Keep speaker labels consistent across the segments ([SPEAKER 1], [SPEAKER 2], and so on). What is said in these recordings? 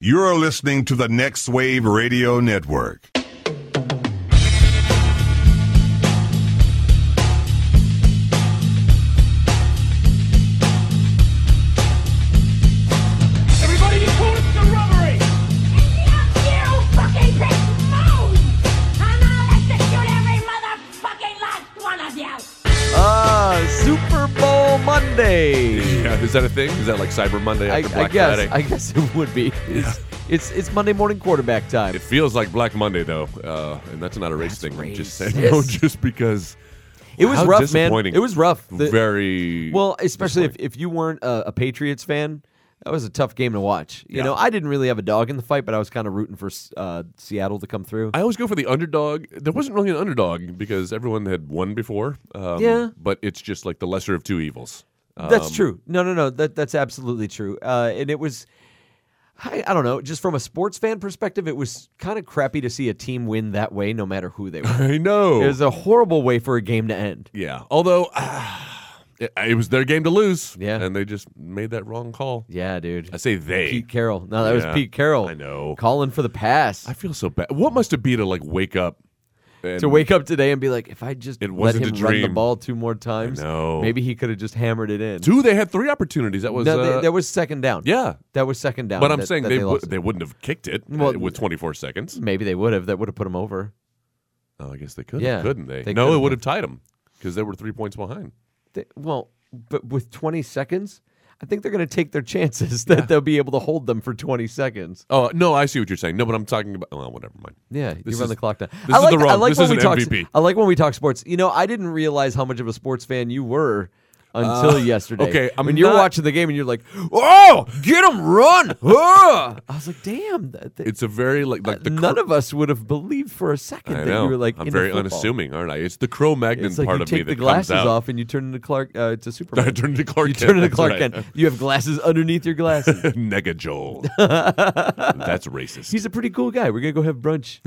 [SPEAKER 1] You're listening to the Next Wave Radio Network.
[SPEAKER 2] Everybody, you call it the robbery!
[SPEAKER 3] Uh, Super Bowl Monday.
[SPEAKER 4] Yeah, is that a thing? Is that like Cyber Monday
[SPEAKER 3] I,
[SPEAKER 4] after Black
[SPEAKER 3] I guess.
[SPEAKER 4] Friday?
[SPEAKER 3] I guess it would be. It's, it's it's Monday morning quarterback time.
[SPEAKER 4] it feels like Black Monday though, uh, and that's not a race thing. I'm just saying,
[SPEAKER 3] racist.
[SPEAKER 4] no, just because
[SPEAKER 3] It was
[SPEAKER 4] How
[SPEAKER 3] rough, man.
[SPEAKER 4] disappointing.
[SPEAKER 3] It was rough. The-
[SPEAKER 4] very
[SPEAKER 3] well, especially if, if you weren't a, a Patriots fan, that was a tough game to watch. You
[SPEAKER 4] Yeah.
[SPEAKER 3] know, I didn't really have a dog in the fight, but I was kind of rooting for uh, Seattle to come through.
[SPEAKER 4] I always go for the underdog. There wasn't really an underdog because everyone had won before. Um,
[SPEAKER 3] Yeah.
[SPEAKER 4] but it's just like the lesser of two evils. Uh,
[SPEAKER 3] That's true. No, no, no. That that's absolutely true. Uh, and it was, I, I don't know, just from a sports fan perspective, it was kind of crappy to see a team win that way, no matter who they were.
[SPEAKER 4] I know.
[SPEAKER 3] It was a horrible way for a game to end.
[SPEAKER 4] yeah, although ah, it, it was their game to lose.
[SPEAKER 3] Yeah.
[SPEAKER 4] and they just made that wrong call.
[SPEAKER 3] Yeah, dude.
[SPEAKER 4] I say they.
[SPEAKER 3] Pete Carroll. No, that
[SPEAKER 4] Yeah.
[SPEAKER 3] was Pete Carroll.
[SPEAKER 4] I know.
[SPEAKER 3] Calling for the pass.
[SPEAKER 4] I feel so bad. What must it be to like wake up? And
[SPEAKER 3] to wake up today and be like, if I just
[SPEAKER 4] It
[SPEAKER 3] let
[SPEAKER 4] wasn't
[SPEAKER 3] him
[SPEAKER 4] a
[SPEAKER 3] run the
[SPEAKER 4] dream.
[SPEAKER 3] ball two more times,
[SPEAKER 4] know.
[SPEAKER 3] maybe he could have just hammered it in.
[SPEAKER 4] Two, they had three opportunities. That was
[SPEAKER 3] no, they-
[SPEAKER 4] uh,
[SPEAKER 3] that was second down.
[SPEAKER 4] yeah.
[SPEAKER 3] That was second down.
[SPEAKER 4] But I'm
[SPEAKER 3] Um, that-
[SPEAKER 4] saying
[SPEAKER 3] that
[SPEAKER 4] they
[SPEAKER 3] lost
[SPEAKER 4] w-
[SPEAKER 3] it.
[SPEAKER 4] they wouldn't have kicked it uh,
[SPEAKER 3] Well, Mm.
[SPEAKER 4] with 24 seconds.
[SPEAKER 3] maybe they would have. That would have put him over.
[SPEAKER 4] Oh, I guess they could.
[SPEAKER 3] Yeah,
[SPEAKER 4] have, couldn't they?
[SPEAKER 3] they
[SPEAKER 4] no,
[SPEAKER 3] could
[SPEAKER 4] it would have tied them because they were three points behind.
[SPEAKER 3] They, well, but with 20 seconds, I think they're going to take their chances that they'll be able to hold them for 20 seconds.
[SPEAKER 4] Oh no, I see what you're saying. No, but I'm talking about. Well, whatever, mind.
[SPEAKER 3] Yeah, you
[SPEAKER 4] This
[SPEAKER 3] run
[SPEAKER 4] is-
[SPEAKER 3] the clock down.
[SPEAKER 4] this
[SPEAKER 3] I
[SPEAKER 4] is
[SPEAKER 3] like,
[SPEAKER 4] the
[SPEAKER 3] I
[SPEAKER 4] wrong-
[SPEAKER 3] like
[SPEAKER 4] this
[SPEAKER 3] when
[SPEAKER 4] is
[SPEAKER 3] we
[SPEAKER 4] an
[SPEAKER 3] talk.
[SPEAKER 4] MVP.
[SPEAKER 3] I like when we talk sports. You know, I didn't realize how much of a sports fan you were until yesterday.
[SPEAKER 4] Uh, okay, I'm
[SPEAKER 3] when you're
[SPEAKER 4] not-
[SPEAKER 3] watching the game and you're like,
[SPEAKER 4] Oh, get him, run!
[SPEAKER 3] "Ugh!" I was like, "Damn!" That, that-
[SPEAKER 4] it's a very like like the
[SPEAKER 3] Uh, none
[SPEAKER 4] Cro-
[SPEAKER 3] of us would have believed for a second
[SPEAKER 4] I
[SPEAKER 3] that
[SPEAKER 4] know.
[SPEAKER 3] you were like,
[SPEAKER 4] I'm
[SPEAKER 3] into
[SPEAKER 4] very
[SPEAKER 3] football.
[SPEAKER 4] unassuming, aren't I? It's the Cro-Magnon
[SPEAKER 3] It's like
[SPEAKER 4] part
[SPEAKER 3] you
[SPEAKER 4] of me
[SPEAKER 3] take the
[SPEAKER 4] that comes
[SPEAKER 3] glasses
[SPEAKER 4] out.
[SPEAKER 3] off and you turn into Clark uh, to Superman.
[SPEAKER 4] I turn into Clark.
[SPEAKER 3] you turn into
[SPEAKER 4] Kent,
[SPEAKER 3] Clark
[SPEAKER 4] that's
[SPEAKER 3] Kent. You have glasses underneath your glasses.
[SPEAKER 4] right. Nega Joel. That's racist.
[SPEAKER 3] He's a pretty cool guy. We're gonna go have brunch.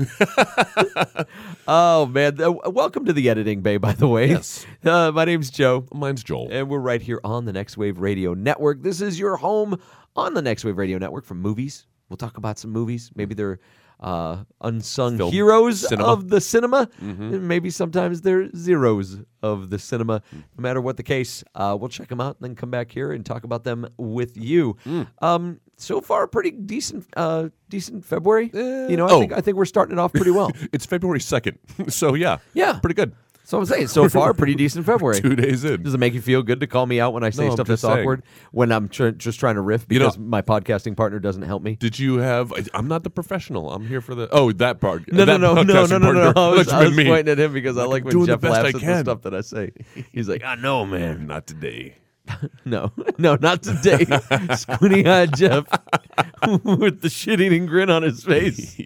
[SPEAKER 3] oh man! Uh, welcome to the editing bay, by the way.
[SPEAKER 4] Yes.
[SPEAKER 3] Uh, my name's Joe,
[SPEAKER 4] Mine's Joel.
[SPEAKER 3] and we're right here on the Next Wave Radio Network. This is your home on the Next Wave Radio Network for movies. We'll talk about some movies. Maybe they're uh, unsung
[SPEAKER 4] Film.
[SPEAKER 3] heroes
[SPEAKER 4] Cinema. Mm-hmm.
[SPEAKER 3] of the cinema, and maybe sometimes they're zeros of the cinema.
[SPEAKER 4] Mm.
[SPEAKER 3] No matter what the case, uh, we'll check them out and then come back here and talk about them with you.
[SPEAKER 4] Mm.
[SPEAKER 3] Um, so far, pretty decent, uh, decent February. you know, I,
[SPEAKER 4] oh.
[SPEAKER 3] think, I think we're starting it off pretty well.
[SPEAKER 4] It's February second, so yeah,
[SPEAKER 3] Yeah.
[SPEAKER 4] pretty good.
[SPEAKER 3] so I'm saying, so far, pretty decent February.
[SPEAKER 4] Two days in.
[SPEAKER 3] Does it make you feel good to call me out when I say
[SPEAKER 4] No, I'm
[SPEAKER 3] stuff that's
[SPEAKER 4] just saying.
[SPEAKER 3] awkward? When I'm tr- just trying to riff
[SPEAKER 4] You know-
[SPEAKER 3] because my podcasting partner doesn't help me.
[SPEAKER 4] Did you have? I- I'm not the professional. I'm here for the. Oh, that part.
[SPEAKER 3] No, no,
[SPEAKER 4] That
[SPEAKER 3] no, no, no,
[SPEAKER 4] podcasting
[SPEAKER 3] no, no, no.
[SPEAKER 4] partner.
[SPEAKER 3] I was,
[SPEAKER 4] That's
[SPEAKER 3] I
[SPEAKER 4] been
[SPEAKER 3] was
[SPEAKER 4] me.
[SPEAKER 3] pointing at him because I
[SPEAKER 4] Like,
[SPEAKER 3] like
[SPEAKER 4] I'm
[SPEAKER 3] when
[SPEAKER 4] doing the
[SPEAKER 3] Jeff
[SPEAKER 4] best I
[SPEAKER 3] laughs at the
[SPEAKER 4] can.
[SPEAKER 3] stuff that I say. He's like,
[SPEAKER 4] I know, man. Not today.
[SPEAKER 3] no, no, not today. Squinty eyed Jeff with the shit eating grin on his face.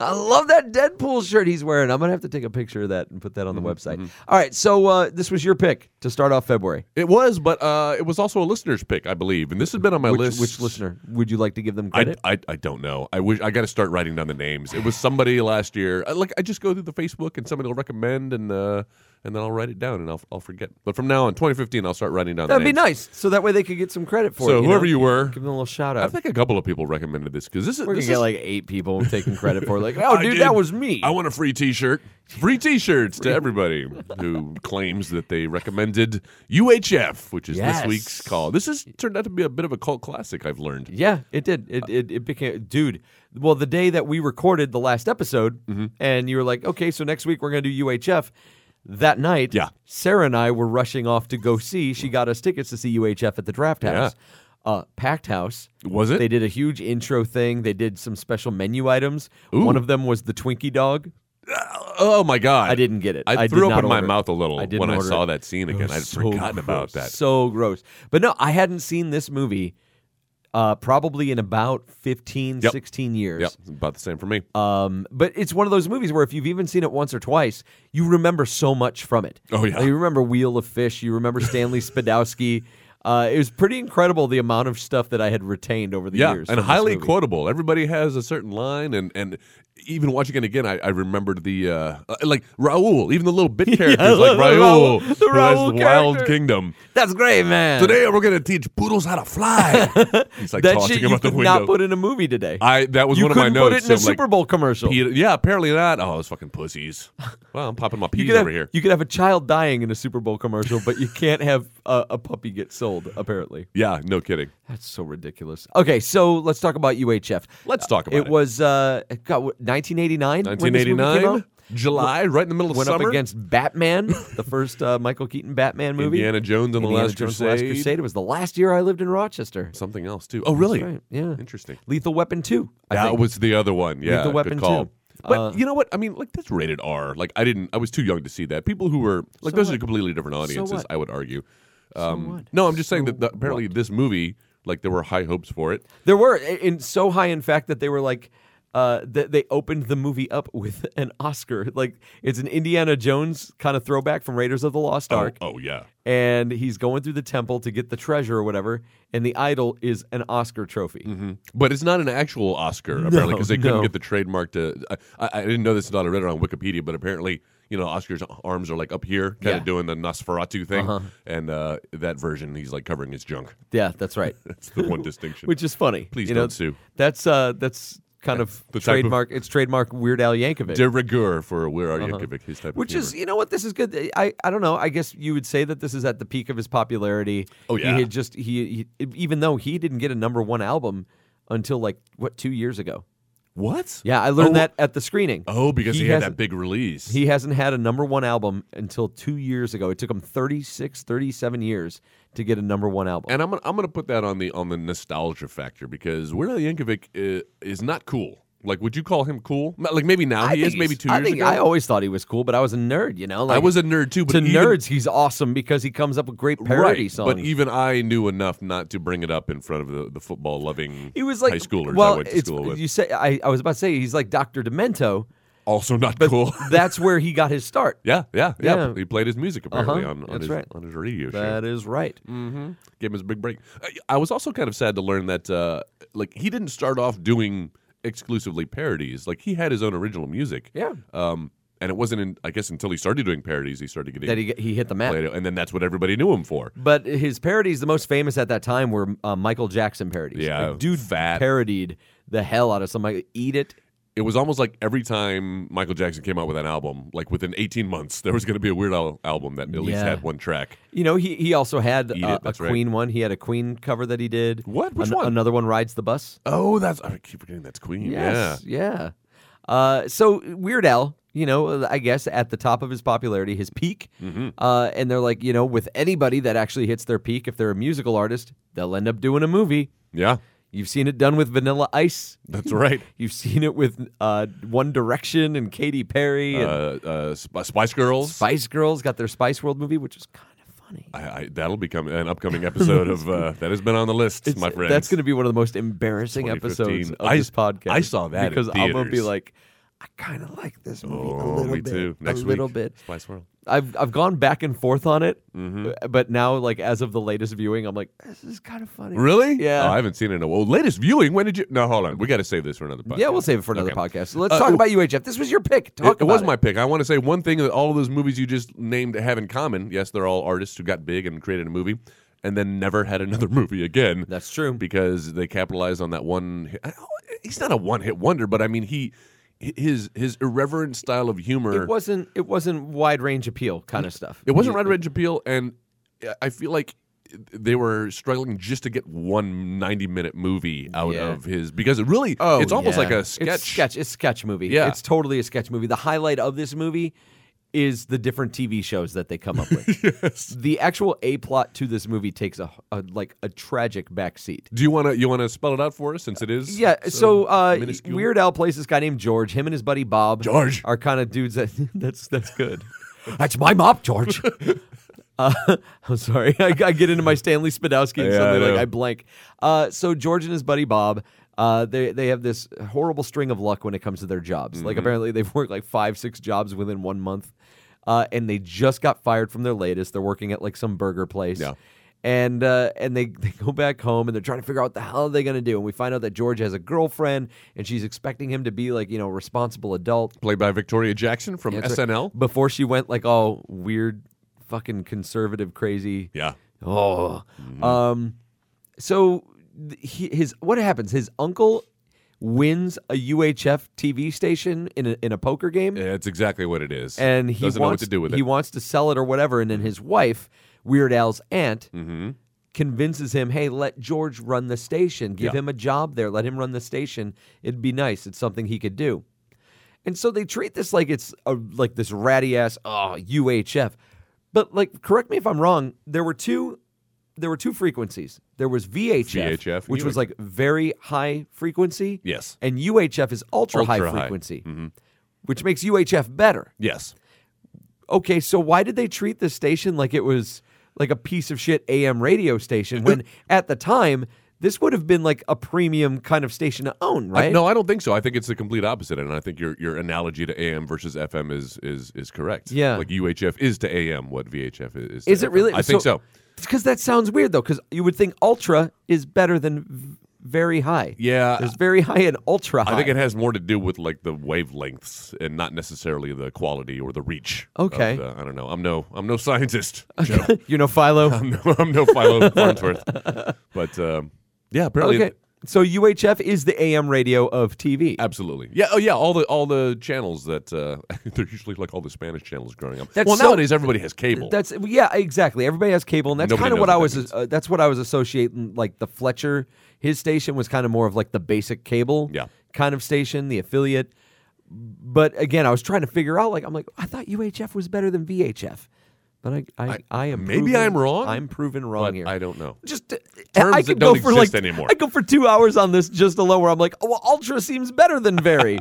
[SPEAKER 3] I love that Deadpool shirt he's wearing. I'm going to have to take a picture of that and put that on the
[SPEAKER 4] Mm-hmm,
[SPEAKER 3] website. All right, so uh, this was your pick to start off February.
[SPEAKER 4] It was, but uh, it was also a listener's pick, I believe, and this has been on my
[SPEAKER 3] Which,
[SPEAKER 4] list.
[SPEAKER 3] which listener? Would you like to give them
[SPEAKER 4] I,
[SPEAKER 3] credit?
[SPEAKER 4] I, I don't know. I wish I got to start writing down the names. It was somebody last year. I, like I just go through the Facebook and somebody will recommend, and uh, and then I'll write it down and I'll I'll forget. But from now on, 2015, I'll start writing down. the
[SPEAKER 3] That'd be nice.
[SPEAKER 4] names.
[SPEAKER 3] So that way they could get some credit for
[SPEAKER 4] So
[SPEAKER 3] it.
[SPEAKER 4] whoever
[SPEAKER 3] know?
[SPEAKER 4] you were,
[SPEAKER 3] Give them a little shout
[SPEAKER 4] I
[SPEAKER 3] out.
[SPEAKER 4] think a couple of people recommended this because this is
[SPEAKER 3] We're going
[SPEAKER 4] this
[SPEAKER 3] to get
[SPEAKER 4] is-
[SPEAKER 3] like eight people taking credit for it. Like, oh,
[SPEAKER 4] I
[SPEAKER 3] dude,
[SPEAKER 4] did.
[SPEAKER 3] that was me.
[SPEAKER 4] I want a free T-shirt. Free T-shirts to everybody who claims that they recommended UHF, which is
[SPEAKER 3] Yes.
[SPEAKER 4] this week's call. This has turned out to be a bit of a cult classic. I've learned.
[SPEAKER 3] Yeah, it did. It, it it became dude. Well, the day that we recorded the last episode,
[SPEAKER 4] Mm-hmm.
[SPEAKER 3] and you were like, okay, so next week we're gonna do UHF. That night,
[SPEAKER 4] Yeah.
[SPEAKER 3] Sarah and I were rushing off to go see. She got us tickets to see UHF at the Draft House, uh, packed house.
[SPEAKER 4] Was it?
[SPEAKER 3] They did a huge intro thing. They did some special menu items.
[SPEAKER 4] Ooh.
[SPEAKER 3] One of them was the Twinkie dog.
[SPEAKER 4] Oh my god!
[SPEAKER 3] I didn't get it.
[SPEAKER 4] I,
[SPEAKER 3] I
[SPEAKER 4] threw
[SPEAKER 3] did not
[SPEAKER 4] open my
[SPEAKER 3] order it.
[SPEAKER 4] mouth a little
[SPEAKER 3] I didn't
[SPEAKER 4] when I
[SPEAKER 3] order
[SPEAKER 4] saw
[SPEAKER 3] it.
[SPEAKER 4] that scene
[SPEAKER 3] It
[SPEAKER 4] again.
[SPEAKER 3] was
[SPEAKER 4] I'd
[SPEAKER 3] so
[SPEAKER 4] forgotten
[SPEAKER 3] gross,
[SPEAKER 4] about that.
[SPEAKER 3] So gross. But no, I hadn't seen this movie uh, probably in about 15,
[SPEAKER 4] Yep.
[SPEAKER 3] 16 years.
[SPEAKER 4] yep, about the same for me.
[SPEAKER 3] Um, but it's one of those movies where if you've even seen it once or twice, you remember so much from it.
[SPEAKER 4] Oh, yeah.
[SPEAKER 3] Like, you remember Wheel of Fish. You remember Stanley Spadowski. Uh, it was pretty incredible the amount of stuff that I had retained over the
[SPEAKER 4] yeah,
[SPEAKER 3] years. from
[SPEAKER 4] and
[SPEAKER 3] this
[SPEAKER 4] highly
[SPEAKER 3] movie.
[SPEAKER 4] quotable. Everybody has a certain line, and and even watching it again, I, I remembered the uh, like Raul, even the little bit characters like
[SPEAKER 3] the Raul-
[SPEAKER 4] Raul,
[SPEAKER 3] the
[SPEAKER 4] who has
[SPEAKER 3] Raul
[SPEAKER 4] the Wild
[SPEAKER 3] character.
[SPEAKER 4] Kingdom.
[SPEAKER 3] That's great, man.
[SPEAKER 4] Today we're gonna teach poodles how to fly. He's like
[SPEAKER 3] that
[SPEAKER 4] tossing
[SPEAKER 3] shit
[SPEAKER 4] him
[SPEAKER 3] you
[SPEAKER 4] out the
[SPEAKER 3] could
[SPEAKER 4] window.
[SPEAKER 3] not put in a movie today.
[SPEAKER 4] I that was
[SPEAKER 3] you
[SPEAKER 4] one of my
[SPEAKER 3] couldn't
[SPEAKER 4] notes.
[SPEAKER 3] put it in a
[SPEAKER 4] of, like,
[SPEAKER 3] Super Bowl commercial.
[SPEAKER 4] Peter- yeah, apparently not. Oh, those fucking pussies. Well, I'm popping my
[SPEAKER 3] you
[SPEAKER 4] peas
[SPEAKER 3] could, have,
[SPEAKER 4] over here.
[SPEAKER 3] you could have a child dying in a Super Bowl commercial, but you can't have a, a puppy get sold, apparently.
[SPEAKER 4] yeah, no kidding.
[SPEAKER 3] That's so ridiculous. Okay, so let's talk about UHF.
[SPEAKER 4] Let's talk about it.
[SPEAKER 3] It was uh, God, what, 1989. when this movie came
[SPEAKER 4] 1989,
[SPEAKER 3] out?
[SPEAKER 4] July, right in the middle of
[SPEAKER 3] Went
[SPEAKER 4] summer.
[SPEAKER 3] up against Batman, the first uh, Michael Keaton Batman movie.
[SPEAKER 4] Indiana Jones and the
[SPEAKER 3] Indiana
[SPEAKER 4] Last
[SPEAKER 3] Jones and the
[SPEAKER 4] Crusade.
[SPEAKER 3] Last Crusade. It was the last year I lived in Rochester.
[SPEAKER 4] Something else too. Oh, really?
[SPEAKER 3] right, yeah.
[SPEAKER 4] Interesting.
[SPEAKER 3] Lethal Weapon 2. I
[SPEAKER 4] that
[SPEAKER 3] think.
[SPEAKER 4] was the other one. Yeah,
[SPEAKER 3] Lethal
[SPEAKER 4] good
[SPEAKER 3] Weapon
[SPEAKER 4] call.
[SPEAKER 3] too.
[SPEAKER 4] But
[SPEAKER 3] Uh,
[SPEAKER 4] you know what? I mean, like that's rated R. Like I didn't. I was too young to see that. People who were like
[SPEAKER 3] So
[SPEAKER 4] those are
[SPEAKER 3] what?
[SPEAKER 4] completely different audiences.
[SPEAKER 3] what?
[SPEAKER 4] I would argue. Um,
[SPEAKER 3] what?
[SPEAKER 4] No, I'm just saying
[SPEAKER 3] So
[SPEAKER 4] that the, apparently this movie, like there were high hopes for it.
[SPEAKER 3] There were i- in so high in fact that they were like uh, that they opened the movie up with an Oscar. Like it's an Indiana Jones kind of throwback from Raiders of the Lost
[SPEAKER 4] Oh,
[SPEAKER 3] Ark.
[SPEAKER 4] oh yeah.
[SPEAKER 3] And he's going through the temple to get the treasure or whatever, and the idol is an Oscar trophy.
[SPEAKER 4] But it's not an actual Oscar apparently because they couldn't
[SPEAKER 3] no.
[SPEAKER 4] get the trademark to. I, I, I didn't know this until I read it on Wikipedia. But apparently, you know, Oscar's arms are like up here, kind of
[SPEAKER 3] Yeah. Uh-huh.
[SPEAKER 4] doing the Nosferatu thing, and uh, that version he's like covering his junk.
[SPEAKER 3] Yeah, that's right.
[SPEAKER 4] That's the one distinction.
[SPEAKER 3] Which is funny.
[SPEAKER 4] Please
[SPEAKER 3] you
[SPEAKER 4] don't
[SPEAKER 3] know,
[SPEAKER 4] sue.
[SPEAKER 3] That's uh, that's kind of
[SPEAKER 4] the type of-
[SPEAKER 3] trademark. It's trademark Weird Al Yankovic.
[SPEAKER 4] de rigueur for Where Are Yankovic, his type of
[SPEAKER 3] Uh-huh. Which
[SPEAKER 4] humor.
[SPEAKER 3] is, you know what, this is good. I, I don't know. I guess you would say that this is at the peak of his popularity.
[SPEAKER 4] Oh, yeah.
[SPEAKER 3] He had just, he, he even though he didn't get a number one album until like, what, two years ago?
[SPEAKER 4] What?
[SPEAKER 3] Yeah, I learned
[SPEAKER 4] Oh,
[SPEAKER 3] that at the screening.
[SPEAKER 4] Oh, because he, had that
[SPEAKER 3] hasn't-
[SPEAKER 4] big release.
[SPEAKER 3] He hasn't had a number one album until two years ago. It took him 36, 37 years to get a number one album.
[SPEAKER 4] and I'm gonna, I'm gonna put that on the on the nostalgia factor because Weird Al Yankovic is, uh, is not cool. Like, would you call him cool? M- Like, maybe now
[SPEAKER 3] I
[SPEAKER 4] he
[SPEAKER 3] think
[SPEAKER 4] is. Maybe
[SPEAKER 3] he's-
[SPEAKER 4] two
[SPEAKER 3] I
[SPEAKER 4] years
[SPEAKER 3] think
[SPEAKER 4] ago.
[SPEAKER 3] I always thought he was cool, but I was a nerd, you know?
[SPEAKER 4] I
[SPEAKER 3] Like,
[SPEAKER 4] was a nerd too, but
[SPEAKER 3] to
[SPEAKER 4] even-
[SPEAKER 3] nerds, he's awesome because he comes up with great
[SPEAKER 4] right,
[SPEAKER 3] parody songs.
[SPEAKER 4] But even I knew enough not to bring it up in front of the, the football loving
[SPEAKER 3] He was like
[SPEAKER 4] high schoolers
[SPEAKER 3] Well,
[SPEAKER 4] I went to
[SPEAKER 3] it's-
[SPEAKER 4] school with.
[SPEAKER 3] you say I, I was about to say he's like Doctor Demento.
[SPEAKER 4] also not cool.
[SPEAKER 3] That's where he got his start.
[SPEAKER 4] yeah, yeah, yeah,
[SPEAKER 3] Yeah.
[SPEAKER 4] He played his music apparently
[SPEAKER 3] Uh-huh,
[SPEAKER 4] on, on
[SPEAKER 3] that's
[SPEAKER 4] his
[SPEAKER 3] right.
[SPEAKER 4] on his radio show.
[SPEAKER 3] That is right.
[SPEAKER 4] Mm. gave him his big break. I, I was also kind of sad to learn that uh, like he didn't start off doing exclusively parodies. Like he had his own original music.
[SPEAKER 3] Yeah.
[SPEAKER 4] Um, and it wasn't in I guess until he started doing parodies he started getting
[SPEAKER 3] That he he hit the map.
[SPEAKER 4] played, and then that's what everybody knew him for.
[SPEAKER 3] But his parodies, the most famous at that time, were uh, Michael Jackson parodies.
[SPEAKER 4] Yeah,
[SPEAKER 3] Like, dude,
[SPEAKER 4] fat.
[SPEAKER 3] parodied the hell out of somebody. Eat it.
[SPEAKER 4] It was almost like every time Michael Jackson came out with an album, like within 18 months, there was going to be a Weird Al album that at least
[SPEAKER 3] Yeah.
[SPEAKER 4] had one track.
[SPEAKER 3] You know, he, he also had
[SPEAKER 4] Eat
[SPEAKER 3] uh,
[SPEAKER 4] It,
[SPEAKER 3] a
[SPEAKER 4] that's right.
[SPEAKER 3] Queen one. He had a Queen cover that he did.
[SPEAKER 4] What? Which one?
[SPEAKER 3] Another one rides the bus.
[SPEAKER 4] Oh, that's I keep forgetting that's Queen.
[SPEAKER 3] Yes, yeah. Uh, so Weird Al, you know, I guess at the top of his popularity, his peak, uh, and they're like, you know, with anybody that actually hits their peak, if they're a musical artist, they'll end up doing a movie.
[SPEAKER 4] Yeah. Yeah.
[SPEAKER 3] You've seen it done with Vanilla Ice.
[SPEAKER 4] That's right.
[SPEAKER 3] You've seen it with uh, One Direction and Katy Perry
[SPEAKER 4] uh,
[SPEAKER 3] and
[SPEAKER 4] uh, Sp- Spice Girls.
[SPEAKER 3] Spice Girls got their Spice World movie, which is kind of funny.
[SPEAKER 4] I, I, that'll become an upcoming episode of uh, that has been on the list, my friend.
[SPEAKER 3] uh, That's going to be one of the most embarrassing episodes
[SPEAKER 4] 2015.
[SPEAKER 3] of
[SPEAKER 4] I-
[SPEAKER 3] this podcast.
[SPEAKER 4] I saw that in
[SPEAKER 3] because I'm going to be
[SPEAKER 4] theaters.
[SPEAKER 3] like, I kind of like this movie a
[SPEAKER 4] Oh,
[SPEAKER 3] little
[SPEAKER 4] me
[SPEAKER 3] bit,
[SPEAKER 4] too. Next
[SPEAKER 3] a little
[SPEAKER 4] week,
[SPEAKER 3] bit.
[SPEAKER 4] Spice World.
[SPEAKER 3] I've I've gone back and forth on it,
[SPEAKER 4] Mm-hmm.
[SPEAKER 3] uh, but now like as of the latest viewing, I'm like, this is kind of funny.
[SPEAKER 4] Really?
[SPEAKER 3] Yeah.
[SPEAKER 4] Oh, I haven't seen it in a while. Latest viewing. When did you? No, hold on. We got to save this for another podcast.
[SPEAKER 3] Yeah, we'll save it for another
[SPEAKER 4] Okay.
[SPEAKER 3] podcast. So let's
[SPEAKER 4] Uh,
[SPEAKER 3] talk
[SPEAKER 4] oh.
[SPEAKER 3] about UHF. This was your pick. Talk
[SPEAKER 4] It, it was
[SPEAKER 3] about
[SPEAKER 4] my pick. I want to say one thing that all of those movies you just named have in common. Yes, they're all artists who got big and created a movie, and then never had another movie again.
[SPEAKER 3] That's true.
[SPEAKER 4] because they capitalized on that one. Hit. I don't- He's not a one-hit wonder, but I mean he his his irreverent style of humor.
[SPEAKER 3] It wasn't it wasn't wide range appeal kind of stuff.
[SPEAKER 4] It wasn't Red Red Appeal, and I feel like they were struggling just to get one 90 minute movie out
[SPEAKER 3] Yeah.
[SPEAKER 4] of his because it really it's almost
[SPEAKER 3] Oh, yeah.
[SPEAKER 4] like a sketch.
[SPEAKER 3] It's sketch. It's sketch movie.
[SPEAKER 4] Yeah.
[SPEAKER 3] it's totally a sketch movie. The highlight of this movie is the different TV shows that they come up with. The actual a plot to this movie takes a, a like a tragic backseat.
[SPEAKER 4] Do you want to you want to spell it out for us since it is
[SPEAKER 3] Yeah, so, uh,
[SPEAKER 4] minuscule?
[SPEAKER 3] Weird Al plays this guy named George. Him and his buddy Bob
[SPEAKER 4] George.
[SPEAKER 3] are kind of dudes that that's that's good. that's my mop, George. uh, I'm sorry, I, I get into my Stanley Spadowski and
[SPEAKER 4] Yeah,
[SPEAKER 3] suddenly
[SPEAKER 4] I know.
[SPEAKER 3] like I blank. Uh, so George and his buddy Bob. Uh, they they have this horrible string of luck when it comes to their jobs. Like apparently they've worked like five six jobs within one month, uh, and they just got fired from their latest. They're working at like some burger place,
[SPEAKER 4] Yeah.
[SPEAKER 3] And uh, and they, they go back home and they're trying to figure out what the hell are they going to do. And we find out that George has a girlfriend and she's expecting him to be like, you know, a responsible adult.
[SPEAKER 4] Played by Victoria Jackson from
[SPEAKER 3] That's right.
[SPEAKER 4] SNL.
[SPEAKER 3] Before she went like all weird, fucking conservative, crazy.
[SPEAKER 4] Yeah.
[SPEAKER 3] Oh. Um, so th- he, his what happens? His uncle wins a UHF TV station in a, in a poker game,
[SPEAKER 4] Yeah, That's exactly what it is.
[SPEAKER 3] and he wants
[SPEAKER 4] doesn't know what to do with
[SPEAKER 3] he
[SPEAKER 4] it.
[SPEAKER 3] wants to sell it or whatever. And then his wife, Weird Al's aunt.
[SPEAKER 4] Mm-hmm.
[SPEAKER 3] Convinces him, hey, let George run the station. Give
[SPEAKER 4] Yeah.
[SPEAKER 3] him a job there. Let him run the station. It'd be nice. It's something he could do. And so they treat this like it's a, like this ratty ass oh UHF. But like correct me if I'm wrong, there were two there were two frequencies. There was VHF,
[SPEAKER 4] VHF,
[SPEAKER 3] which was
[SPEAKER 4] UHF.
[SPEAKER 3] like very high frequency.
[SPEAKER 4] Yes.
[SPEAKER 3] And UHF is ultra,
[SPEAKER 4] Ultra
[SPEAKER 3] high
[SPEAKER 4] high. Mm-hmm.
[SPEAKER 3] frequency. Which makes UHF better.
[SPEAKER 4] yes.
[SPEAKER 3] Okay, so why did they treat this station like it was like a piece of shit AM radio station when at the time this would have been like a premium kind of station to own,
[SPEAKER 4] I-
[SPEAKER 3] right?
[SPEAKER 4] no, I don't think so. I think it's the complete opposite, and I think your your analogy to AM versus FM is is is correct.
[SPEAKER 3] Yeah.
[SPEAKER 4] like UHF is to AM what VHF is. is to
[SPEAKER 3] Is it
[SPEAKER 4] FM.
[SPEAKER 3] really?
[SPEAKER 4] I think so.
[SPEAKER 3] Because that sounds weird though. Because you would think ultra is better than v- very high.
[SPEAKER 4] Yeah.
[SPEAKER 3] there's very high and ultra high.
[SPEAKER 4] I think it has more to do with like the wavelengths and not necessarily the quality or the reach. of
[SPEAKER 3] Okay.
[SPEAKER 4] the- I don't know. I'm no I'm no scientist. Joe.
[SPEAKER 3] you know Philo.
[SPEAKER 4] I'm no I'm no Philo Farnsworth. But um, yeah, apparently
[SPEAKER 3] okay, so UHF is the AM radio of TV.
[SPEAKER 4] Absolutely. Yeah. Oh, yeah. All the all the channels that uh, they're usually like all the Spanish channels growing up.
[SPEAKER 3] That's
[SPEAKER 4] well,
[SPEAKER 3] so-
[SPEAKER 4] nowadays everybody has cable.
[SPEAKER 3] That's yeah, exactly. Everybody has cable, and that's
[SPEAKER 4] Nobody
[SPEAKER 3] kind of what,
[SPEAKER 4] knows what
[SPEAKER 3] I
[SPEAKER 4] that
[SPEAKER 3] was.
[SPEAKER 4] means.
[SPEAKER 3] Uh, that's what I was associating. Like the Fletcher, his station was kind of more of like the basic cable,
[SPEAKER 4] Yeah.
[SPEAKER 3] kind of station, the affiliate. But again, I was trying to figure out. Like, I'm like, I thought UHF was better than VHF, but I, I, I, am
[SPEAKER 4] maybe
[SPEAKER 3] proven-
[SPEAKER 4] I'm wrong,
[SPEAKER 3] I'm proven wrong
[SPEAKER 4] but
[SPEAKER 3] here.
[SPEAKER 4] I don't know.
[SPEAKER 3] Just uh,
[SPEAKER 4] Terms
[SPEAKER 3] I
[SPEAKER 4] that
[SPEAKER 3] could
[SPEAKER 4] don't
[SPEAKER 3] go for
[SPEAKER 4] exist
[SPEAKER 3] like
[SPEAKER 4] anymore.
[SPEAKER 3] I go for two hours on this just alone, where I'm like, oh, well, ultra seems better than very.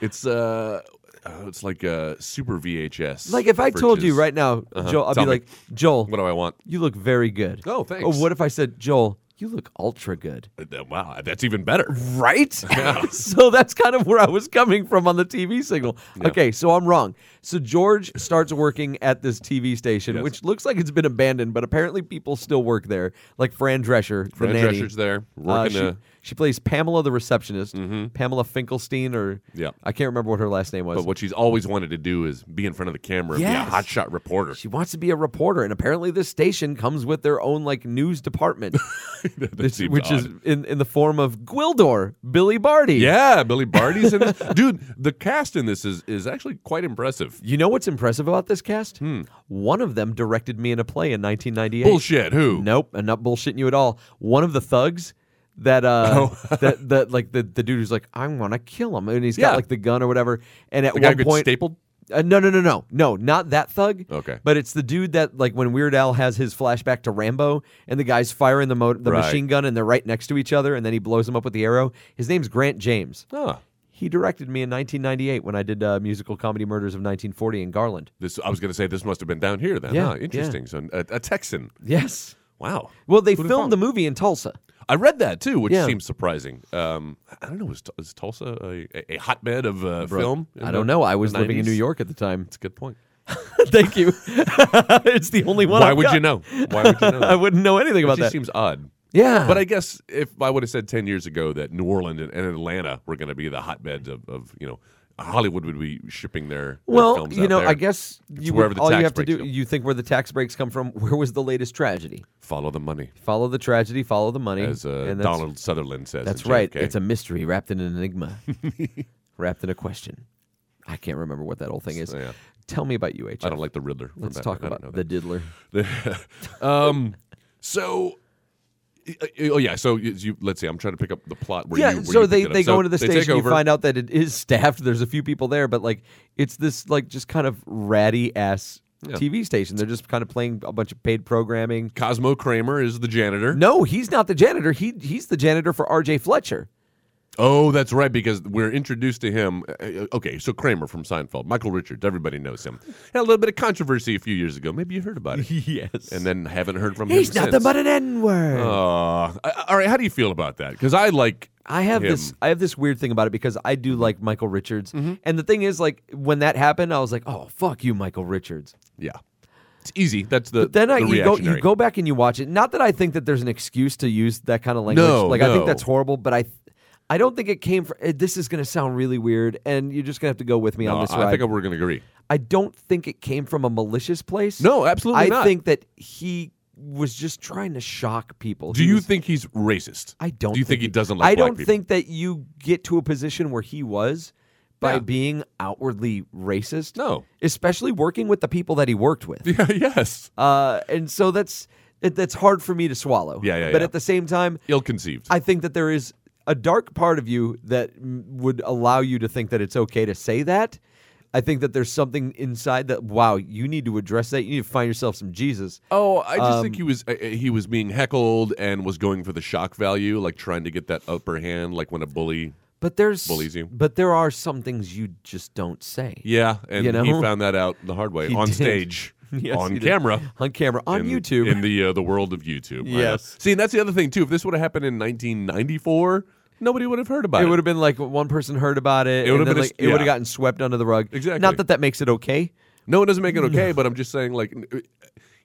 [SPEAKER 4] It's uh, oh, it's like uh, super VHS.
[SPEAKER 3] like if I told you
[SPEAKER 4] versus-
[SPEAKER 3] right now, Joel, I'll
[SPEAKER 4] Uh-huh. Tell
[SPEAKER 3] be
[SPEAKER 4] me.
[SPEAKER 3] like, Joel,
[SPEAKER 4] what do I want?
[SPEAKER 3] you look very good.
[SPEAKER 4] Oh,
[SPEAKER 3] Or
[SPEAKER 4] thanks.
[SPEAKER 3] what if I said, Joel, you look ultra good?
[SPEAKER 4] Uh, Wow, that's even better.
[SPEAKER 3] Right? so that's kind of where I was coming from on the TV signal. Okay, so I'm wrong. So George starts working at this TV station,
[SPEAKER 4] Yes.
[SPEAKER 3] which looks like it's been abandoned, but apparently people still work there, like Fran Drescher.
[SPEAKER 4] Fran
[SPEAKER 3] the nanny.
[SPEAKER 4] Drescher's there
[SPEAKER 3] Uh,
[SPEAKER 4] working.
[SPEAKER 3] she,
[SPEAKER 4] uh,
[SPEAKER 3] she plays Pamela the receptionist, Pamela Finkelstein, or
[SPEAKER 4] Yeah.
[SPEAKER 3] I can't remember what her last name was.
[SPEAKER 4] but what she's always wanted to do is be in front of the camera, and
[SPEAKER 3] Yes.
[SPEAKER 4] be a hotshot reporter.
[SPEAKER 3] She wants to be a reporter, and apparently this station comes with their own like news department,
[SPEAKER 4] That
[SPEAKER 3] This-
[SPEAKER 4] seems
[SPEAKER 3] which is
[SPEAKER 4] odd.
[SPEAKER 3] in, in the form of Gwildor, Billy Barty.
[SPEAKER 4] yeah, Billy Barty's in this. Dude, the cast in this is is actually quite impressive.
[SPEAKER 3] You know what's impressive about this cast? One of them directed me in a play in 1998.
[SPEAKER 4] Hmm. Bullshit. Who?
[SPEAKER 3] Nope, I'm not bullshitting you at all. One of the thugs that uh that that like the, the dude who's like I'm gonna kill him and he's got
[SPEAKER 4] Oh. Yeah.
[SPEAKER 3] like the gun or whatever and at
[SPEAKER 4] the guy
[SPEAKER 3] one
[SPEAKER 4] who gets
[SPEAKER 3] point
[SPEAKER 4] stapled.
[SPEAKER 3] Uh, no, no, no, no, no, not that thug.
[SPEAKER 4] Okay.
[SPEAKER 3] but it's the dude that like when Weird Al has his flashback to Rambo, and the guy's firing the mo- the
[SPEAKER 4] Right.
[SPEAKER 3] machine gun, and they're right next to each other, and then he blows him up with the arrow. His name's Grant James.
[SPEAKER 4] Huh.
[SPEAKER 3] He directed me in 1998 when I did uh, musical comedy Murders of 1940 in Garland.
[SPEAKER 4] This I was going to say this must have been down here then.
[SPEAKER 3] Yeah,
[SPEAKER 4] huh? interesting. So a, a Texan.
[SPEAKER 3] Yes.
[SPEAKER 4] Wow.
[SPEAKER 3] Well, they
[SPEAKER 4] Who'd have
[SPEAKER 3] filmed the
[SPEAKER 4] thought?
[SPEAKER 3] movie in Tulsa.
[SPEAKER 4] I read that too, which
[SPEAKER 3] Yeah.
[SPEAKER 4] seems surprising. Um, I don't know. Is, Tul- is Tulsa a, a- a hotbed of uh, film? in
[SPEAKER 3] I
[SPEAKER 4] the-
[SPEAKER 3] don't know. I was
[SPEAKER 4] the
[SPEAKER 3] living in
[SPEAKER 4] 90s?
[SPEAKER 3] New York at the time.
[SPEAKER 4] It's a good point.
[SPEAKER 3] Thank you. it's the only one.
[SPEAKER 4] Why
[SPEAKER 3] I've
[SPEAKER 4] would
[SPEAKER 3] got.
[SPEAKER 4] you know? Why would you know?
[SPEAKER 3] I wouldn't know anything
[SPEAKER 4] It
[SPEAKER 3] about
[SPEAKER 4] just
[SPEAKER 3] that.
[SPEAKER 4] seems odd.
[SPEAKER 3] yeah,
[SPEAKER 4] But I guess if I would have said ten years ago that New Orleans and, and Atlanta were going to be the hotbeds of, of you know Hollywood would be shipping their, their
[SPEAKER 3] Well,
[SPEAKER 4] films
[SPEAKER 3] you
[SPEAKER 4] out
[SPEAKER 3] know,
[SPEAKER 4] there.
[SPEAKER 3] I guess
[SPEAKER 4] It's
[SPEAKER 3] you
[SPEAKER 4] wherever
[SPEAKER 3] would-
[SPEAKER 4] the
[SPEAKER 3] all you
[SPEAKER 4] tax
[SPEAKER 3] have to
[SPEAKER 4] breaks
[SPEAKER 3] do.
[SPEAKER 4] go.
[SPEAKER 3] You think where the tax breaks come from? Where was the latest tragedy?
[SPEAKER 4] follow the money,
[SPEAKER 3] Follow the tragedy, follow the money.
[SPEAKER 4] as uh,
[SPEAKER 3] and that's,
[SPEAKER 4] Donald Sutherland says. in
[SPEAKER 3] That's right.
[SPEAKER 4] JFK.
[SPEAKER 3] It's a mystery wrapped in an enigma, wrapped in a question. I can't remember what that whole thing is.
[SPEAKER 4] So, yeah.
[SPEAKER 3] Tell me about UHF.
[SPEAKER 4] I don't like the Riddler. from
[SPEAKER 3] Let's
[SPEAKER 4] Batman.
[SPEAKER 3] talk
[SPEAKER 4] I don't
[SPEAKER 3] about
[SPEAKER 4] know
[SPEAKER 3] the diddler.
[SPEAKER 4] um, so. uh, Oh yeah, so you, you- let's see. I'm trying to pick up the plot. Where
[SPEAKER 3] yeah,
[SPEAKER 4] you, where
[SPEAKER 3] so
[SPEAKER 4] you
[SPEAKER 3] they,
[SPEAKER 4] picked it up.
[SPEAKER 3] they go into the
[SPEAKER 4] they take
[SPEAKER 3] station. You
[SPEAKER 4] over.
[SPEAKER 3] find out that it is staffed. There's a few people there, but like it's this like just kind of ratty ass
[SPEAKER 4] Yeah.
[SPEAKER 3] TV station. They're just kind of playing a bunch of paid programming.
[SPEAKER 4] Cosmo Kramer is the janitor.
[SPEAKER 3] No, he's not the janitor. He he's the janitor for R.J. Fletcher.
[SPEAKER 4] Oh, that's right, because we're introduced to him. uh, uh, Okay, so Kramer from Seinfeld, Michael Richards, everybody knows him. Had a little bit of controversy a few years ago. Maybe you heard about it,
[SPEAKER 3] Yes,
[SPEAKER 4] and then haven't heard from him.
[SPEAKER 3] he's nothing
[SPEAKER 4] since.
[SPEAKER 3] but an N word.
[SPEAKER 4] Uh, I- all right, how do you feel about that? Because I like.
[SPEAKER 3] I have
[SPEAKER 4] him. Mm-hmm.
[SPEAKER 3] this I have this weird thing about it because I do like Michael Richards. And the thing is like when that happened I was like, "Oh, fuck you Michael Richards."
[SPEAKER 4] Yeah. It's easy. That's the
[SPEAKER 3] But then
[SPEAKER 4] the
[SPEAKER 3] I, you go you
[SPEAKER 4] reactionary.
[SPEAKER 3] go back and you watch it. Not that I think that there's an excuse to use that kind of language.
[SPEAKER 4] No,
[SPEAKER 3] like I think
[SPEAKER 4] no.
[SPEAKER 3] that's horrible, but I I don't think it came from. eh, This is going to sound really weird, and you're just going to have to go with me on
[SPEAKER 4] No,
[SPEAKER 3] this
[SPEAKER 4] I
[SPEAKER 3] ride.
[SPEAKER 4] think we're going to agree.
[SPEAKER 3] I don't think it came from a malicious place.
[SPEAKER 4] No, absolutely
[SPEAKER 3] I
[SPEAKER 4] not.
[SPEAKER 3] think that he was just trying to shock people.
[SPEAKER 4] Do
[SPEAKER 3] He
[SPEAKER 4] you
[SPEAKER 3] was-
[SPEAKER 4] think he's racist?
[SPEAKER 3] I don't.
[SPEAKER 4] Do you think he doesn't like
[SPEAKER 3] I
[SPEAKER 4] black
[SPEAKER 3] don't
[SPEAKER 4] people?
[SPEAKER 3] think that you get to a position where he was by
[SPEAKER 4] Yeah.
[SPEAKER 3] being outwardly racist.
[SPEAKER 4] No.
[SPEAKER 3] especially working with the people that he worked with.
[SPEAKER 4] Yeah, yes.
[SPEAKER 3] Uh, and so that's it, that's hard for me to swallow.
[SPEAKER 4] Yeah, yeah,
[SPEAKER 3] But
[SPEAKER 4] yeah.
[SPEAKER 3] at the same time,
[SPEAKER 4] Ill-conceived.
[SPEAKER 3] I think that there is a dark part of you that mm, would allow you to think that it's okay to say that. I think that there's something inside that wow, you need to address that. You need to find yourself some Jesus.
[SPEAKER 4] Oh, I just
[SPEAKER 3] Um,
[SPEAKER 4] think he was uh, uh, he was being heckled and was going for the shock value, like trying to get that upper hand, like when a bully.
[SPEAKER 3] But there's
[SPEAKER 4] Bullies you.
[SPEAKER 3] But there are some things you just don't say.
[SPEAKER 4] Yeah, and
[SPEAKER 3] You know?
[SPEAKER 4] he found that out the hard way
[SPEAKER 3] He
[SPEAKER 4] on
[SPEAKER 3] did.
[SPEAKER 4] stage,
[SPEAKER 3] Yes,
[SPEAKER 4] on
[SPEAKER 3] he did.
[SPEAKER 4] camera,
[SPEAKER 3] on camera, on
[SPEAKER 4] in-
[SPEAKER 3] YouTube.
[SPEAKER 4] in the uh, the world of YouTube. I know.
[SPEAKER 3] Yes.
[SPEAKER 4] See, and that's the other thing too. If this would have happened in 1994, nobody would have heard about it.
[SPEAKER 3] it would have been like one person heard about it.
[SPEAKER 4] It
[SPEAKER 3] and
[SPEAKER 4] would've
[SPEAKER 3] then,
[SPEAKER 4] been a
[SPEAKER 3] like,
[SPEAKER 4] s-
[SPEAKER 3] it would have
[SPEAKER 4] yeah.
[SPEAKER 3] gotten swept under the rug.
[SPEAKER 4] Exactly.
[SPEAKER 3] Not that that makes it okay.
[SPEAKER 4] No, it doesn't make it okay, but I'm just saying, like, uh,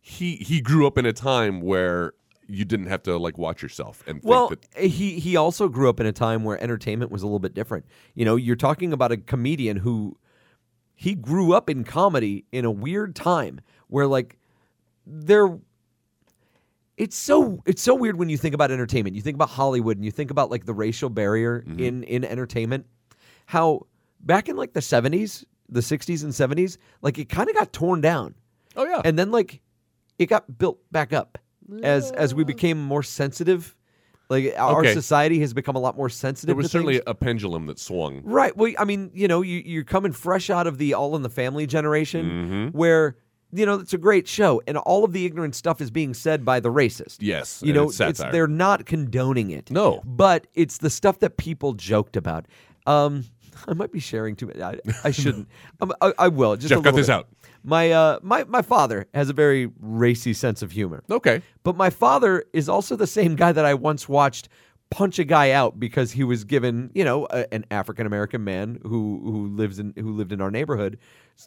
[SPEAKER 4] he he grew up in a time where you didn't have to like watch yourself and
[SPEAKER 3] Well,
[SPEAKER 4] think that
[SPEAKER 3] he he also grew up in a time where entertainment was a little bit different. You know, you're talking about a comedian who he grew up in comedy in a weird time where like there it's so it's so weird when you think about entertainment. You think about Hollywood and you think about like the racial barrier
[SPEAKER 4] Mm-hmm.
[SPEAKER 3] in in entertainment. How back in like the 70s, the 60s and 70s, like it kind of got torn down
[SPEAKER 4] oh yeah,
[SPEAKER 3] and then like it got built back up as as we became more sensitive like our
[SPEAKER 4] Okay.
[SPEAKER 3] society has become a lot more sensitive
[SPEAKER 4] there was
[SPEAKER 3] to
[SPEAKER 4] certainly
[SPEAKER 3] things.
[SPEAKER 4] a pendulum that swung.
[SPEAKER 3] right well i mean you know you, you're coming fresh out of the all in the family generation
[SPEAKER 4] Mm-hmm.
[SPEAKER 3] where you know it's a great show and all of the ignorant stuff is being said by the racist
[SPEAKER 4] Yes,
[SPEAKER 3] you
[SPEAKER 4] and
[SPEAKER 3] know
[SPEAKER 4] it's satire.
[SPEAKER 3] they're not condoning it
[SPEAKER 4] No.
[SPEAKER 3] but it's the stuff that people joked about um I might be sharing too much. I, I shouldn't. Um, I, I will. Just a
[SPEAKER 4] Jeff, cut
[SPEAKER 3] little
[SPEAKER 4] this
[SPEAKER 3] bit.
[SPEAKER 4] out.
[SPEAKER 3] My uh, my my father has a very racy sense of humor.
[SPEAKER 4] Okay,
[SPEAKER 3] But my father is also the same guy that I once watched punch a guy out because he was given, you know, a, an African American man who who lives in who lived in our neighborhood,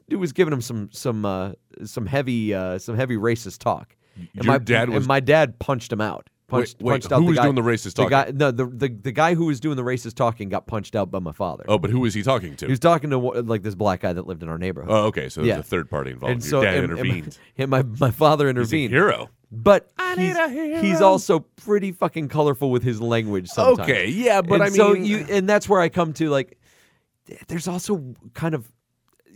[SPEAKER 3] who was giving him some some uh, some heavy uh, some heavy racist talk.
[SPEAKER 4] Your dad
[SPEAKER 3] and
[SPEAKER 4] was-
[SPEAKER 3] my dad punched him out. Punched,
[SPEAKER 4] wait,
[SPEAKER 3] punched out
[SPEAKER 4] who
[SPEAKER 3] the
[SPEAKER 4] was
[SPEAKER 3] guy-
[SPEAKER 4] doing the racist
[SPEAKER 3] the
[SPEAKER 4] talking?
[SPEAKER 3] guy- no, the, the the guy who was doing the racist talking got punched out by my father.
[SPEAKER 4] Oh, but who was he talking to?
[SPEAKER 3] He was talking to one- like this black guy that lived in our neighborhood.
[SPEAKER 4] oh, okay. So there's
[SPEAKER 3] Yeah.
[SPEAKER 4] a third party involved.
[SPEAKER 3] and
[SPEAKER 4] Your
[SPEAKER 3] so and-
[SPEAKER 4] dad
[SPEAKER 3] and my-
[SPEAKER 4] intervened.
[SPEAKER 3] And, my, my father
[SPEAKER 4] He's a
[SPEAKER 3] intervened.
[SPEAKER 4] hero.
[SPEAKER 3] But
[SPEAKER 4] need
[SPEAKER 3] he's,
[SPEAKER 4] a hero.
[SPEAKER 3] he's also pretty fucking colorful with his language sometimes.
[SPEAKER 4] Okay, yeah, but
[SPEAKER 3] And
[SPEAKER 4] I
[SPEAKER 3] so
[SPEAKER 4] mean-
[SPEAKER 3] you and that's where I come to like th- there's also kind of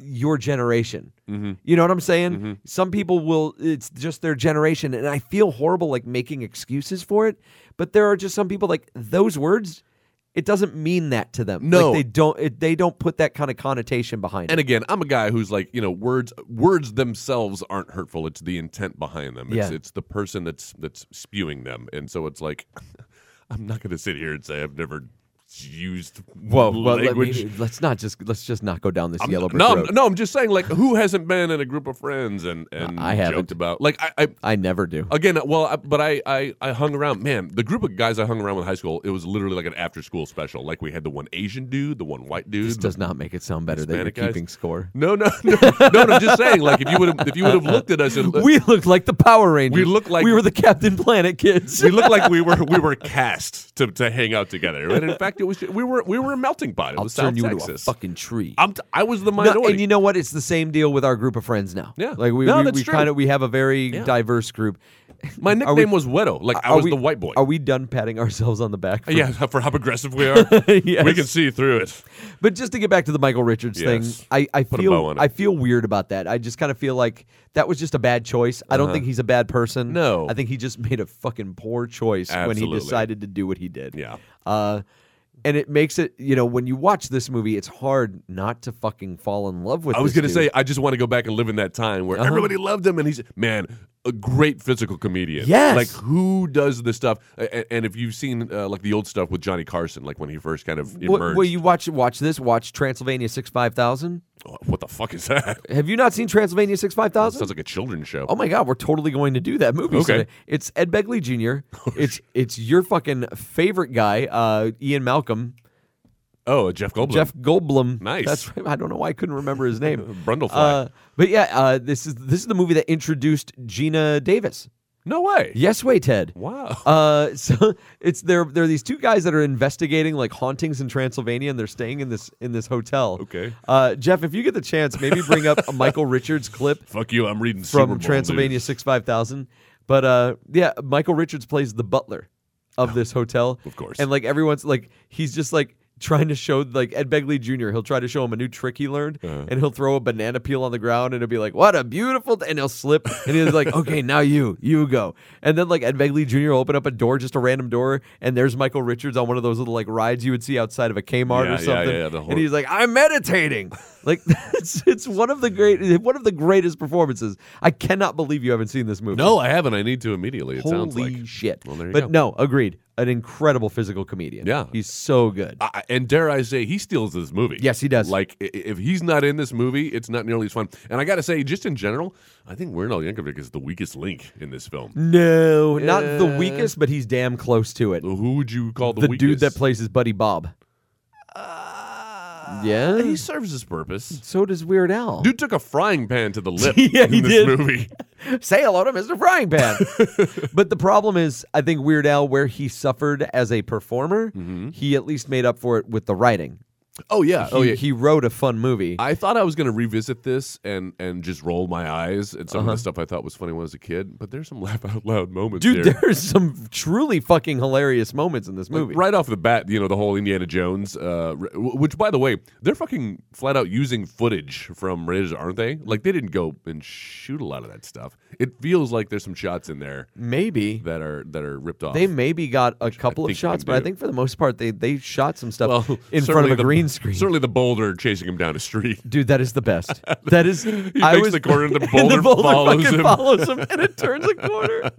[SPEAKER 3] your generation.
[SPEAKER 4] Mm-hmm.
[SPEAKER 3] You know what I'm saying? Some people will it's just their generation and I feel horrible like making excuses for it, but there are just some people like those words it doesn't mean that to them.
[SPEAKER 4] No.
[SPEAKER 3] like they don't. It, they don't put that kind of connotation behind it.
[SPEAKER 4] And again, I'm a guy who's like, you know, words words themselves aren't hurtful. It's the intent behind them. It's
[SPEAKER 3] Yeah.
[SPEAKER 4] it's the person that's that's spewing them. And so it's like I'm not gonna sit here and say I've never used
[SPEAKER 3] Whoa, well, let
[SPEAKER 4] language.
[SPEAKER 3] us not just let's just not go down this
[SPEAKER 4] I'm-
[SPEAKER 3] yellow brick
[SPEAKER 4] no,
[SPEAKER 3] road.
[SPEAKER 4] I'm, no, I'm just saying, like, who hasn't been in a group of friends and and
[SPEAKER 3] I haven't.
[SPEAKER 4] joked about, like, I, I
[SPEAKER 3] I never do.
[SPEAKER 4] again, well, I, but I, I I hung around, man. The group of guys I hung around with in high school, it was literally like an after school special. Like, we had the one Asian dude, the one white dude,
[SPEAKER 3] This does not make it sound better
[SPEAKER 4] Hispanic
[SPEAKER 3] that you're
[SPEAKER 4] guys?
[SPEAKER 3] keeping score.
[SPEAKER 4] No, no, no, no, no. I'm just saying, like, if you would have, if you would have looked at us, and, uh,
[SPEAKER 3] We
[SPEAKER 4] we,
[SPEAKER 3] looked like the Power Rangers.
[SPEAKER 4] We looked like-
[SPEAKER 3] we were the Captain Planet kids.
[SPEAKER 4] looked like we were we were cast to, to hang out together. And in fact, it was we were we were a melting pot. It
[SPEAKER 3] I'll
[SPEAKER 4] was
[SPEAKER 3] turn
[SPEAKER 4] South
[SPEAKER 3] you into a
[SPEAKER 4] Texas.
[SPEAKER 3] fucking tree.
[SPEAKER 4] I'm t- I was the
[SPEAKER 3] No,
[SPEAKER 4] minority.
[SPEAKER 3] and you know what? It's the same deal with our group of friends now.
[SPEAKER 4] Yeah.
[SPEAKER 3] like we
[SPEAKER 4] No,
[SPEAKER 3] we,
[SPEAKER 4] that's
[SPEAKER 3] we
[SPEAKER 4] true.
[SPEAKER 3] kind of we have a very
[SPEAKER 4] Yeah.
[SPEAKER 3] diverse group.
[SPEAKER 4] My
[SPEAKER 3] Are
[SPEAKER 4] nickname
[SPEAKER 3] we-
[SPEAKER 4] was Wedo. Like, I
[SPEAKER 3] Are
[SPEAKER 4] was
[SPEAKER 3] we-
[SPEAKER 4] the white boy.
[SPEAKER 3] Are we done patting ourselves on the back? for-
[SPEAKER 4] yeah, for how progressive we are,
[SPEAKER 3] Yes.
[SPEAKER 4] we can see through it.
[SPEAKER 3] But just to get back to the Michael Richards
[SPEAKER 4] Yes.
[SPEAKER 3] thing, I, I
[SPEAKER 4] Put a bow
[SPEAKER 3] feel
[SPEAKER 4] on it.
[SPEAKER 3] I feel weird about that. I just kind of feel like that was just a bad choice. I don't think he's a bad person.
[SPEAKER 4] Uh-huh. No.
[SPEAKER 3] I think he just made a fucking poor choice when
[SPEAKER 4] Absolutely.
[SPEAKER 3] he decided to do what he did.
[SPEAKER 4] Yeah.
[SPEAKER 3] Uh, and it makes it you know when you watch this movie, it's hard not to fucking fall in love with.
[SPEAKER 4] I was
[SPEAKER 3] this
[SPEAKER 4] gonna
[SPEAKER 3] dude.
[SPEAKER 4] say I just want to go back and live in that time
[SPEAKER 3] Uh-huh.
[SPEAKER 4] where everybody loved him, and he's man, a great physical comedian.
[SPEAKER 3] Yes.
[SPEAKER 4] like who does this stuff? A- a- And if you've seen uh, like the old stuff with Johnny Carson, like when he first kind of
[SPEAKER 3] Wh-
[SPEAKER 4] emerged,
[SPEAKER 3] Will you watch watch this? Watch Transylvania Six Five Thousand.
[SPEAKER 4] Oh, what the fuck is that?
[SPEAKER 3] Have you not seen Transylvania Six Five Thousand?
[SPEAKER 4] Sounds like a children's show.
[SPEAKER 3] Oh my God, we're totally going to do that movie.
[SPEAKER 4] Okay.
[SPEAKER 3] someday. It's Ed Begley Jr. It's it's your fucking favorite guy, uh, Ian Malcolm.
[SPEAKER 4] Oh, Jeff Goldblum.
[SPEAKER 3] Jeff Goldblum.
[SPEAKER 4] Nice.
[SPEAKER 3] That's right. I don't know why I couldn't remember his name.
[SPEAKER 4] Brundlefly.
[SPEAKER 3] Uh, but yeah, uh, this is this is the movie that introduced Gina Davis.
[SPEAKER 4] no way.
[SPEAKER 3] Yes, way, Ted.
[SPEAKER 4] Wow.
[SPEAKER 3] Uh, so it's there. There are these two guys that are investigating like hauntings in Transylvania, and they're staying in this in this hotel.
[SPEAKER 4] Okay.
[SPEAKER 3] Uh, Jeff, if you get the chance, maybe bring up a Michael Richards clip
[SPEAKER 4] Fuck you. I'm reading Super Bowl
[SPEAKER 3] from
[SPEAKER 4] news.
[SPEAKER 3] Transylvania Six Five Thousand. But uh, yeah, Michael Richards plays the butler of this hotel,
[SPEAKER 4] Oh, Of course.
[SPEAKER 3] and like everyone's like he's just like trying to show like Ed Begley Jr. He'll try to show him a new trick he learned,
[SPEAKER 4] Uh-huh.
[SPEAKER 3] and he'll throw a banana peel on the ground, and it'll be like, "What a beautiful!" Day. And he'll slip, and he's like, "Okay, now you, you go." And then like Ed Begley Jr. will open up a door, just a random door, and there's Michael Richards on one of those little like rides you would see outside of a Kmart
[SPEAKER 4] Yeah, yeah,
[SPEAKER 3] or something,
[SPEAKER 4] yeah, the hor-
[SPEAKER 3] and he's like, "I'm meditating." like it's it's one of the great one of the greatest performances. I cannot believe you haven't seen this movie.
[SPEAKER 4] No, I haven't. I need to immediately. It sounds
[SPEAKER 3] holy
[SPEAKER 4] like.
[SPEAKER 3] shit!
[SPEAKER 4] Well, there you
[SPEAKER 3] but
[SPEAKER 4] go.
[SPEAKER 3] no, agreed. An incredible physical comedian.
[SPEAKER 4] Yeah.
[SPEAKER 3] he's so good.
[SPEAKER 4] I, and dare I say, he steals this movie.
[SPEAKER 3] Yes, he does.
[SPEAKER 4] Like, i- if he's not in this movie, it's not nearly as fun. And I got to say, just in general, I think Werner Yankovic is the weakest link in this film.
[SPEAKER 3] No, not the
[SPEAKER 4] Uh,
[SPEAKER 3] weakest, but he's damn close to it.
[SPEAKER 4] Who would you call the,
[SPEAKER 3] The,
[SPEAKER 4] weakest?
[SPEAKER 3] dude that plays his buddy Bob. yeah.
[SPEAKER 4] He serves his purpose.
[SPEAKER 3] so does Weird Al.
[SPEAKER 4] Uh, Dude took a frying pan to the lip
[SPEAKER 3] Yeah,
[SPEAKER 4] in
[SPEAKER 3] he
[SPEAKER 4] this
[SPEAKER 3] did.
[SPEAKER 4] movie.
[SPEAKER 3] Say hello to Mr. Frying Pan. but the problem is, I think Weird Al, where he suffered as a performer,
[SPEAKER 4] Mm-hmm.
[SPEAKER 3] he at least made up for it with the writing.
[SPEAKER 4] Oh yeah. oh
[SPEAKER 3] He-
[SPEAKER 4] yeah.
[SPEAKER 3] He wrote a fun movie.
[SPEAKER 4] I thought I was going to revisit this and and just roll my eyes at
[SPEAKER 3] Uh-huh.
[SPEAKER 4] some of the stuff I thought was funny when I was a kid, but there's some laugh out loud moments
[SPEAKER 3] Dude,
[SPEAKER 4] here.
[SPEAKER 3] there's some truly fucking hilarious moments in this movie.
[SPEAKER 4] Right off the bat, you know the whole Indiana Jones, uh, r- w- which by the way, they're fucking flat out using footage from Raiders, aren't they? Like they didn't go and shoot a lot of that stuff. It feels like there's some shots in there
[SPEAKER 3] Maybe.
[SPEAKER 4] that are that are ripped off.
[SPEAKER 3] They maybe got a couple of
[SPEAKER 4] think they
[SPEAKER 3] shots,
[SPEAKER 4] can
[SPEAKER 3] but I
[SPEAKER 4] do.
[SPEAKER 3] think for the most part, they, they shot some stuff
[SPEAKER 4] Well,
[SPEAKER 3] in front
[SPEAKER 4] certainly
[SPEAKER 3] of a
[SPEAKER 4] the-
[SPEAKER 3] green screen.
[SPEAKER 4] Certainly the boulder chasing him down a street.
[SPEAKER 3] Dude, that is the best. That is. I
[SPEAKER 4] makes
[SPEAKER 3] was
[SPEAKER 4] the corner and the boulder follows
[SPEAKER 3] fucking
[SPEAKER 4] him.
[SPEAKER 3] follows him, and it turns a corner.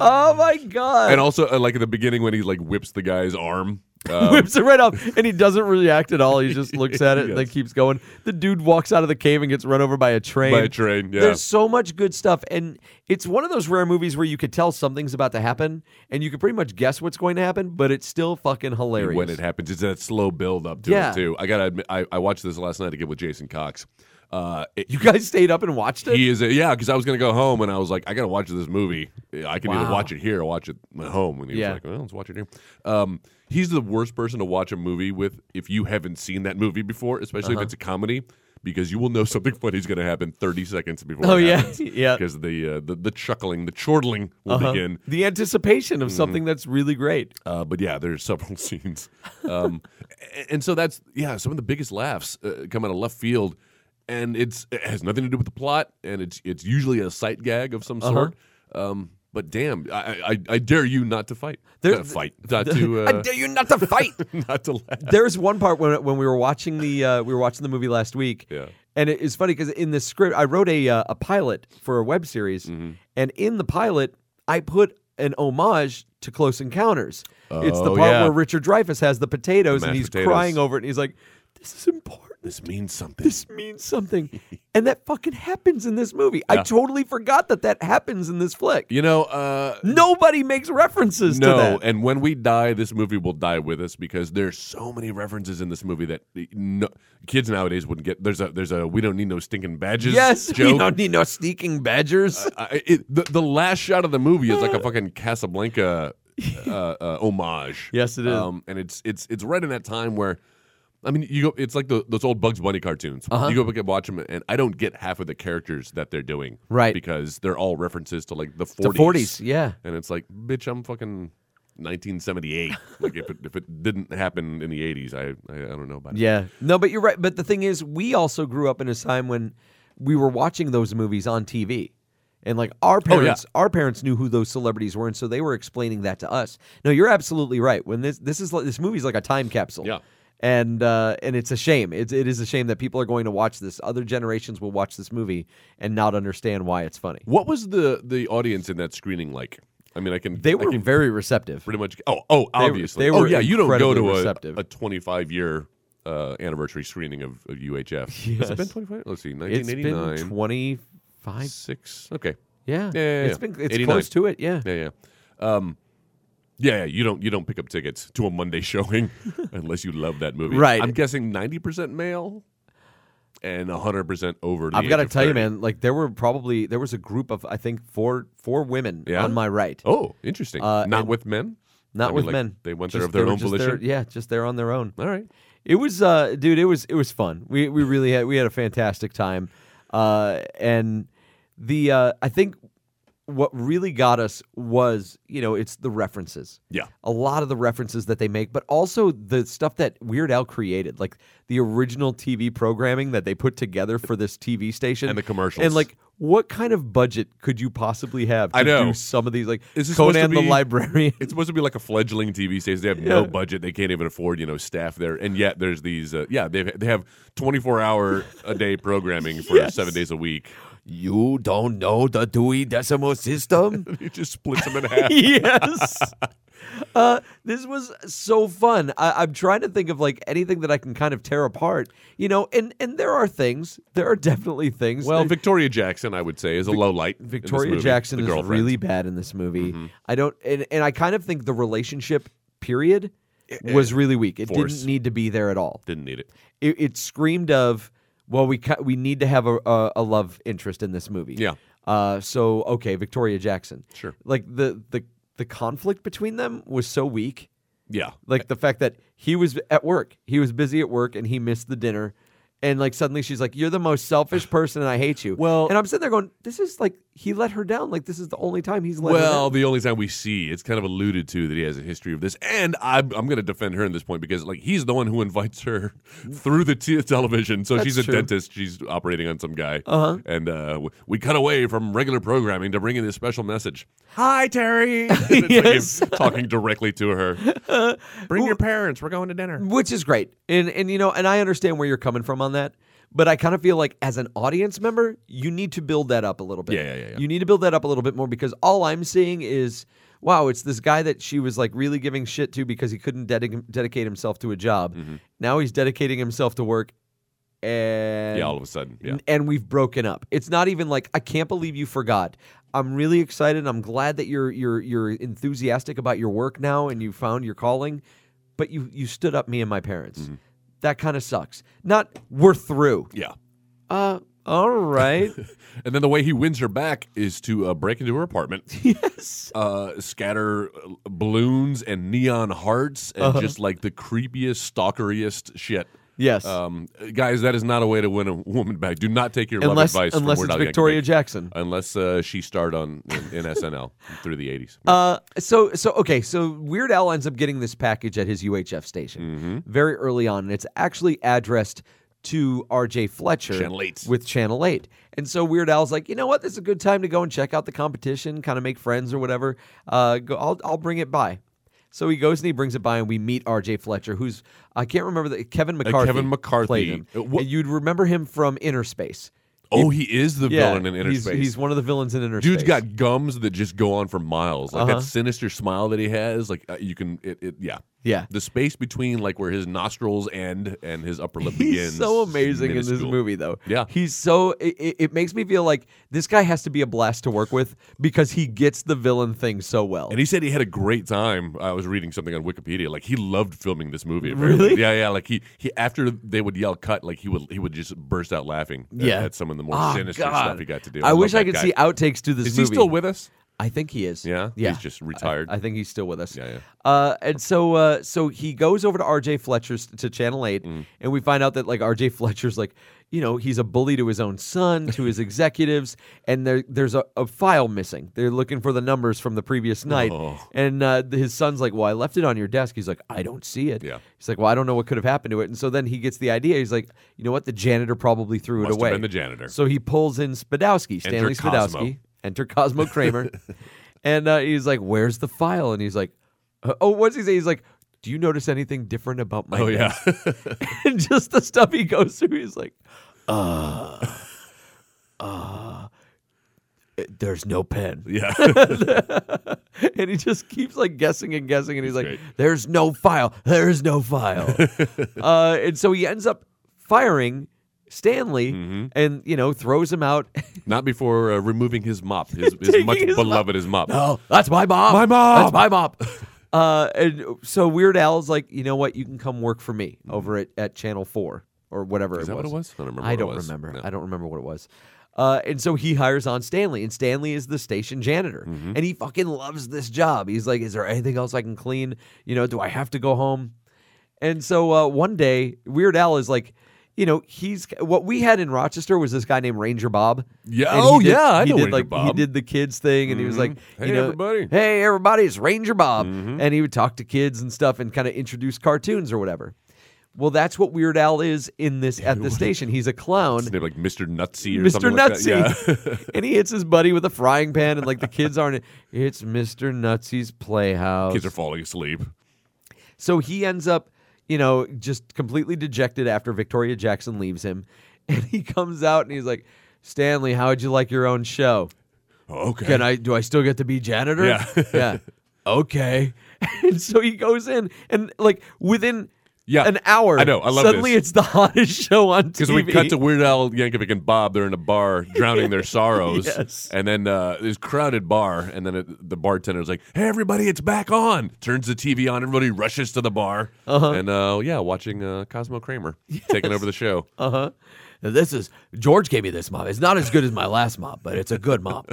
[SPEAKER 3] Oh my god!
[SPEAKER 4] And also, uh, like at the beginning when he like whips the guy's arm. Um,
[SPEAKER 3] Whips it right off, and he doesn't react at all. He just looks at it and then
[SPEAKER 4] Yes.
[SPEAKER 3] keeps going. The dude walks out of the cave and gets run over by a train.
[SPEAKER 4] By a train, yeah.
[SPEAKER 3] There's so much good stuff, and it's one of those rare movies where you could tell something's about to happen, and you could pretty much guess what's going to happen, but it's still fucking hilarious.
[SPEAKER 4] when it happens. It's that slow build up to
[SPEAKER 3] Yeah.
[SPEAKER 4] it too. I gotta admit, I, I watched this last night again with Jason Cox. Uh, it-
[SPEAKER 3] you guys stayed up and watched it.
[SPEAKER 4] he is a, yeah, because I was gonna go home and I was like, I gotta watch this movie. I can either
[SPEAKER 3] Wow.
[SPEAKER 4] watch it here or watch it at home. And he
[SPEAKER 3] Yeah.
[SPEAKER 4] was like, Well, let's watch it here. Um, he's the worst person to watch a movie with if you haven't seen that movie before, especially
[SPEAKER 3] Uh-huh.
[SPEAKER 4] if it's a comedy. Because you will know something funny's going to happen 30 seconds before.
[SPEAKER 3] Oh,
[SPEAKER 4] it
[SPEAKER 3] yeah.
[SPEAKER 4] happens.
[SPEAKER 3] Yeah.
[SPEAKER 4] Because the, uh, the the chuckling, the chortling will
[SPEAKER 3] Uh-huh.
[SPEAKER 4] begin. Mm-hmm.
[SPEAKER 3] The anticipation of something that's really great.
[SPEAKER 4] Uh, but yeah, there's several scenes, um, a- and so that's yeah, some of the biggest laughs uh, come out of left field, and it's it has nothing to do with the plot, and it's it's usually a sight gag of
[SPEAKER 3] Uh-huh.
[SPEAKER 4] some sort. Um, but damn, I, I I dare you not to fight,
[SPEAKER 3] There-
[SPEAKER 4] Uh, fight, not to
[SPEAKER 3] I
[SPEAKER 4] uh,
[SPEAKER 3] dare you not to fight.
[SPEAKER 4] not to laugh.
[SPEAKER 3] There's one part when when we were watching the uh, we were watching the movie last week.
[SPEAKER 4] Yeah.
[SPEAKER 3] And it- it's funny because in the script, I wrote a uh, a pilot for a web series,
[SPEAKER 4] Mm-hmm.
[SPEAKER 3] and in the pilot, I put an homage to Close Encounters. it's the
[SPEAKER 4] Oh,
[SPEAKER 3] part
[SPEAKER 4] yeah.
[SPEAKER 3] where Richard Dreyfuss has the potatoes and
[SPEAKER 4] mashed
[SPEAKER 3] he's
[SPEAKER 4] potatoes.
[SPEAKER 3] crying over it, and he's like, "This is important.
[SPEAKER 4] This means something.
[SPEAKER 3] This means something." and that fucking happens in this movie. I totally forgot that that happens in this flick.
[SPEAKER 4] you know, uh,
[SPEAKER 3] Nobody makes references
[SPEAKER 4] no,
[SPEAKER 3] to that.
[SPEAKER 4] and when we die, this movie will die with us because there's so many references in this movie that no, kids nowadays wouldn't get. There's a there's a we don't need no stinking badges.
[SPEAKER 3] yes,
[SPEAKER 4] joke.
[SPEAKER 3] we don't need no sneaking badgers.
[SPEAKER 4] I, it, the, the last shot of the movie is like a fucking Casablanca uh, uh, homage.
[SPEAKER 3] Yes, it is.
[SPEAKER 4] Um, and it's it's it's right in that time where, I mean, you go. It's like the, those old Bugs Bunny cartoons.
[SPEAKER 3] Uh-huh.
[SPEAKER 4] You go back and watch them, and I don't get half of the characters that they're doing,
[SPEAKER 3] Right.
[SPEAKER 4] Because they're all references to like the
[SPEAKER 3] the
[SPEAKER 4] forties.
[SPEAKER 3] 40s, yeah.
[SPEAKER 4] And it's like, bitch, I'm fucking. 1978. Like if it, if it didn't happen in the 80s, I I, I don't know about it.
[SPEAKER 3] Yeah. No, but you're right. But the thing is, we also grew up in a time when we were watching those movies on TV. And like our
[SPEAKER 4] Oh, yeah.
[SPEAKER 3] parents, our parents knew who those celebrities were, and so they were explaining that to us. No, you're absolutely right. When this this is like, this movie's like a time capsule.
[SPEAKER 4] Yeah.
[SPEAKER 3] And uh, and it's a shame. It, it is a shame that people are going to watch this. Other generations will watch this movie and not understand why it's funny.
[SPEAKER 4] What was the the audience in that screening like? I mean, I can
[SPEAKER 3] They
[SPEAKER 4] I
[SPEAKER 3] were
[SPEAKER 4] can
[SPEAKER 3] very receptive.
[SPEAKER 4] pretty much. Oh, oh, obviously.
[SPEAKER 3] they
[SPEAKER 4] oh,
[SPEAKER 3] were
[SPEAKER 4] yeah. You don't go
[SPEAKER 3] incredibly
[SPEAKER 4] to
[SPEAKER 3] receptive.
[SPEAKER 4] a, a 25 year uh, anniversary screening of, of UHF. Has
[SPEAKER 3] Yes.
[SPEAKER 4] it been 25? Let's see.
[SPEAKER 3] It's
[SPEAKER 4] 1989.
[SPEAKER 3] been twenty five.
[SPEAKER 4] six. Okay.
[SPEAKER 3] Yeah.
[SPEAKER 4] Yeah, yeah,
[SPEAKER 3] It's
[SPEAKER 4] yeah.
[SPEAKER 3] been it's
[SPEAKER 4] 89.
[SPEAKER 3] close to it. Yeah.
[SPEAKER 4] Yeah, yeah. Um, Yeah, yeah, you don't you don't pick up tickets to a Monday showing unless you love that movie.
[SPEAKER 3] Right.
[SPEAKER 4] I'm guessing 90% male and 100% over. The
[SPEAKER 3] I've got to
[SPEAKER 4] age of
[SPEAKER 3] tell you,
[SPEAKER 4] 30.
[SPEAKER 3] man. Like there were probably there was a group of I think four four women
[SPEAKER 4] Yeah?
[SPEAKER 3] on my right,
[SPEAKER 4] Oh, interesting.
[SPEAKER 3] Uh,
[SPEAKER 4] Not
[SPEAKER 3] and-
[SPEAKER 4] with men?
[SPEAKER 3] not
[SPEAKER 4] I mean,
[SPEAKER 3] with
[SPEAKER 4] like,
[SPEAKER 3] men.
[SPEAKER 4] They went there
[SPEAKER 3] Just-
[SPEAKER 4] of their
[SPEAKER 3] were
[SPEAKER 4] own
[SPEAKER 3] just there-
[SPEAKER 4] volition.
[SPEAKER 3] yeah, just there on their own.
[SPEAKER 4] All right.
[SPEAKER 3] It was, uh, dude. It was it was fun. We we really had we had a fantastic time, uh, and the uh, I think what really got us was you know it's the references.
[SPEAKER 4] Yeah.
[SPEAKER 3] a lot of the references that they make, but also the stuff that Weird Al created, like the original TV programming that they put together for this TV station
[SPEAKER 4] And the commercials.
[SPEAKER 3] and like. What kind of budget could you possibly have to
[SPEAKER 4] I know.
[SPEAKER 3] do some of these? Like
[SPEAKER 4] Is this supposed to
[SPEAKER 3] Conan the
[SPEAKER 4] be-
[SPEAKER 3] Librarian.
[SPEAKER 4] It's supposed to be like a fledgling TV station. They have no budget. They can't even afford, you know, staff there. And yet there's these uh, yeah, they they have 24-hour a day programming for
[SPEAKER 3] Yes.
[SPEAKER 4] 7 days a week.
[SPEAKER 3] You don't know the Dewey Decimal System?
[SPEAKER 4] It just splits them in half.
[SPEAKER 3] yes. Uh, this was so fun. I, I'm trying to think of like anything that I can kind of tear apart, you know. And and there are things. There are definitely things.
[SPEAKER 4] Well,
[SPEAKER 3] that-
[SPEAKER 4] Victoria Jackson, I would say, is a low light. in this
[SPEAKER 3] Victoria
[SPEAKER 4] movie,
[SPEAKER 3] Jackson
[SPEAKER 4] the
[SPEAKER 3] is
[SPEAKER 4] girlfriend. Mm-hmm.
[SPEAKER 3] really bad in this movie. I don't, and, and I kind of think the relationship period was really weak. It
[SPEAKER 4] eh, forced.
[SPEAKER 3] didn't need to be there at all.
[SPEAKER 4] didn't need it.
[SPEAKER 3] It, it screamed of, well, we ca- we need to have a, a a love interest in this movie.
[SPEAKER 4] Yeah.
[SPEAKER 3] Uh, so okay, Victoria Jackson.
[SPEAKER 4] Sure.
[SPEAKER 3] Like the the the conflict between them was so weak.
[SPEAKER 4] Yeah,
[SPEAKER 3] Like the fact that he was at work, he was busy at work, and he missed the dinner. And like suddenly she's like, "You're the most selfish person, and I hate you."
[SPEAKER 4] Well-
[SPEAKER 3] and I'm sitting there going, "This is like he let her down. Like this is the only time he's let her
[SPEAKER 4] Well,
[SPEAKER 3] down."
[SPEAKER 4] the only time we see it's kind of alluded to that he has a history of this, and I'm, I'm going to defend her in this point because like he's the one who invites her through the t- television. So
[SPEAKER 3] That's
[SPEAKER 4] she's a
[SPEAKER 3] true.
[SPEAKER 4] dentist, she's operating on some guy, uh-huh. and uh, w- we cut away from regular programming to bring in this special message. Hi, Terry. And it's like him
[SPEAKER 3] Yes.
[SPEAKER 4] talking directly to her. Bring your parents. We're going to dinner.
[SPEAKER 3] Which is great, and and you know, and I understand where you're coming from on that, but I kind of feel like as an audience member, you need to build that up a little bit.
[SPEAKER 4] Yeah, yeah, yeah, yeah.
[SPEAKER 3] You need to build that up a little bit more because all I'm seeing is, wow, it's this guy that she was like really giving shit to because he couldn't dedic dedicate himself to a job.
[SPEAKER 4] Mm-hmm.
[SPEAKER 3] Now he's dedicating himself to work. And
[SPEAKER 4] Yeah, all of a sudden. Yeah.
[SPEAKER 3] N- and we've broken up. It's not even like I can't believe you forgot. I'm really excited. I'm glad that you're you're you're enthusiastic about your work now and you found your calling, but you you stood up me and my parents. That kind of sucks. Not we're through.
[SPEAKER 4] Mm-hmm. Yeah.
[SPEAKER 3] Uh all right.
[SPEAKER 4] And then the way he wins her back is to uh, break into her apartment,
[SPEAKER 3] yes.
[SPEAKER 4] uh, scatter uh, balloons and neon hearts, and
[SPEAKER 3] Uh-huh.
[SPEAKER 4] just like the creepiest, stalkeriest shit.
[SPEAKER 3] Yes.
[SPEAKER 4] Um, guys, that is not a way to win a woman back. Do not take your
[SPEAKER 3] unless
[SPEAKER 4] love advice
[SPEAKER 3] unless
[SPEAKER 4] from Weird
[SPEAKER 3] it's
[SPEAKER 4] Al Yankovic.
[SPEAKER 3] Victoria Jackson.
[SPEAKER 4] Unless uh, she starred on in, in SNL through the eighties.
[SPEAKER 3] Uh, so so okay, so Weird Al ends up getting this package at his UHF station
[SPEAKER 4] Mm-hmm.
[SPEAKER 3] very early on, and it's actually addressed to R.J. Fletcher
[SPEAKER 4] Channel eight.
[SPEAKER 3] with Channel Eight, and so Weird Al's like, you know what, this is a good time to go and check out the competition, kind of make friends or whatever. Uh, go, I'll I'll bring it by. So he goes and he brings it by, and we meet R.J. Fletcher, who's I can't remember the Kevin McCarthy.
[SPEAKER 4] Uh, Kevin McCarthy.
[SPEAKER 3] played him.
[SPEAKER 4] Uh, wha-
[SPEAKER 3] And you'd remember him from Inner Space.
[SPEAKER 4] oh, he is the
[SPEAKER 3] Yeah,
[SPEAKER 4] villain in Inner
[SPEAKER 3] he's,
[SPEAKER 4] Space.
[SPEAKER 3] he's one of the villains in Inner
[SPEAKER 4] Dude's
[SPEAKER 3] Space. Uh-huh.
[SPEAKER 4] got gums that just go on for miles. Like that sinister smile that he has. Like uh, you can, it, it, yeah,
[SPEAKER 3] Yeah.
[SPEAKER 4] The space between like where his nostrils end and his upper lip
[SPEAKER 3] He's
[SPEAKER 4] begins.
[SPEAKER 3] so
[SPEAKER 4] is
[SPEAKER 3] amazing in this
[SPEAKER 4] minuscule.
[SPEAKER 3] movie, though.
[SPEAKER 4] Yeah.
[SPEAKER 3] he's so. It, it- it makes me feel like this guy has to be a blast to work with because he gets the villain thing so well.
[SPEAKER 4] And he said he had a great time. I was reading something on Wikipedia. Like he loved filming this movie. apparently.
[SPEAKER 3] Really?
[SPEAKER 4] Yeah, yeah. Like he, he after they would yell cut, like he would he would just burst out laughing at-
[SPEAKER 3] Yeah.
[SPEAKER 4] at, some of the more
[SPEAKER 3] Ah,
[SPEAKER 4] sinister
[SPEAKER 3] God.
[SPEAKER 4] stuff he got to do.
[SPEAKER 3] I,
[SPEAKER 4] love
[SPEAKER 3] wish I
[SPEAKER 4] that
[SPEAKER 3] could
[SPEAKER 4] guy.
[SPEAKER 3] see outtakes to this
[SPEAKER 4] Is
[SPEAKER 3] movie.
[SPEAKER 4] he still with us?
[SPEAKER 3] I think he is.
[SPEAKER 4] Yeah?
[SPEAKER 3] yeah.
[SPEAKER 4] He's just retired.
[SPEAKER 3] I, I think he's still with us.
[SPEAKER 4] Yeah, yeah.
[SPEAKER 3] Uh, and so, uh, so he goes over to R.J. Fletcher's to Channel Eight,
[SPEAKER 4] Mm.
[SPEAKER 3] and we find out that like R.J. Fletcher's like, you know, he's a bully to his own son, to his executives, and there there's a, a file missing. They're looking for the numbers from the previous night,
[SPEAKER 4] Oh.
[SPEAKER 3] and uh, th- his son's like, "Well, I left it on your desk." He's like, "I don't see it."
[SPEAKER 4] Yeah.
[SPEAKER 3] He's like, "Well, I don't know what could have happened to it." And so then he gets the idea. He's like, "You know what? The janitor probably threw
[SPEAKER 4] Must
[SPEAKER 3] it
[SPEAKER 4] have
[SPEAKER 3] away."
[SPEAKER 4] been the janitor.
[SPEAKER 3] So he pulls in Spadowski, Stanley Spadowski.
[SPEAKER 4] Cosmo.
[SPEAKER 3] Enter Cosmo Kramer. and uh, he's like, Where's the file? And he's like, uh, Oh, what's he say? He's like, Do you notice anything different about my
[SPEAKER 4] Oh
[SPEAKER 3] desk?"
[SPEAKER 4] yeah.
[SPEAKER 3] and just the stuff he goes through, he's like, uh, uh, there's no pen.
[SPEAKER 4] yeah.
[SPEAKER 3] And he just keeps like guessing and guessing. And he's like,
[SPEAKER 4] great.
[SPEAKER 3] there's no file. There's no file. uh, and so he ends up firing Stanley
[SPEAKER 4] Mm-hmm.
[SPEAKER 3] and, you know, throws him out.
[SPEAKER 4] Not before uh, removing his mop, his, his
[SPEAKER 3] Taking
[SPEAKER 4] much
[SPEAKER 3] his mop.
[SPEAKER 4] beloved his mop.
[SPEAKER 3] Oh, that's my mom.
[SPEAKER 4] My mom!
[SPEAKER 3] That's my mom. Uh, and so Weird Al's like, you know what? You can come work for me over at, at Channel Four or whatever.
[SPEAKER 4] Mm-hmm.
[SPEAKER 3] it
[SPEAKER 4] Is that
[SPEAKER 3] was.
[SPEAKER 4] what it was? I don't remember.
[SPEAKER 3] I
[SPEAKER 4] what
[SPEAKER 3] don't
[SPEAKER 4] it was.
[SPEAKER 3] remember.
[SPEAKER 4] No.
[SPEAKER 3] I don't remember what it was. Uh, and so he hires on Stanley, and Stanley is the station janitor,
[SPEAKER 4] Mm-hmm.
[SPEAKER 3] and he fucking loves this job. He's like, "Is there anything else I can clean? You know, do I have to go home?" And so uh, one day, Weird Al is like, you know, he's what we had in Rochester was this guy named Ranger Bob.
[SPEAKER 4] Yeah.
[SPEAKER 3] And he
[SPEAKER 4] Oh,
[SPEAKER 3] did-
[SPEAKER 4] yeah, I
[SPEAKER 3] he
[SPEAKER 4] know
[SPEAKER 3] did
[SPEAKER 4] Ranger
[SPEAKER 3] like he
[SPEAKER 4] Bob. Mm-hmm.
[SPEAKER 3] did the kids thing, and he was like,
[SPEAKER 4] Hey,
[SPEAKER 3] you know,
[SPEAKER 4] everybody. Mm-hmm.
[SPEAKER 3] hey everybody, it's Ranger Bob, and he would talk to kids and stuff, and kind of introduce cartoons or whatever. Well, that's what Weird Al is in this at the station. He's a clown.
[SPEAKER 4] His name, like Mr. Nutsy or
[SPEAKER 3] Mr.
[SPEAKER 4] something like that.
[SPEAKER 3] Nutsy.
[SPEAKER 4] Yeah.
[SPEAKER 3] and he hits his buddy with a frying pan, and like the kids aren't. It's Mr. Nutsy's playhouse.
[SPEAKER 4] Kids are falling asleep.
[SPEAKER 3] so he ends up, you know, just completely dejected after Victoria Jackson leaves him. And he comes out and he's like, Stanley, how would you like your own show?
[SPEAKER 4] Oh, okay.
[SPEAKER 3] Can I, do I still get to be janitor?
[SPEAKER 4] Yeah.
[SPEAKER 3] yeah. Okay. And so he goes in, and like within.
[SPEAKER 4] Yeah.
[SPEAKER 3] an hour.
[SPEAKER 4] I know. I love
[SPEAKER 3] Suddenly,
[SPEAKER 4] this.
[SPEAKER 3] it's the hottest show on TV.
[SPEAKER 4] Because we cut to Weird Al Yankovic and Bob, they're in a bar drowning their sorrows,
[SPEAKER 3] Yes.
[SPEAKER 4] and then uh, this crowded bar, and then it, the bartender's like, "Hey, everybody, it's back on!" Turns the TV on, everybody rushes to the bar,
[SPEAKER 3] Uh-huh.
[SPEAKER 4] and uh, yeah, watching uh, Cosmo Kramer taking over the show.
[SPEAKER 3] Uh huh. This is George gave me this mop. It's not as good as my last mop, but it's a good mop.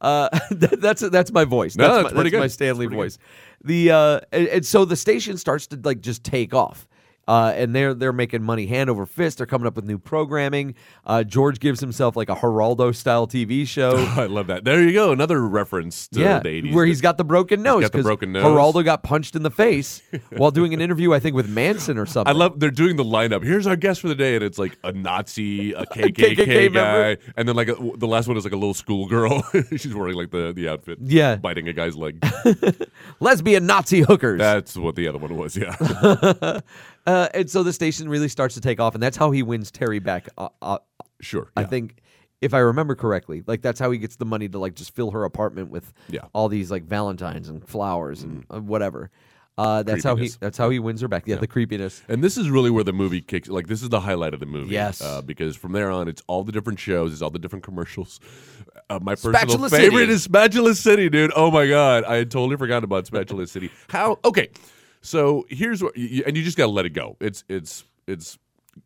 [SPEAKER 3] Uh, that, that's that's my voice.
[SPEAKER 4] No,
[SPEAKER 3] that's,
[SPEAKER 4] that's
[SPEAKER 3] my,
[SPEAKER 4] pretty good.
[SPEAKER 3] my
[SPEAKER 4] That's
[SPEAKER 3] Stanley
[SPEAKER 4] pretty
[SPEAKER 3] voice. The uh, and, and so the station starts to like just take off. Uh, and they're they're making money hand over fist. They're coming up with new programming. Uh, George gives himself like a Geraldo style TV show.
[SPEAKER 4] I love that. There you go, another reference to
[SPEAKER 3] yeah,
[SPEAKER 4] the '80s.
[SPEAKER 3] where he's got the broken nose.
[SPEAKER 4] got the
[SPEAKER 3] 'cause
[SPEAKER 4] broken nose.
[SPEAKER 3] Geraldo got punched in the face while doing an interview, I think, with Manson or something.
[SPEAKER 4] I love they're doing the lineup. Here's our guest for the day, and it's like a Nazi, a KKK,
[SPEAKER 3] KKK member.
[SPEAKER 4] guy, and then like a, the last one is like a little schoolgirl. She's wearing like the the outfit,
[SPEAKER 3] Yeah.
[SPEAKER 4] biting a guy's leg.
[SPEAKER 3] lesbian Nazi hookers.
[SPEAKER 4] That's what the other one was. Yeah.
[SPEAKER 3] Uh-huh. Uh, and so the station really starts to take off, and that's how he wins Terry back. Uh, uh,
[SPEAKER 4] Sure.
[SPEAKER 3] I think, if I remember correctly, like that's how he gets the money to like just fill her apartment with
[SPEAKER 4] Yeah. Mm.
[SPEAKER 3] all these like valentines and flowers and uh, whatever. Uh, that's how he.
[SPEAKER 4] Creepiness.
[SPEAKER 3] That's how he wins her back. Yeah, the creepiness.
[SPEAKER 4] And this is really where the movie kicks. Like this is the highlight of the movie.
[SPEAKER 3] Yes.
[SPEAKER 4] uh, because from there on, it's all the different shows, it's all the different commercials. Uh, my
[SPEAKER 3] Spatula
[SPEAKER 4] personal
[SPEAKER 3] City.
[SPEAKER 4] favorite is Spatula City, dude. Oh my god, I had totally forgotten about Spatula City. How? Okay, so here's what, y- y- and you just gotta let it go. It's it's it's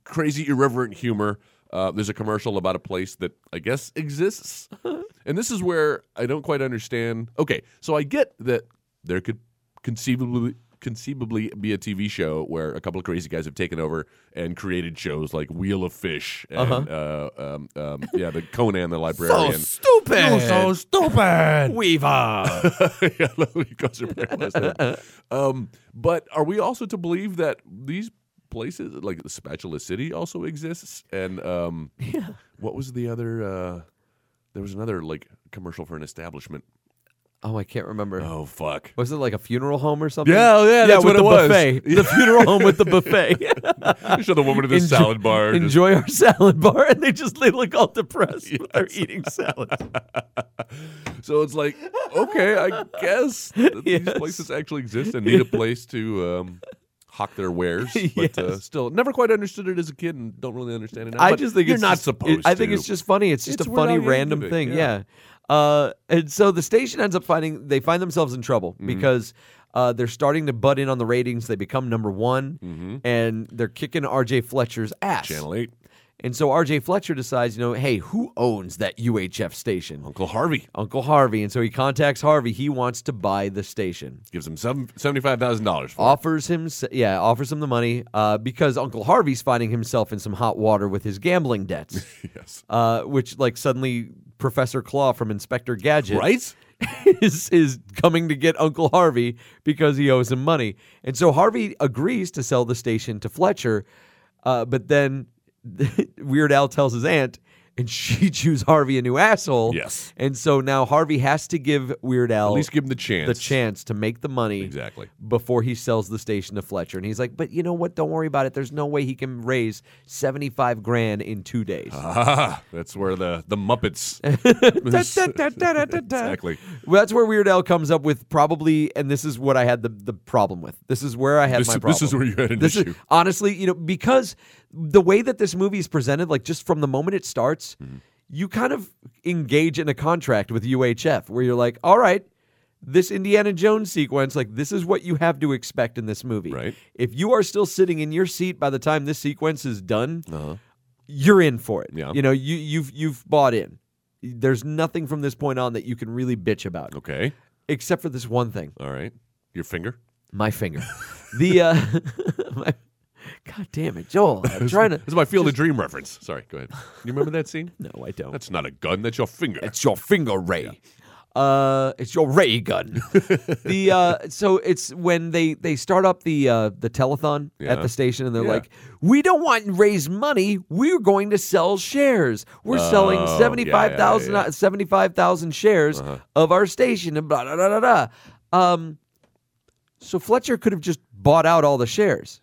[SPEAKER 4] crazy irreverent humor. Uh, there's a commercial about a place that I guess exists, and this is where I don't quite understand. Okay, so I get that there could conceivably conceivably be a TV show where a couple of crazy guys have taken over and created shows like Wheel of Fish and uh um, um, yeah, the Conan the Librarian.
[SPEAKER 3] stupid.
[SPEAKER 4] stupid.
[SPEAKER 3] Weaver.
[SPEAKER 4] yeah, Lily Coaster Bear last name. Um, but are we also to believe that these places, like the Spatula City, also exists? And um, what was the other? Uh, there was another like commercial for an establishment.
[SPEAKER 3] oh, I can't remember.
[SPEAKER 4] Oh fuck!
[SPEAKER 3] Was it like a funeral home or something?
[SPEAKER 4] Yeah, yeah,
[SPEAKER 3] yeah.
[SPEAKER 4] that's
[SPEAKER 3] with
[SPEAKER 4] what
[SPEAKER 3] the
[SPEAKER 4] it was.
[SPEAKER 3] buffet, the funeral home with the buffet.
[SPEAKER 4] Show the woman in the
[SPEAKER 3] Enjoy-
[SPEAKER 4] salad bar. just-
[SPEAKER 3] Enjoy our salad bar, and they just they look all depressed. with They're eating salad.
[SPEAKER 4] So it's like, okay, I guess that these
[SPEAKER 3] Yes.
[SPEAKER 4] places actually exist and need a place to um, hawk their wares. But uh,
[SPEAKER 3] Yes.
[SPEAKER 4] still, never quite understood it as a kid and don't really understand it now.
[SPEAKER 3] I
[SPEAKER 4] but
[SPEAKER 3] just think
[SPEAKER 4] you're
[SPEAKER 3] it's
[SPEAKER 4] not
[SPEAKER 3] just-
[SPEAKER 4] supposed.
[SPEAKER 3] it- I think
[SPEAKER 4] to.
[SPEAKER 3] it's just funny. It's just
[SPEAKER 4] It's
[SPEAKER 3] a
[SPEAKER 4] Weird
[SPEAKER 3] funny
[SPEAKER 4] Al Yankovic,
[SPEAKER 3] random thing. Yeah.
[SPEAKER 4] yeah.
[SPEAKER 3] Uh, and so the station ends up finding they find themselves in trouble
[SPEAKER 4] Mm-hmm.
[SPEAKER 3] because uh, they're starting to butt in on the ratings. They become number one, and they're kicking RJ Fletcher's ass.
[SPEAKER 4] Mm-hmm. Channel Eight,
[SPEAKER 3] And so RJ Fletcher decides, you know, hey, who owns that UHF station?
[SPEAKER 4] Uncle Harvey
[SPEAKER 3] Uncle Harvey. And so he contacts Harvey. He wants to buy the station.
[SPEAKER 4] gives him seven, seventy-five thousand dollars.
[SPEAKER 3] offers him s- yeah offers him the money uh, because uncle harvey's finding himself in some hot water with his gambling debts
[SPEAKER 4] Yes,
[SPEAKER 3] uh, which like suddenly professor claw from inspector gadget
[SPEAKER 4] right?
[SPEAKER 3] is, is coming to get uncle harvey because he owes him money and so harvey agrees to sell the station to fletcher uh, but then weird al tells his aunt and she chews harvey a new asshole
[SPEAKER 4] Yes.
[SPEAKER 3] and so now harvey has to give weird al
[SPEAKER 4] At least give him the chance.
[SPEAKER 3] the chance to make the money
[SPEAKER 4] Exactly.
[SPEAKER 3] before he sells the station to Fletcher. And he's like, but you know what? Don't worry about it. There's no way he can raise 75 grand in two days.
[SPEAKER 4] Ah, that's where the the Muppets. exactly.
[SPEAKER 3] Well, that's where Weird Al comes up with probably, and this is what I had the, the problem with. This is where I had
[SPEAKER 4] This-
[SPEAKER 3] my problem.
[SPEAKER 4] this is where you had an
[SPEAKER 3] This is-
[SPEAKER 4] issue.
[SPEAKER 3] honestly, you know, because the way that this movie is presented, like just from the moment it
[SPEAKER 4] Mm-hmm.
[SPEAKER 3] starts, you kind of engage in a contract with UHF where you're like, all right, this Indiana Jones sequence, like this is what you have to expect in this movie.
[SPEAKER 4] Right.
[SPEAKER 3] If you are still sitting in your seat by the time this sequence is done, you're in for it.
[SPEAKER 4] Uh-huh. Yeah.
[SPEAKER 3] You know, you you've you've bought in. There's nothing from this point on that you can really bitch about,
[SPEAKER 4] Okay.
[SPEAKER 3] except for this one thing:
[SPEAKER 4] All right. Your finger.
[SPEAKER 3] my finger. the uh, my, God damn it, Joel! I'm trying to.
[SPEAKER 4] This is my Field of Dream reference. Sorry. Go ahead. You remember that scene?
[SPEAKER 3] No, I don't.
[SPEAKER 4] That's not a gun. That's your finger.
[SPEAKER 3] It's your finger ray. Uh, it's your ray gun. the uh, so it's when they they start up the uh, the telethon
[SPEAKER 4] Yeah.
[SPEAKER 3] at the station, and they're
[SPEAKER 4] Yeah.
[SPEAKER 3] like, "We don't want to raise money. We're going to sell shares. We're selling
[SPEAKER 4] Oh,
[SPEAKER 3] seventy five thousand
[SPEAKER 4] yeah, Uh-huh. yeah, yeah.
[SPEAKER 3] seventy five thousand shares of our station." And blah blah blah blah. blah. Um, so Fletcher could have just bought out all the shares.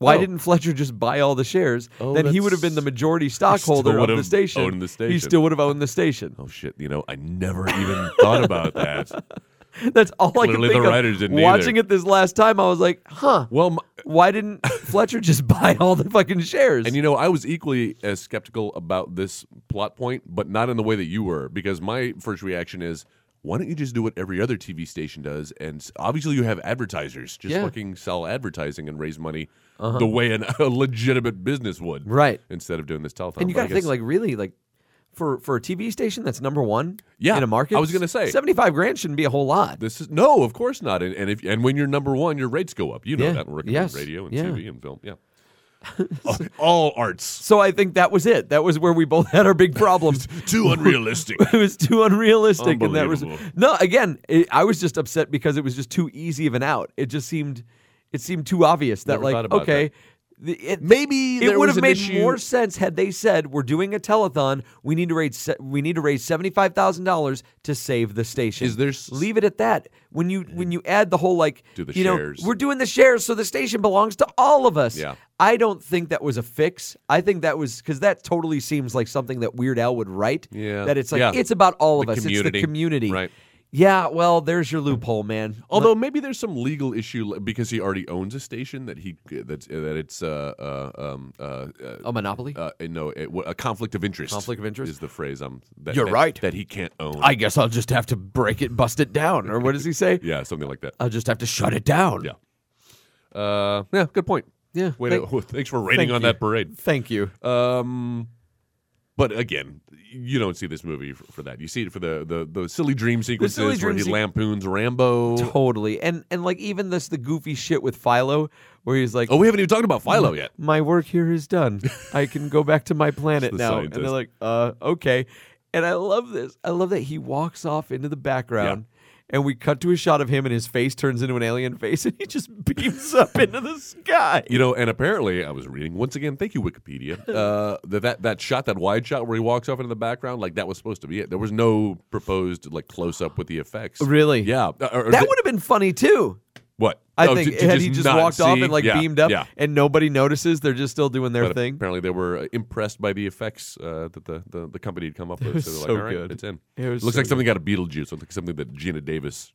[SPEAKER 3] Why
[SPEAKER 4] Oh.
[SPEAKER 3] didn't Fletcher just buy all the shares?
[SPEAKER 4] Oh,
[SPEAKER 3] then he would have
[SPEAKER 4] that's-
[SPEAKER 3] been the majority stockholder of
[SPEAKER 4] would
[SPEAKER 3] the
[SPEAKER 4] have
[SPEAKER 3] station.
[SPEAKER 4] owned the
[SPEAKER 3] He
[SPEAKER 4] station.
[SPEAKER 3] still would have owned the station.
[SPEAKER 4] Oh shit! You know, I never even thought about that.
[SPEAKER 3] That's all I could
[SPEAKER 4] Clearly the
[SPEAKER 3] think of.
[SPEAKER 4] writers didn't
[SPEAKER 3] Watching
[SPEAKER 4] either.
[SPEAKER 3] it this last time, I was like, huh,
[SPEAKER 4] Well, my,
[SPEAKER 3] why didn't Fletcher just buy all the fucking shares?
[SPEAKER 4] And you know, I was equally as skeptical about this plot point, but not in the way that you were, because my first reaction is, why don't you just do what every other TV station does? And s- obviously, you have advertisers. Just
[SPEAKER 3] Yeah. Uh-huh.
[SPEAKER 4] fucking sell advertising and raise money the way an, a legitimate business would,
[SPEAKER 3] Right.
[SPEAKER 4] Instead of doing this telethon.
[SPEAKER 3] and you
[SPEAKER 4] But Oh, I
[SPEAKER 3] got to think,
[SPEAKER 4] guess-
[SPEAKER 3] like, really, like, for, for a TV station that's number one
[SPEAKER 4] Yeah,
[SPEAKER 3] in a market,
[SPEAKER 4] I was gonna say.
[SPEAKER 3] 75 grand shouldn't be a whole lot.
[SPEAKER 4] this is no, of course not. And, and if and when you're number one, your rates go up. You know
[SPEAKER 3] Yeah.
[SPEAKER 4] that working
[SPEAKER 3] Yes.
[SPEAKER 4] in radio and
[SPEAKER 3] Yeah.
[SPEAKER 4] TV and film, yeah. all, all arts
[SPEAKER 3] So I think that was it. That was where we both had our big problems.
[SPEAKER 4] too unrealistic.
[SPEAKER 3] it was too unrealistic, and that was
[SPEAKER 4] Unbelievable.
[SPEAKER 3] no. Again, it, I was just upset because it was just too easy of an out. It just seemed, it seemed too obvious that
[SPEAKER 4] Never thought
[SPEAKER 3] like
[SPEAKER 4] about
[SPEAKER 3] okay, the- it,
[SPEAKER 4] Maybe
[SPEAKER 3] it
[SPEAKER 4] there
[SPEAKER 3] would
[SPEAKER 4] was
[SPEAKER 3] have
[SPEAKER 4] an
[SPEAKER 3] made
[SPEAKER 4] issue-
[SPEAKER 3] more sense had they said we're doing a telethon. We need to raise se- we need to raise seventy five thousand dollars to save the station.
[SPEAKER 4] Is there s-
[SPEAKER 3] leave it at that? When you when you add the whole like
[SPEAKER 4] Do the
[SPEAKER 3] you know,
[SPEAKER 4] shares.
[SPEAKER 3] we're doing the shares, so the station belongs to all of us.
[SPEAKER 4] Yeah.
[SPEAKER 3] I don't think that was a fix. I think that was because that totally seems like something that Weird Al would write.
[SPEAKER 4] Yeah.
[SPEAKER 3] That it's like
[SPEAKER 4] Yeah.
[SPEAKER 3] it's about all of
[SPEAKER 4] The
[SPEAKER 3] us. It's
[SPEAKER 4] community.
[SPEAKER 3] the community.
[SPEAKER 4] Right. Oh.
[SPEAKER 3] Yeah. Well, there's your loophole, man.
[SPEAKER 4] Although maybe there's some legal issue li- because he already owns a station that he that's that it's uh, uh um uh, uh
[SPEAKER 3] a Oh, monopoly.
[SPEAKER 4] uh, no a, a conflict of interest.
[SPEAKER 3] Conflict of interest?
[SPEAKER 4] is the phrase. I'm that,
[SPEAKER 3] You're
[SPEAKER 4] that-
[SPEAKER 3] right.
[SPEAKER 4] that he can't own.
[SPEAKER 3] I guess I'll just have to break it, bust it down, or what does he say?
[SPEAKER 4] yeah, something like that.
[SPEAKER 3] I'll just have to shut it down.
[SPEAKER 4] Yeah. Uh, yeah, good point.
[SPEAKER 3] Yeah,
[SPEAKER 4] Way
[SPEAKER 3] thank-
[SPEAKER 4] to, thanks for raining
[SPEAKER 3] thank
[SPEAKER 4] on
[SPEAKER 3] you.
[SPEAKER 4] that parade.
[SPEAKER 3] Thank you.
[SPEAKER 4] Um, but again, you don't see this movie for, for that. You see it for the the, the silly dream sequences where
[SPEAKER 3] dream
[SPEAKER 4] he
[SPEAKER 3] sequ-
[SPEAKER 4] lampoons Rambo.
[SPEAKER 3] Totally. And and like even this the goofy shit with Philo where he's like
[SPEAKER 4] oh, we haven't even talked about
[SPEAKER 3] Mm.
[SPEAKER 4] Philo yet.
[SPEAKER 3] my work here is done. I can go back to my planet
[SPEAKER 4] the
[SPEAKER 3] now. And they're
[SPEAKER 4] scientist.
[SPEAKER 3] like, uh, okay. And I love this. I love that he walks off into the background and we cut to a shot of him and his face turns into an alien face and he just beams up into the sky.
[SPEAKER 4] You know, and apparently, I was reading once again. Thank you, Wikipedia. Uh, that, that that shot, that wide shot where he walks off into the background, like that was supposed to be it. There was no proposed like close up with the effects.
[SPEAKER 3] Really?
[SPEAKER 4] Yeah. Uh, or- or
[SPEAKER 3] That
[SPEAKER 4] th-
[SPEAKER 3] would have been funny too.
[SPEAKER 4] what
[SPEAKER 3] I
[SPEAKER 4] Oh,
[SPEAKER 3] think
[SPEAKER 4] to- to
[SPEAKER 3] had he just
[SPEAKER 4] not
[SPEAKER 3] walked off
[SPEAKER 4] see?
[SPEAKER 3] and like
[SPEAKER 4] Yeah,
[SPEAKER 3] beamed up
[SPEAKER 4] Yeah.
[SPEAKER 3] and nobody notices, they're just still doing their
[SPEAKER 4] But
[SPEAKER 3] thing.
[SPEAKER 4] Apparently, they were uh, impressed by the effects uh, that the, the, the company had come up with.
[SPEAKER 3] was
[SPEAKER 4] so they're
[SPEAKER 3] so
[SPEAKER 4] like, all right,
[SPEAKER 3] good.
[SPEAKER 4] it's in.
[SPEAKER 3] It was
[SPEAKER 4] Looks
[SPEAKER 3] so
[SPEAKER 4] like something out of Beetlejuice. Something, something that Gina Davis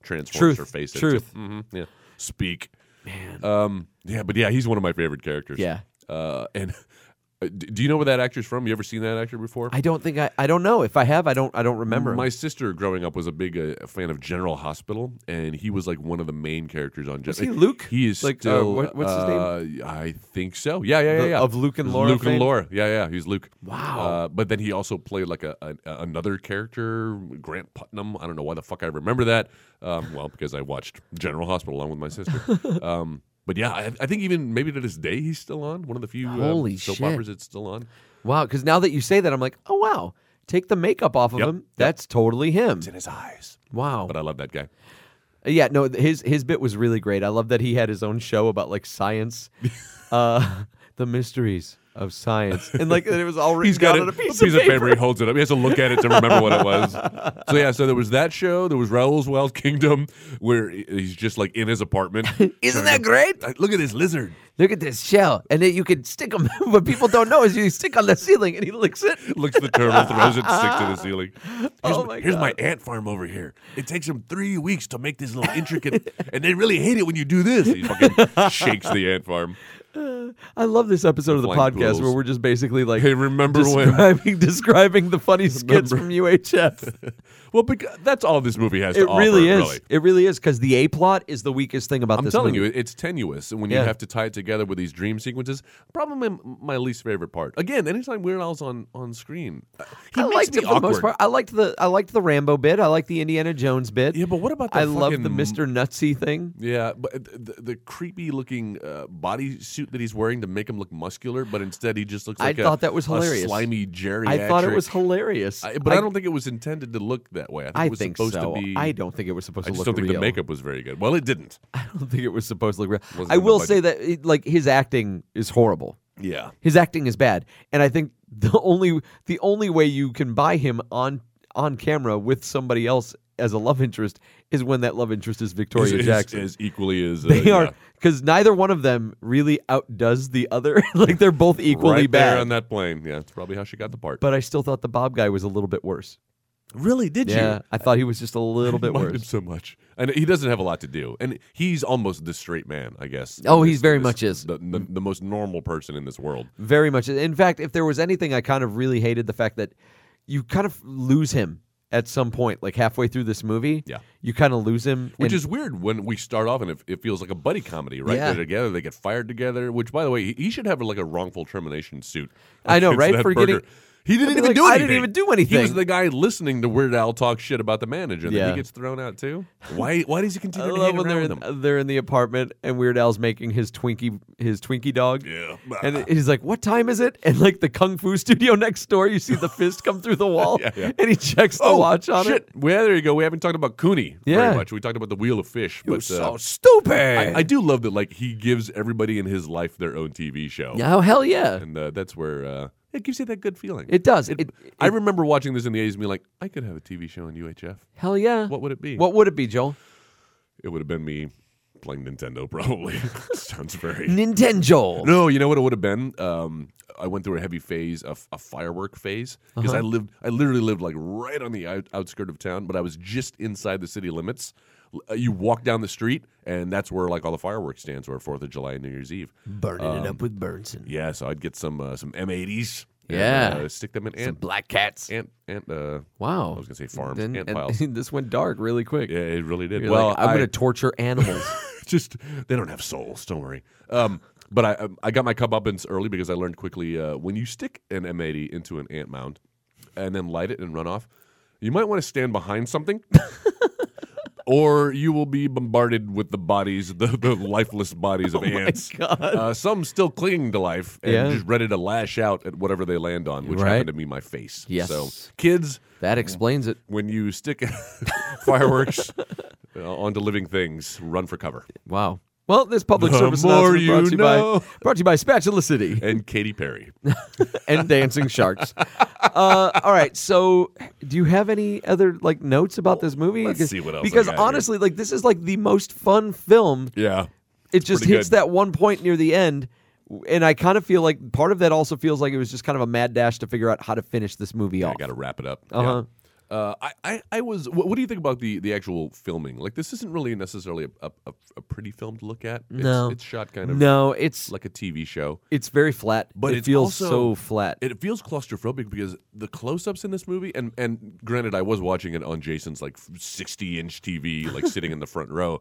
[SPEAKER 3] Truth,
[SPEAKER 4] transforms her face
[SPEAKER 3] truth.
[SPEAKER 4] into. hmm yeah. Speak. Man. Um, yeah, but yeah, he's one of my favorite characters.
[SPEAKER 3] Yeah.
[SPEAKER 4] Uh, and uh, d- do you know where that actor's from? You ever seen that actor before?
[SPEAKER 3] I don't think I I don't know. If I have, I don't I don't remember. him.
[SPEAKER 4] My sister growing up was a big uh, fan of General Hospital, and he was like one of the main characters on. Gen-
[SPEAKER 3] he Luke?
[SPEAKER 4] He is
[SPEAKER 3] Like, uh,
[SPEAKER 4] still.
[SPEAKER 3] what- what's his name?
[SPEAKER 4] uh, I think so. Yeah, yeah, yeah,
[SPEAKER 3] The-
[SPEAKER 4] yeah.
[SPEAKER 3] of Luke and Laura
[SPEAKER 4] Luke
[SPEAKER 3] fame?
[SPEAKER 4] and Laura. Yeah, yeah. He's Luke.
[SPEAKER 3] Wow.
[SPEAKER 4] Uh, but then he also played like a, a another character, Grant Putnam. I don't know why the fuck I remember that. Um, well, because I watched General Hospital along with my sister. um, but yeah, I, I think even maybe to this day he's still on. One of the few um,
[SPEAKER 3] Holy
[SPEAKER 4] soap
[SPEAKER 3] shit.
[SPEAKER 4] operas that's still on.
[SPEAKER 3] Wow, because now that you say that, I'm like, oh wow, take the makeup off of
[SPEAKER 4] Yep,
[SPEAKER 3] him.
[SPEAKER 4] yep.
[SPEAKER 3] That's totally him.
[SPEAKER 4] It's in his eyes.
[SPEAKER 3] Wow.
[SPEAKER 4] But I love that guy.
[SPEAKER 3] yeah, no, th- his his bit was really great. I love that he had his own show about like science, uh, the mysteries of science, and like it was all written
[SPEAKER 4] He's got
[SPEAKER 3] down
[SPEAKER 4] it,
[SPEAKER 3] on a piece, of, paper.
[SPEAKER 4] He holds it up. He has to look at it to remember what it was. So yeah, so there was that show. There was Raoul's Wild Kingdom, where he- he's just like in his apartment.
[SPEAKER 3] Isn't that great?
[SPEAKER 4] Like, Look at this lizard.
[SPEAKER 3] Look at this shell, and then you can stick them. what people don't know is you stick on the ceiling, and he licks it.
[SPEAKER 4] Looks at the turtle, throws it, sticks to the ceiling. Here's,
[SPEAKER 3] Oh
[SPEAKER 4] my,
[SPEAKER 3] my
[SPEAKER 4] here's my ant farm over here. It takes them three weeks to make this little intricate, and they really hate it when you do this. He fucking shakes the ant farm.
[SPEAKER 3] I love this episode of the
[SPEAKER 4] Flying
[SPEAKER 3] podcast
[SPEAKER 4] pools.
[SPEAKER 3] where we're just basically like
[SPEAKER 4] Hey, remember when-
[SPEAKER 3] describing, describing the funny skits from UHF.
[SPEAKER 4] Well, because that's all this movie has
[SPEAKER 3] It
[SPEAKER 4] to offer.
[SPEAKER 3] really is.
[SPEAKER 4] Really.
[SPEAKER 3] It really is because the A plot is the weakest thing about
[SPEAKER 4] I'm
[SPEAKER 3] this.
[SPEAKER 4] telling
[SPEAKER 3] movie.
[SPEAKER 4] you, it- it's tenuous, and when
[SPEAKER 3] Yeah.
[SPEAKER 4] you have to tie it together with these dream sequences, probably m- my least favorite part. Again, anytime Weird Al's on on screen, uh, he
[SPEAKER 3] I
[SPEAKER 4] makes
[SPEAKER 3] liked it for
[SPEAKER 4] me
[SPEAKER 3] the
[SPEAKER 4] awkward.
[SPEAKER 3] most part. I liked the I liked the Rambo bit. I liked the Indiana Jones bit.
[SPEAKER 4] Yeah, but what about the
[SPEAKER 3] I love the
[SPEAKER 4] fucking-
[SPEAKER 3] Mister Nutsy thing.
[SPEAKER 4] Yeah, but th- the, the creepy looking uh, bodysuit that he's wearing to make him look muscular, but instead he just looks
[SPEAKER 3] I
[SPEAKER 4] like a-
[SPEAKER 3] thought that was
[SPEAKER 4] a
[SPEAKER 3] hilarious.
[SPEAKER 4] slimy geriatric.
[SPEAKER 3] I thought it was hilarious.
[SPEAKER 4] I- but I, don't think it was intended to look that way. I think
[SPEAKER 3] I
[SPEAKER 4] it was
[SPEAKER 3] think
[SPEAKER 4] supposed
[SPEAKER 3] so.
[SPEAKER 4] to be.
[SPEAKER 3] I don't think it was supposed to
[SPEAKER 4] I just
[SPEAKER 3] look
[SPEAKER 4] don't think
[SPEAKER 3] real.
[SPEAKER 4] the makeup was very good. Well, it didn't.
[SPEAKER 3] I don't think it was supposed to look real.
[SPEAKER 4] Wasn't
[SPEAKER 3] I
[SPEAKER 4] in the
[SPEAKER 3] will say that it, like his acting is horrible.
[SPEAKER 4] Yeah.
[SPEAKER 3] His acting is bad, and I think the only the only way you can buy him on on camera with somebody else as a love interest is when that love interest is Victoria
[SPEAKER 4] Is- is-
[SPEAKER 3] Jackson.
[SPEAKER 4] is equally as uh,
[SPEAKER 3] they
[SPEAKER 4] yeah.
[SPEAKER 3] are because neither one of them really outdoes the other. like they're both equally
[SPEAKER 4] right
[SPEAKER 3] bad.
[SPEAKER 4] there on that plane. Yeah, that's probably how she got the part.
[SPEAKER 3] but I still thought the Bob guy was a little bit worse.
[SPEAKER 4] really, did
[SPEAKER 3] Yeah, I thought he was just a little bit
[SPEAKER 4] Mind him
[SPEAKER 3] worse.
[SPEAKER 4] so much, and he doesn't have a lot to do, and he's almost the straight man, I guess.
[SPEAKER 3] Oh,
[SPEAKER 4] in
[SPEAKER 3] he's
[SPEAKER 4] this-
[SPEAKER 3] very
[SPEAKER 4] this-
[SPEAKER 3] much is. Mm.
[SPEAKER 4] the, the, the most normal person in this world.
[SPEAKER 3] Very much. In fact, if there was anything, I kind of really hated the fact that you kind of lose him at some point, like halfway through this movie.
[SPEAKER 4] Yeah.
[SPEAKER 3] you kind of lose him,
[SPEAKER 4] Which
[SPEAKER 3] and-
[SPEAKER 4] is weird when we start off and it, it feels like a buddy comedy, right?
[SPEAKER 3] Yeah.
[SPEAKER 4] They're together, they get fired together. Which, by the way, he, he should have like a wrongful termination suit.
[SPEAKER 3] I know,
[SPEAKER 4] against
[SPEAKER 3] right?
[SPEAKER 4] that
[SPEAKER 3] For getting-
[SPEAKER 4] burger. he didn't
[SPEAKER 3] I'd be
[SPEAKER 4] even
[SPEAKER 3] like,
[SPEAKER 4] do
[SPEAKER 3] "I
[SPEAKER 4] anything.
[SPEAKER 3] didn't even do
[SPEAKER 4] He was
[SPEAKER 3] anything.
[SPEAKER 4] the guy listening to Weird Al talk shit about the manager, and then
[SPEAKER 3] Yeah.
[SPEAKER 4] he gets thrown out too. Why? Why does he
[SPEAKER 3] I
[SPEAKER 4] continue to
[SPEAKER 3] love
[SPEAKER 4] hang
[SPEAKER 3] when they're
[SPEAKER 4] around with him?
[SPEAKER 3] in, they're in the apartment and Weird Al's making his Twinkie his Twinkie dog.
[SPEAKER 4] Yeah.
[SPEAKER 3] And he's like, "What time is it?" And like the kung fu studio next door, you see the fist come through the wall,
[SPEAKER 4] Yeah, yeah.
[SPEAKER 3] and he checks the watch on
[SPEAKER 4] Oh, shit.
[SPEAKER 3] it.
[SPEAKER 4] Well, there you go. We haven't talked about Cooney
[SPEAKER 3] Yeah.
[SPEAKER 4] very much. We talked about the Wheel of Fish. but, uh,
[SPEAKER 3] stupid!
[SPEAKER 4] I, I do love that. Like he gives everybody in his life their own TV show,
[SPEAKER 3] oh hell yeah!
[SPEAKER 4] and uh, that's where uh, it gives you that good feeling.
[SPEAKER 3] It does. It, it-
[SPEAKER 4] I remember watching this in the eighties and being like, I could have a TV show on UHF.
[SPEAKER 3] hell yeah!
[SPEAKER 4] What would it be?
[SPEAKER 3] What would it be, Joel?
[SPEAKER 4] It would have been me playing Nintendo, probably. Sounds very.
[SPEAKER 3] Nintendo.
[SPEAKER 4] No, you know what it would have been. Um, I went through a heavy phase, a, f- a firework phase, because
[SPEAKER 3] Uh-huh.
[SPEAKER 4] I lived, I literally lived like right on the out, outskirt of town, but I was just inside the city limits. L- uh, You walk down the street, and that's where like all the fireworks stands were Fourth of July and New Year's Eve. Um,
[SPEAKER 3] Burning it up with Burnson.
[SPEAKER 4] Yeah, so I'd get some uh, some M80s.
[SPEAKER 3] Yeah.
[SPEAKER 4] uh, stick them in
[SPEAKER 3] Some
[SPEAKER 4] ant
[SPEAKER 3] black cats.
[SPEAKER 4] ant ant. Uh,
[SPEAKER 3] wow.
[SPEAKER 4] I was gonna say farms,
[SPEAKER 3] Then-
[SPEAKER 4] ant
[SPEAKER 3] and-
[SPEAKER 4] piles.
[SPEAKER 3] this went dark really quick.
[SPEAKER 4] Yeah, it really did.
[SPEAKER 3] You're
[SPEAKER 4] well,
[SPEAKER 3] like, I'm
[SPEAKER 4] I-
[SPEAKER 3] gonna torture animals.
[SPEAKER 4] just they don't have souls. Don't worry. Um, but I I got my comeuppance early because I learned quickly uh, when you stick an M80 into an ant mound and then light it and run off, you might want to stand behind something. Or you will be bombarded with the bodies, the, the lifeless bodies of ants.
[SPEAKER 3] Oh God.
[SPEAKER 4] Uh, some still clinging to life and
[SPEAKER 3] Yeah.
[SPEAKER 4] just ready to lash out at whatever they land on, which
[SPEAKER 3] Right.
[SPEAKER 4] happened to be my face.
[SPEAKER 3] Yes.
[SPEAKER 4] So, kids,
[SPEAKER 3] that explains it.
[SPEAKER 4] when you stick fireworks uh, onto living things, run for cover.
[SPEAKER 3] Wow. Well, this public
[SPEAKER 4] The
[SPEAKER 3] service
[SPEAKER 4] more
[SPEAKER 3] announcement
[SPEAKER 4] you
[SPEAKER 3] brought to you
[SPEAKER 4] know.
[SPEAKER 3] by brought to you by Spatula City.
[SPEAKER 4] And Katy Perry.
[SPEAKER 3] and dancing sharks. Uh, all right, so do you have any other like notes about this movie?
[SPEAKER 4] Let's
[SPEAKER 3] Because-
[SPEAKER 4] see what else I
[SPEAKER 3] Because
[SPEAKER 4] got here.
[SPEAKER 3] honestly, like this is like the most fun film.
[SPEAKER 4] Yeah.
[SPEAKER 3] It just
[SPEAKER 4] pretty
[SPEAKER 3] hits
[SPEAKER 4] good.
[SPEAKER 3] that one point near the end, and I kind of feel like part of that also feels like it was just kind of a mad dash to figure out how to finish this movie
[SPEAKER 4] I
[SPEAKER 3] off.
[SPEAKER 4] got to wrap it up.
[SPEAKER 3] Uh-huh.
[SPEAKER 4] Yeah. Uh, I, I, I was. What, what do you think about the, the actual filming? Like, this isn't really necessarily a, a, a- a pretty film to look at. It's,
[SPEAKER 3] No.
[SPEAKER 4] it's shot kind of
[SPEAKER 3] No, it's
[SPEAKER 4] like a TV show.
[SPEAKER 3] it's very flat.
[SPEAKER 4] But
[SPEAKER 3] it
[SPEAKER 4] it's
[SPEAKER 3] feels
[SPEAKER 4] also-
[SPEAKER 3] so flat.
[SPEAKER 4] It feels claustrophobic because the close-ups in this movie, and and granted, I was watching it on Jason's like sixty-inch TV, like sitting in the front row,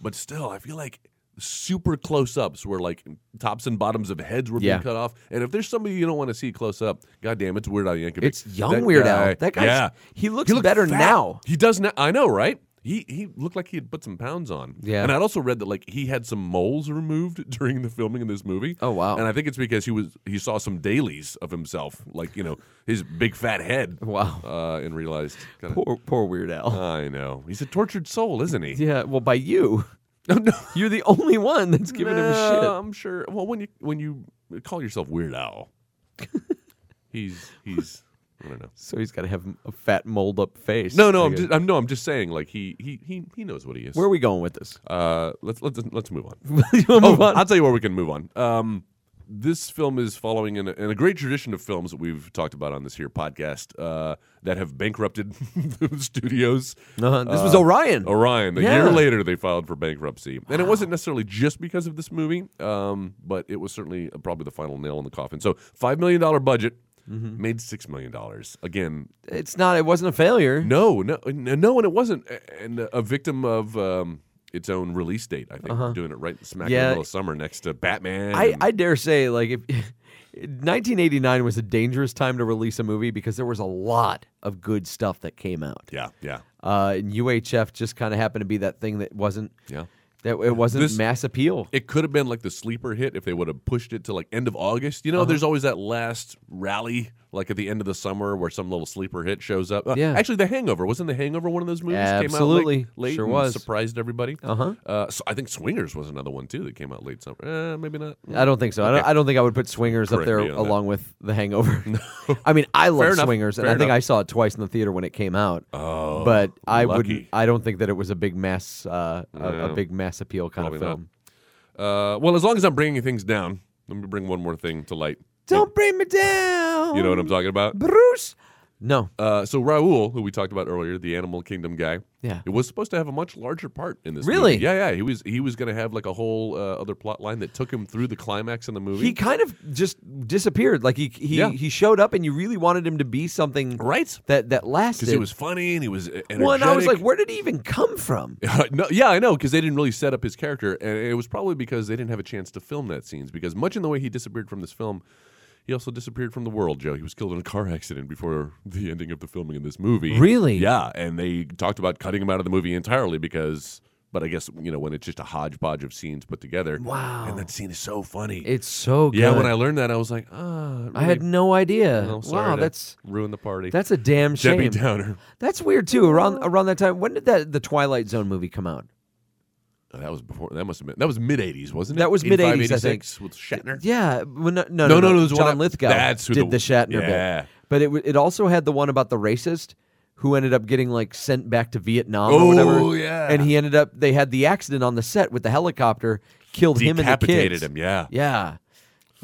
[SPEAKER 4] but still, I feel like super close-ups where like tops and bottoms of heads were
[SPEAKER 3] Yeah.
[SPEAKER 4] being cut off. And if there's somebody you don't want to see close up, goddamn, it's Weird Al Yankovic.
[SPEAKER 3] it's young
[SPEAKER 4] That
[SPEAKER 3] Weird
[SPEAKER 4] guy-
[SPEAKER 3] Al. That guy's
[SPEAKER 4] yeah.
[SPEAKER 3] he looks
[SPEAKER 4] He looked
[SPEAKER 3] better
[SPEAKER 4] fat.
[SPEAKER 3] now.
[SPEAKER 4] He does now. I know, right? He he looked like he had put some pounds on.
[SPEAKER 3] Yeah.
[SPEAKER 4] And I'd also read that like he had some moles removed during the filming of this movie.
[SPEAKER 3] Oh, wow.
[SPEAKER 4] And I think it's because he was he saw some dailies of himself, like you know his big fat head.
[SPEAKER 3] Wow.
[SPEAKER 4] Uh, and realized. Kinda,
[SPEAKER 3] Poor poor Weird Al.
[SPEAKER 4] I know he's a tortured soul, isn't he?
[SPEAKER 3] yeah, well, by you. You're the only one that's giving him
[SPEAKER 4] Nah,
[SPEAKER 3] a shit.
[SPEAKER 4] I'm sure. Well, when you when you call yourself Weird Al, he's he's I don't know.
[SPEAKER 3] So he's got to have a fat mold up face.
[SPEAKER 4] No, no, I'm
[SPEAKER 3] Okay.
[SPEAKER 4] just, uh, I'm no, I'm just saying. Like he he he he knows what he is.
[SPEAKER 3] Where are we going with this?
[SPEAKER 4] Uh, let's let's let's move on.
[SPEAKER 3] You wanna move
[SPEAKER 4] Oh,
[SPEAKER 3] on?
[SPEAKER 4] I'll tell you where we can move on. Um, this film is following in a, in a great tradition of films that we've talked about on this here podcast uh, that have bankrupted the studios.
[SPEAKER 3] Uh, this was Orion.
[SPEAKER 4] Orion. A year
[SPEAKER 3] Yeah.
[SPEAKER 4] later, they filed for bankruptcy, and it wasn't necessarily just because of this movie, um, but it was certainly uh, probably the final nail in the coffin. So, five million dollar budget
[SPEAKER 3] Mm-hmm.
[SPEAKER 4] made six million dollars. Again,
[SPEAKER 3] It's not. It wasn't a failure.
[SPEAKER 4] no, no, n- no, and it wasn't, a- and a victim of. Um, its own release date, I think. Doing it right smack
[SPEAKER 3] Uh-huh.
[SPEAKER 4] in
[SPEAKER 3] Yeah.
[SPEAKER 4] the middle of summer next to Batman.
[SPEAKER 3] I,
[SPEAKER 4] and-
[SPEAKER 3] I dare say, like, if 1989 was a dangerous time to release a movie because there was a lot of good stuff that came out.
[SPEAKER 4] yeah, yeah.
[SPEAKER 3] Uh, and UHF just kind of happened to be that thing that wasn't.
[SPEAKER 4] Yeah.
[SPEAKER 3] That it wasn't
[SPEAKER 4] This-
[SPEAKER 3] mass appeal.
[SPEAKER 4] It could have been like the sleeper hit if they would have pushed it to like end of August.
[SPEAKER 3] Uh-huh.
[SPEAKER 4] You know, there's always that last rally, like at the end of the summer, where some little sleeper hit shows up. Uh,
[SPEAKER 3] Yeah.
[SPEAKER 4] Actually, The Hangover wasn't The Hangover one of those movies came
[SPEAKER 3] Absolutely.
[SPEAKER 4] out late, late
[SPEAKER 3] Sure
[SPEAKER 4] and
[SPEAKER 3] was.
[SPEAKER 4] surprised everybody.
[SPEAKER 3] Uh-huh.
[SPEAKER 4] Uh, so I think Swingers was another one too that came out late summer. Eh, maybe not.
[SPEAKER 3] I don't think so. I, don't,
[SPEAKER 4] Okay.
[SPEAKER 3] I don't think I would put Swingers
[SPEAKER 4] Correct
[SPEAKER 3] up there
[SPEAKER 4] me on that.
[SPEAKER 3] along with The Hangover. I mean, I love
[SPEAKER 4] enough.
[SPEAKER 3] Swingers, and
[SPEAKER 4] Fair
[SPEAKER 3] I think
[SPEAKER 4] enough.
[SPEAKER 3] I saw it twice in the theater when it came out. Oh, but I wouldn't.
[SPEAKER 4] lucky.
[SPEAKER 3] I don't think that it was a big mass, uh, a, a big mass appeal kind
[SPEAKER 4] Probably
[SPEAKER 3] of
[SPEAKER 4] not.
[SPEAKER 3] film.
[SPEAKER 4] Uh, well, as long as I'm bringing things down, let me bring one more thing to light.
[SPEAKER 3] Don't bring me down.
[SPEAKER 4] You know what I'm talking about?
[SPEAKER 3] Bruce. No.
[SPEAKER 4] Uh, so Raul, who we talked about earlier, the Animal Kingdom guy,
[SPEAKER 3] Yeah.
[SPEAKER 4] it was supposed to have a much larger part in this.
[SPEAKER 3] Really?
[SPEAKER 4] movie. Yeah, yeah. He was he was going to have like a whole uh, other plot line that took him through the climax in the movie.
[SPEAKER 3] He kind of just disappeared. Like he he,
[SPEAKER 4] Yeah.
[SPEAKER 3] he showed up, and you really wanted him to be something
[SPEAKER 4] right?
[SPEAKER 3] that that lasted.
[SPEAKER 4] Because he was funny and he was uh, energetic.
[SPEAKER 3] well, and I was like, where did he even come from?
[SPEAKER 4] no, yeah, I know, because they didn't really set up his character, and it was probably because they didn't have a chance to film that scenes. Because much in the way he disappeared from this film, he also disappeared from the world. Joe, he was killed in a car accident before the ending of the filming in this movie.
[SPEAKER 3] Really?
[SPEAKER 4] Yeah, and they talked about cutting him out of the movie entirely because. But I guess you know when it's just a hodgepodge of scenes put together. Wow! And that scene is so funny.
[SPEAKER 3] It's so good.
[SPEAKER 4] yeah, when I learned that, I was like, ah,
[SPEAKER 3] I had no idea.
[SPEAKER 4] no,
[SPEAKER 3] wow, that's
[SPEAKER 4] ruined the party.
[SPEAKER 3] that's a damn shame.
[SPEAKER 4] Debbie Downer.
[SPEAKER 3] That's weird too. Around around that time, when did that the Twilight Zone movie come out?
[SPEAKER 4] Oh, that was before. That must have been. That was mid '80s, wasn't it?
[SPEAKER 3] That was
[SPEAKER 4] 85,
[SPEAKER 3] mid-eighties, I think.
[SPEAKER 4] 86 with Shatner.
[SPEAKER 3] Yeah, well, no, no,
[SPEAKER 4] No,
[SPEAKER 3] no,
[SPEAKER 4] no, no, there's one
[SPEAKER 3] John
[SPEAKER 4] that-
[SPEAKER 3] Lithgow
[SPEAKER 4] that's who
[SPEAKER 3] did the,
[SPEAKER 4] the-
[SPEAKER 3] Shatner
[SPEAKER 4] yeah.
[SPEAKER 3] bit, but it w- it also had the one about the racist who ended up getting like sent back to Vietnam
[SPEAKER 4] Oh,
[SPEAKER 3] or whatever.
[SPEAKER 4] yeah.
[SPEAKER 3] and he ended up they had the accident on the set with the helicopter, killed him and the
[SPEAKER 4] Decapitated
[SPEAKER 3] kids.
[SPEAKER 4] him. Yeah.
[SPEAKER 3] Yeah,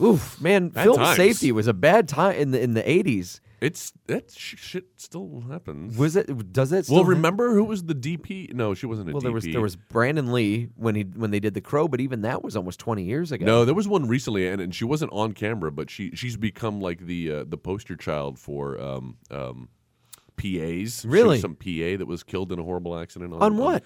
[SPEAKER 3] oof, man,
[SPEAKER 4] Bad
[SPEAKER 3] film
[SPEAKER 4] times.
[SPEAKER 3] safety was a bad time in the in the eighties.
[SPEAKER 4] It's that sh- shit still happens.
[SPEAKER 3] Was it? Does that? Still
[SPEAKER 4] well,
[SPEAKER 3] hap-
[SPEAKER 4] remember who was the DP? No, she wasn't a
[SPEAKER 3] Well,
[SPEAKER 4] DP.
[SPEAKER 3] there was there was Brandon Lee when he when they did the Crow, but even that was almost twenty years ago.
[SPEAKER 4] No, there was one recently, and, and she wasn't on camera, but she she's become like the uh, the poster child for um, um, PAs. She was
[SPEAKER 3] Really?
[SPEAKER 4] some PA that was killed in a horrible accident. On,
[SPEAKER 3] On what?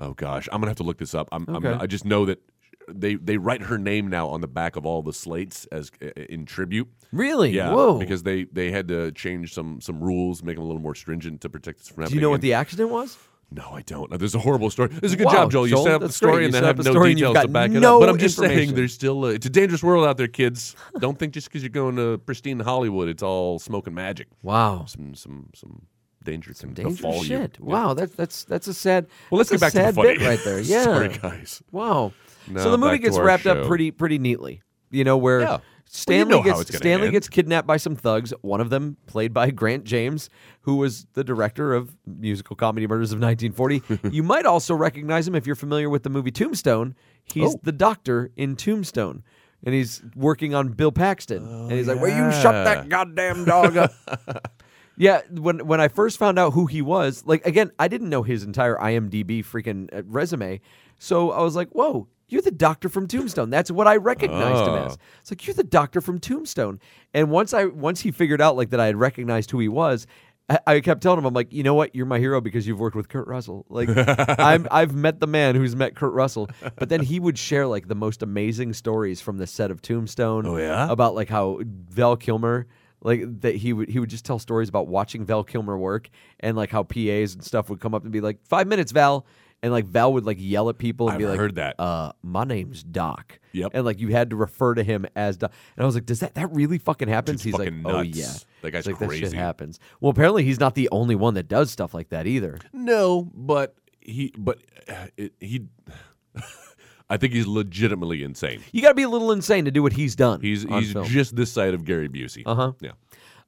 [SPEAKER 4] oh gosh, I'm gonna have to look this up. I'm, I'm
[SPEAKER 3] Okay.
[SPEAKER 4] I just know that they they write her name now on the back of all the slates as uh, in tribute.
[SPEAKER 3] Really?
[SPEAKER 4] Yeah,
[SPEAKER 3] Whoa.
[SPEAKER 4] because they they had to change some some rules, make them a little more stringent to protect us from.
[SPEAKER 3] do you know what the accident was?
[SPEAKER 4] No, I don't. Uh, There's a horrible story. There's a good
[SPEAKER 3] Wow,
[SPEAKER 4] job, Joel. You
[SPEAKER 3] Joel,
[SPEAKER 4] set up the
[SPEAKER 3] that's great.
[SPEAKER 4] story
[SPEAKER 3] You
[SPEAKER 4] and then
[SPEAKER 3] set up
[SPEAKER 4] have
[SPEAKER 3] a
[SPEAKER 4] no
[SPEAKER 3] story and
[SPEAKER 4] details
[SPEAKER 3] you've
[SPEAKER 4] to
[SPEAKER 3] got
[SPEAKER 4] back it
[SPEAKER 3] no
[SPEAKER 4] up. But I'm just saying,
[SPEAKER 3] information.
[SPEAKER 4] there's still uh it's a dangerous world out there, kids. don't think just because you're going to pristine Hollywood, it's all smoke and magic.
[SPEAKER 3] Wow.
[SPEAKER 4] Some some some danger can
[SPEAKER 3] Dangerous
[SPEAKER 4] befall
[SPEAKER 3] shit.
[SPEAKER 4] you.
[SPEAKER 3] Wow, that's that's that's a sad.
[SPEAKER 4] Well, let's
[SPEAKER 3] that's
[SPEAKER 4] get back
[SPEAKER 3] a sad
[SPEAKER 4] to the funny
[SPEAKER 3] bit right there. Yeah.
[SPEAKER 4] Sorry, guys.
[SPEAKER 3] Wow.
[SPEAKER 4] No,
[SPEAKER 3] so the movie
[SPEAKER 4] back to
[SPEAKER 3] gets
[SPEAKER 4] our
[SPEAKER 3] wrapped
[SPEAKER 4] show.
[SPEAKER 3] up pretty pretty neatly. You know where
[SPEAKER 4] Yeah. Well, you
[SPEAKER 3] Stanley
[SPEAKER 4] know how
[SPEAKER 3] gets
[SPEAKER 4] it's gonna
[SPEAKER 3] Stanley
[SPEAKER 4] end.
[SPEAKER 3] gets kidnapped by some thugs. One of them played by Grant James, who was the director of musical comedy Murders of 1940. you might also recognize him if you're familiar with the movie Tombstone. He's
[SPEAKER 4] Oh.
[SPEAKER 3] the doctor in Tombstone. And he's working on Bill Paxton, and he's like, "Will you shut
[SPEAKER 4] yeah.
[SPEAKER 3] that goddamn dog up?" Yeah, when when I first found out who he was, like again, I didn't know his entire IMDb freaking uh, resume, so I was like, "Whoa, you're the doctor from Tombstone." That's what I recognized him
[SPEAKER 4] Oh.
[SPEAKER 3] as. It's like you're the doctor from Tombstone. And once I once he figured out like that I had recognized who he was. I- I kept telling him, I'm like, you know what? You're my hero because you've worked with Kurt Russell. Like, I'm, I've met the man who's met Kurt Russell. But then he would share like the most amazing stories from the set of Tombstone.
[SPEAKER 4] Oh, yeah?
[SPEAKER 3] about like how Val Kilmer like that he would he would just tell stories about watching Val Kilmer work and like how PAs and stuff would come up and be like five minutes Val and like Val would like yell at people and
[SPEAKER 4] I've
[SPEAKER 3] be like
[SPEAKER 4] heard that.
[SPEAKER 3] uh my name's Doc
[SPEAKER 4] Yep.
[SPEAKER 3] and like you had to refer to him as Doc and I was like does that that really fucking happens
[SPEAKER 4] Dude's
[SPEAKER 3] he's like
[SPEAKER 4] fucking
[SPEAKER 3] oh
[SPEAKER 4] nuts.
[SPEAKER 3] yeah
[SPEAKER 4] That
[SPEAKER 3] It's
[SPEAKER 4] guy's
[SPEAKER 3] like that shit
[SPEAKER 4] crazy."
[SPEAKER 3] happens well apparently he's not the only one that does stuff like that either
[SPEAKER 4] No, but he but uh, it, he. I think he's legitimately insane.
[SPEAKER 3] you got to be a little insane to do what he's done
[SPEAKER 4] He's
[SPEAKER 3] on
[SPEAKER 4] he's
[SPEAKER 3] film.
[SPEAKER 4] just this side of Gary Busey. Uh
[SPEAKER 3] Uh-huh.
[SPEAKER 4] Yeah.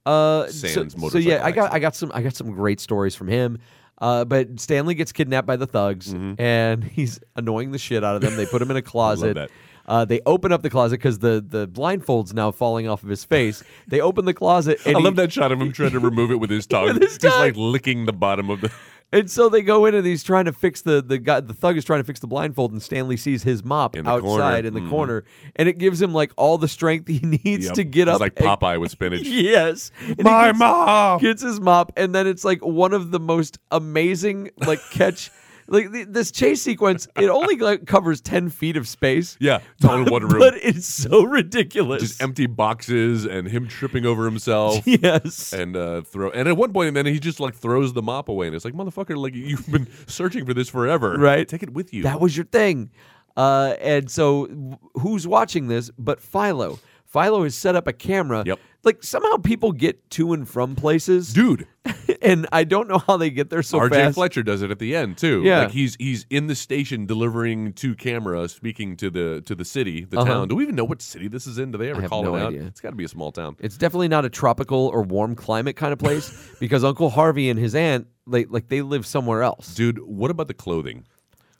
[SPEAKER 3] Uh,
[SPEAKER 4] Sans
[SPEAKER 3] so, so
[SPEAKER 4] motorcycle
[SPEAKER 3] yeah, I got
[SPEAKER 4] accident.
[SPEAKER 3] I got some I got some great stories from him. Uh, but
[SPEAKER 4] Mm-hmm.
[SPEAKER 3] Stanley gets kidnapped by the thugs, and he's annoying the shit out of them. They put him in a closet.
[SPEAKER 4] that.
[SPEAKER 3] Uh, they open up the closet because the the blindfold's now falling off of his face. They open the closet. And
[SPEAKER 4] I
[SPEAKER 3] he-
[SPEAKER 4] love that shot of him trying to remove it with his tongue.
[SPEAKER 3] With his
[SPEAKER 4] He's
[SPEAKER 3] tongue.
[SPEAKER 4] like licking the bottom of the.
[SPEAKER 3] And so they go in and he's trying to fix the the guy the thug is trying to fix the blindfold and Stanley sees his mop
[SPEAKER 4] In the corner.
[SPEAKER 3] outside in the
[SPEAKER 4] Mhm.
[SPEAKER 3] corner and it gives him like all the strength he needs
[SPEAKER 4] Yep.
[SPEAKER 3] to get
[SPEAKER 4] It's
[SPEAKER 3] up.
[SPEAKER 4] like
[SPEAKER 3] and-
[SPEAKER 4] Popeye with spinach.
[SPEAKER 3] yes. And he
[SPEAKER 4] My
[SPEAKER 3] gets-
[SPEAKER 4] mom.
[SPEAKER 3] Gets his mop and then it's like one of the most amazing like catch like the, this chase sequence it only like covers 10 feet of space.
[SPEAKER 4] Yeah, it's all in one room.
[SPEAKER 3] But it's so ridiculous.
[SPEAKER 4] Just empty boxes and him tripping over himself.
[SPEAKER 3] yes.
[SPEAKER 4] And uh, throw and at one point, man, he just like throws the mop away, and it's like, motherfucker, like you've been searching for this forever,
[SPEAKER 3] Right.
[SPEAKER 4] Take it with you.
[SPEAKER 3] That was your thing. Uh, and so, w- who's watching this but Philo? Philo has set up a camera.
[SPEAKER 4] Yep.
[SPEAKER 3] Like, somehow people get to and from places.
[SPEAKER 4] dude.
[SPEAKER 3] and I don't know how they get there so
[SPEAKER 4] RJ
[SPEAKER 3] fast.
[SPEAKER 4] Fletcher does it at the end too.
[SPEAKER 3] Yeah.
[SPEAKER 4] like he's he's in the station delivering to camera, speaking to the to the city, the
[SPEAKER 3] Uh-huh.
[SPEAKER 4] town. Do we even know what city this is in? Do they ever
[SPEAKER 3] have
[SPEAKER 4] call
[SPEAKER 3] no
[SPEAKER 4] it out?
[SPEAKER 3] idea.
[SPEAKER 4] It's got to be a small town.
[SPEAKER 3] It's definitely not a tropical or warm climate kind of place because Uncle Harvey and his aunt, like, like they live somewhere else.
[SPEAKER 4] Dude, what about the clothing?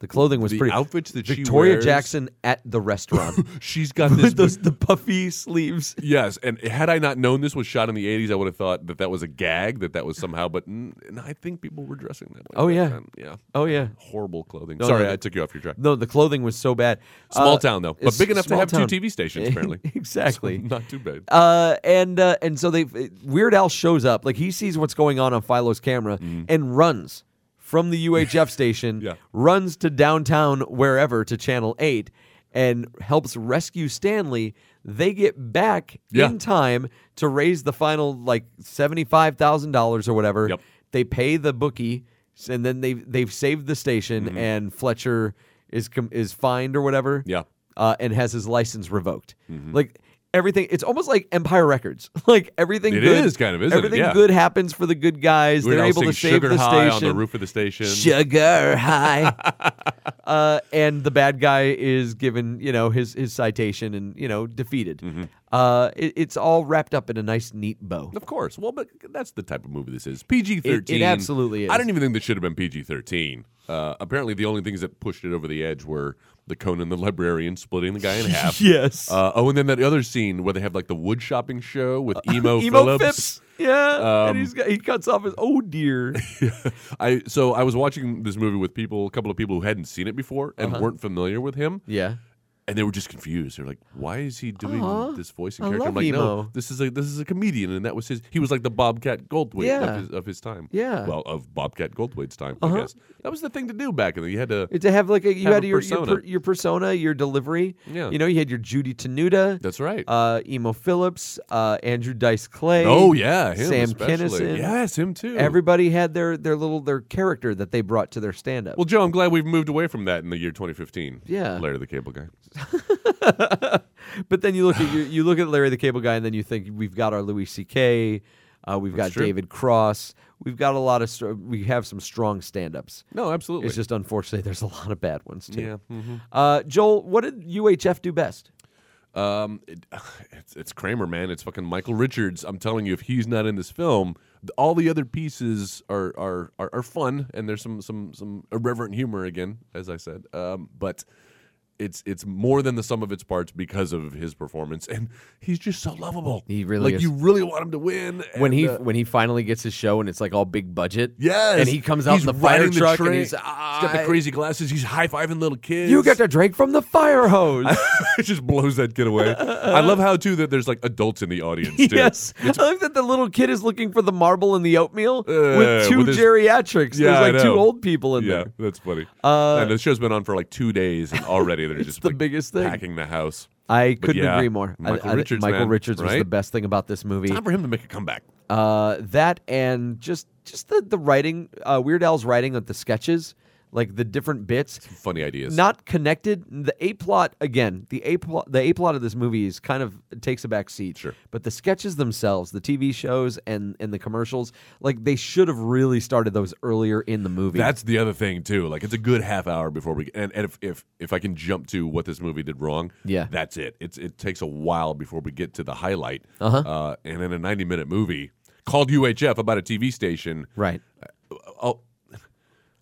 [SPEAKER 3] the clothing was
[SPEAKER 4] The
[SPEAKER 3] pretty.
[SPEAKER 4] outfits that she
[SPEAKER 3] Victoria
[SPEAKER 4] wears-
[SPEAKER 3] Jackson at the restaurant.
[SPEAKER 4] She's got this.
[SPEAKER 3] Those the puffy sleeves.
[SPEAKER 4] yes, and had I not known this was shot in the '80s, I would have thought that that was a gag, that that was somehow. But mm, and I think people were dressing that way.
[SPEAKER 3] Oh,
[SPEAKER 4] back
[SPEAKER 3] yeah.
[SPEAKER 4] then. yeah.
[SPEAKER 3] Oh yeah.
[SPEAKER 4] Horrible clothing.
[SPEAKER 3] No,
[SPEAKER 4] Sorry,
[SPEAKER 3] no,
[SPEAKER 4] I
[SPEAKER 3] no.
[SPEAKER 4] took you off your track.
[SPEAKER 3] No, the clothing was so bad.
[SPEAKER 4] Small
[SPEAKER 3] Uh,
[SPEAKER 4] town though, but
[SPEAKER 3] it's
[SPEAKER 4] big enough to
[SPEAKER 3] small
[SPEAKER 4] have
[SPEAKER 3] town.
[SPEAKER 4] two TV stations apparently.
[SPEAKER 3] exactly.
[SPEAKER 4] Not too bad.
[SPEAKER 3] Uh, and uh, and so they Weird Al shows up, like he sees what's going on on Philo's camera and runs from the UHF station,
[SPEAKER 4] Mm-hmm. Yeah.
[SPEAKER 3] runs to downtown wherever to Channel Eight, and helps rescue Stanley. They get back
[SPEAKER 4] Yeah.
[SPEAKER 3] in time to raise the final like seventy five thousand dollars or whatever.
[SPEAKER 4] Yep.
[SPEAKER 3] They pay the bookie, s- and then they've they've saved the station,
[SPEAKER 4] Mm-hmm.
[SPEAKER 3] and Fletcher is com- is fined or whatever
[SPEAKER 4] Yeah. Mm-hmm.
[SPEAKER 3] uh, and has his license revoked. Like everything, it's almost like Empire Records. Like everything,
[SPEAKER 4] It
[SPEAKER 3] good,
[SPEAKER 4] is kind of, isn't it?
[SPEAKER 3] everything
[SPEAKER 4] Yeah.
[SPEAKER 3] good happens for the good guys.
[SPEAKER 4] Weird
[SPEAKER 3] They're
[SPEAKER 4] Al
[SPEAKER 3] able to
[SPEAKER 4] sings
[SPEAKER 3] save
[SPEAKER 4] Sugar
[SPEAKER 3] the
[SPEAKER 4] High
[SPEAKER 3] station.
[SPEAKER 4] on the roof of the station.
[SPEAKER 3] Sugar high, uh, and the bad guy is given you know his his citation and you know defeated.
[SPEAKER 4] Mm-hmm.
[SPEAKER 3] Uh, it- it's all wrapped up in a nice neat bow.
[SPEAKER 4] Of course. Well, but that's the type of movie this is. PG
[SPEAKER 3] It-
[SPEAKER 4] thirteen.
[SPEAKER 3] it absolutely is.
[SPEAKER 4] I don't even think this should have been PG thirteen. Uh, apparently, the only things that pushed it over the edge were the Conan the librarian splitting the guy in half.
[SPEAKER 3] Yes,
[SPEAKER 4] Uh, oh, and then that other scene where they have like the wood shopping show with emo,
[SPEAKER 3] Uh, emo
[SPEAKER 4] Phillips.
[SPEAKER 3] Phipps. Yeah,
[SPEAKER 4] Um,
[SPEAKER 3] and he's got, he cuts off his oh dear.
[SPEAKER 4] I so I was watching this movie with people, a couple of people who hadn't seen it before
[SPEAKER 3] Uh-huh.
[SPEAKER 4] and weren't familiar with him.
[SPEAKER 3] yeah,
[SPEAKER 4] and they were just confused. They're like, "Why is he doing
[SPEAKER 3] Aw,
[SPEAKER 4] this voice
[SPEAKER 3] Uh-huh. I
[SPEAKER 4] and character?" I'm
[SPEAKER 3] love
[SPEAKER 4] like,
[SPEAKER 3] emo.
[SPEAKER 4] "No, this is a this is a comedian, and that was his. He was like the Bobcat Goldthwait
[SPEAKER 3] Yeah.
[SPEAKER 4] of, his, of his time.
[SPEAKER 3] Yeah.
[SPEAKER 4] well, of Bobcat Goldthwait's time,
[SPEAKER 3] Uh-huh.
[SPEAKER 4] I guess. That was the thing to do back in the. You had to.
[SPEAKER 3] to have like a you
[SPEAKER 4] Have
[SPEAKER 3] had
[SPEAKER 4] a
[SPEAKER 3] your your, per,
[SPEAKER 4] persona.
[SPEAKER 3] your persona, your delivery.
[SPEAKER 4] Yeah.
[SPEAKER 3] You know, you had your Judy Tenuta.
[SPEAKER 4] That's right.
[SPEAKER 3] Uh, Emo Phillips, uh, Andrew Dice Clay.
[SPEAKER 4] oh yeah, him
[SPEAKER 3] Sam
[SPEAKER 4] especially.
[SPEAKER 3] Kinison.
[SPEAKER 4] Yes, him too.
[SPEAKER 3] Everybody had their their little their character that they brought to their stand up.
[SPEAKER 4] well, Joe, I'm glad we've moved away from that in the year 2015.
[SPEAKER 3] Yeah.
[SPEAKER 4] Larry the Cable Guy.
[SPEAKER 3] but then you look at you, you look at Larry the Cable Guy, and then you think we've got our Louis C.K. Uh, we've got
[SPEAKER 4] That's true.
[SPEAKER 3] David Cross. We've got a lot of str- we have some strong stand ups.
[SPEAKER 4] No, absolutely.
[SPEAKER 3] It's just unfortunately there's a lot of bad ones too.
[SPEAKER 4] yeah. mhm.
[SPEAKER 3] Uh, Joel, what did UHF do best?
[SPEAKER 4] Um, it, it's, it's Kramer, man. It's fucking Michael Richards. I'm telling you, if he's not in this film, th- all the other pieces are are are, are fun, and there's some some some irreverent humor again, as I said. Um, but it's it's more than the sum of its parts because of his performance, and he's just so lovable.
[SPEAKER 3] He really
[SPEAKER 4] like
[SPEAKER 3] is.
[SPEAKER 4] you really want him to win
[SPEAKER 3] when
[SPEAKER 4] and,
[SPEAKER 3] he
[SPEAKER 4] uh,
[SPEAKER 3] when he finally gets his show and it's like all big budget.
[SPEAKER 4] Yes,
[SPEAKER 3] and he comes out
[SPEAKER 4] He's
[SPEAKER 3] in the fire
[SPEAKER 4] riding
[SPEAKER 3] truck
[SPEAKER 4] train.
[SPEAKER 3] and he's,
[SPEAKER 4] he's got
[SPEAKER 3] "I-
[SPEAKER 4] the crazy glasses. He's high fiving little kids.
[SPEAKER 3] You get to drink from the fire hose.
[SPEAKER 4] it just blows that kid away. I love how too that there's like adults in the audience too.
[SPEAKER 3] yes, I like that the little kid is looking for the marble and the oatmeal with
[SPEAKER 4] Uh,
[SPEAKER 3] two
[SPEAKER 4] with his-
[SPEAKER 3] geriatrics.
[SPEAKER 4] Yeah, I
[SPEAKER 3] There's like two
[SPEAKER 4] know.
[SPEAKER 3] old people in
[SPEAKER 4] yeah,
[SPEAKER 3] there.
[SPEAKER 4] that's funny.
[SPEAKER 3] Uh,
[SPEAKER 4] and the show's been on for like two days, and already they're just
[SPEAKER 3] the
[SPEAKER 4] like,
[SPEAKER 3] biggest thing.
[SPEAKER 4] packing the house.
[SPEAKER 3] I couldn't
[SPEAKER 4] yeah,
[SPEAKER 3] agree more. I-
[SPEAKER 4] Michael
[SPEAKER 3] I think
[SPEAKER 4] Richards,
[SPEAKER 3] Michael
[SPEAKER 4] man,
[SPEAKER 3] Richards was the
[SPEAKER 4] right?
[SPEAKER 3] best thing about this movie.
[SPEAKER 4] Time for him to make a comeback.
[SPEAKER 3] Uh, that and just just the the writing, uh, Weird Al's writing of the sketches, like the different bits.
[SPEAKER 4] Funny ideas.
[SPEAKER 3] not connected. The A plot again. The A plot. The A plot of this movie is kind of takes a back seat.
[SPEAKER 4] Sure.
[SPEAKER 3] But the sketches themselves, the TV shows and and the commercials, like they should have really started those earlier in the movie.
[SPEAKER 4] that's the other thing too. Like it's a good half hour before we and, and if, if if I can jump to what this movie did wrong,
[SPEAKER 3] Yeah.
[SPEAKER 4] that's it. It's it takes a while before we get to the highlight.
[SPEAKER 3] Uh-huh.
[SPEAKER 4] Uh, and in a ninety minute movie called UHF about a TV station,
[SPEAKER 3] right.
[SPEAKER 4] oh,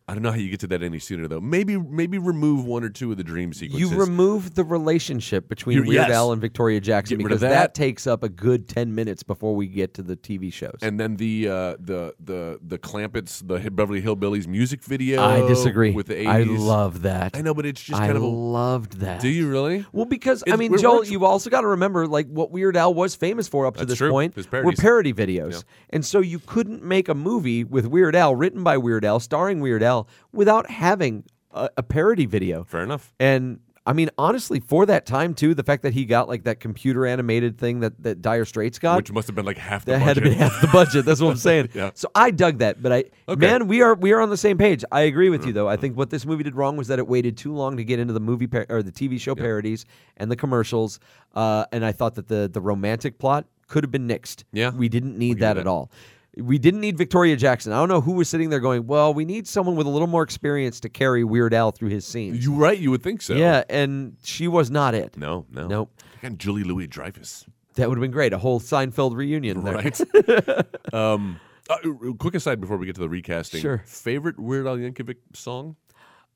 [SPEAKER 4] I don't know how you get to that any sooner though. Maybe maybe remove one or two of the dream sequences.
[SPEAKER 3] You remove the relationship between
[SPEAKER 4] You-
[SPEAKER 3] Weird
[SPEAKER 4] yes.
[SPEAKER 3] Al and Victoria Jackson
[SPEAKER 4] Get rid of
[SPEAKER 3] because that.
[SPEAKER 4] that.
[SPEAKER 3] takes up a good ten minutes before we get to the TV shows.
[SPEAKER 4] and then the uh, the the the Clampets, the Hi- Beverly Hillbillies music video.
[SPEAKER 3] I disagree.
[SPEAKER 4] with the 80s.
[SPEAKER 3] I love that.
[SPEAKER 4] I know, but it's just
[SPEAKER 3] I
[SPEAKER 4] kind of a.
[SPEAKER 3] loved that.
[SPEAKER 4] Do you really?
[SPEAKER 3] Well, because I
[SPEAKER 4] It's-
[SPEAKER 3] mean,
[SPEAKER 4] it
[SPEAKER 3] Joel,
[SPEAKER 4] works-
[SPEAKER 3] you've also got to remember like what Weird Al was famous for up to
[SPEAKER 4] That's
[SPEAKER 3] this
[SPEAKER 4] true.
[SPEAKER 3] point
[SPEAKER 4] His
[SPEAKER 3] were
[SPEAKER 4] parodies.
[SPEAKER 3] parody videos, and so you couldn't make a movie with Weird Al, written by Weird Al, starring Weird Al, without having a, a parody video.
[SPEAKER 4] Fair enough.
[SPEAKER 3] And I mean, honestly, for that time too, the fact that he got like that computer animated thing that that Dire Straits got,
[SPEAKER 4] Which must have been like half the
[SPEAKER 3] that had to
[SPEAKER 4] budget.
[SPEAKER 3] be half the budget. That's what I'm saying.
[SPEAKER 4] Yeah.
[SPEAKER 3] So I dug that, but I
[SPEAKER 4] Okay. Mm-hmm.
[SPEAKER 3] man, we are we are on the same page. I agree with you though. I think what this movie did wrong was that it waited too long to get into the movie par- or the TV show parodies and the commercials. Uh, and I thought that the the romantic plot could have been nixed.
[SPEAKER 4] Yeah.
[SPEAKER 3] we didn't need
[SPEAKER 4] you
[SPEAKER 3] that
[SPEAKER 4] that.
[SPEAKER 3] at all. We didn't need Victoria Jackson. I don't know who was sitting there going, "Well, we need someone with a little more experience to carry Weird Al through his scenes."
[SPEAKER 4] You're right. You would think so.
[SPEAKER 3] Yeah, and she was not it.
[SPEAKER 4] No. No.
[SPEAKER 3] Nope.
[SPEAKER 4] And Julie Louis Dreyfus.
[SPEAKER 3] That would have been great. A whole Seinfeld reunion there.
[SPEAKER 4] Right. um, uh, r- quick aside before we get to the recasting.
[SPEAKER 3] Sure.
[SPEAKER 4] Favorite Weird Al Yankovic song,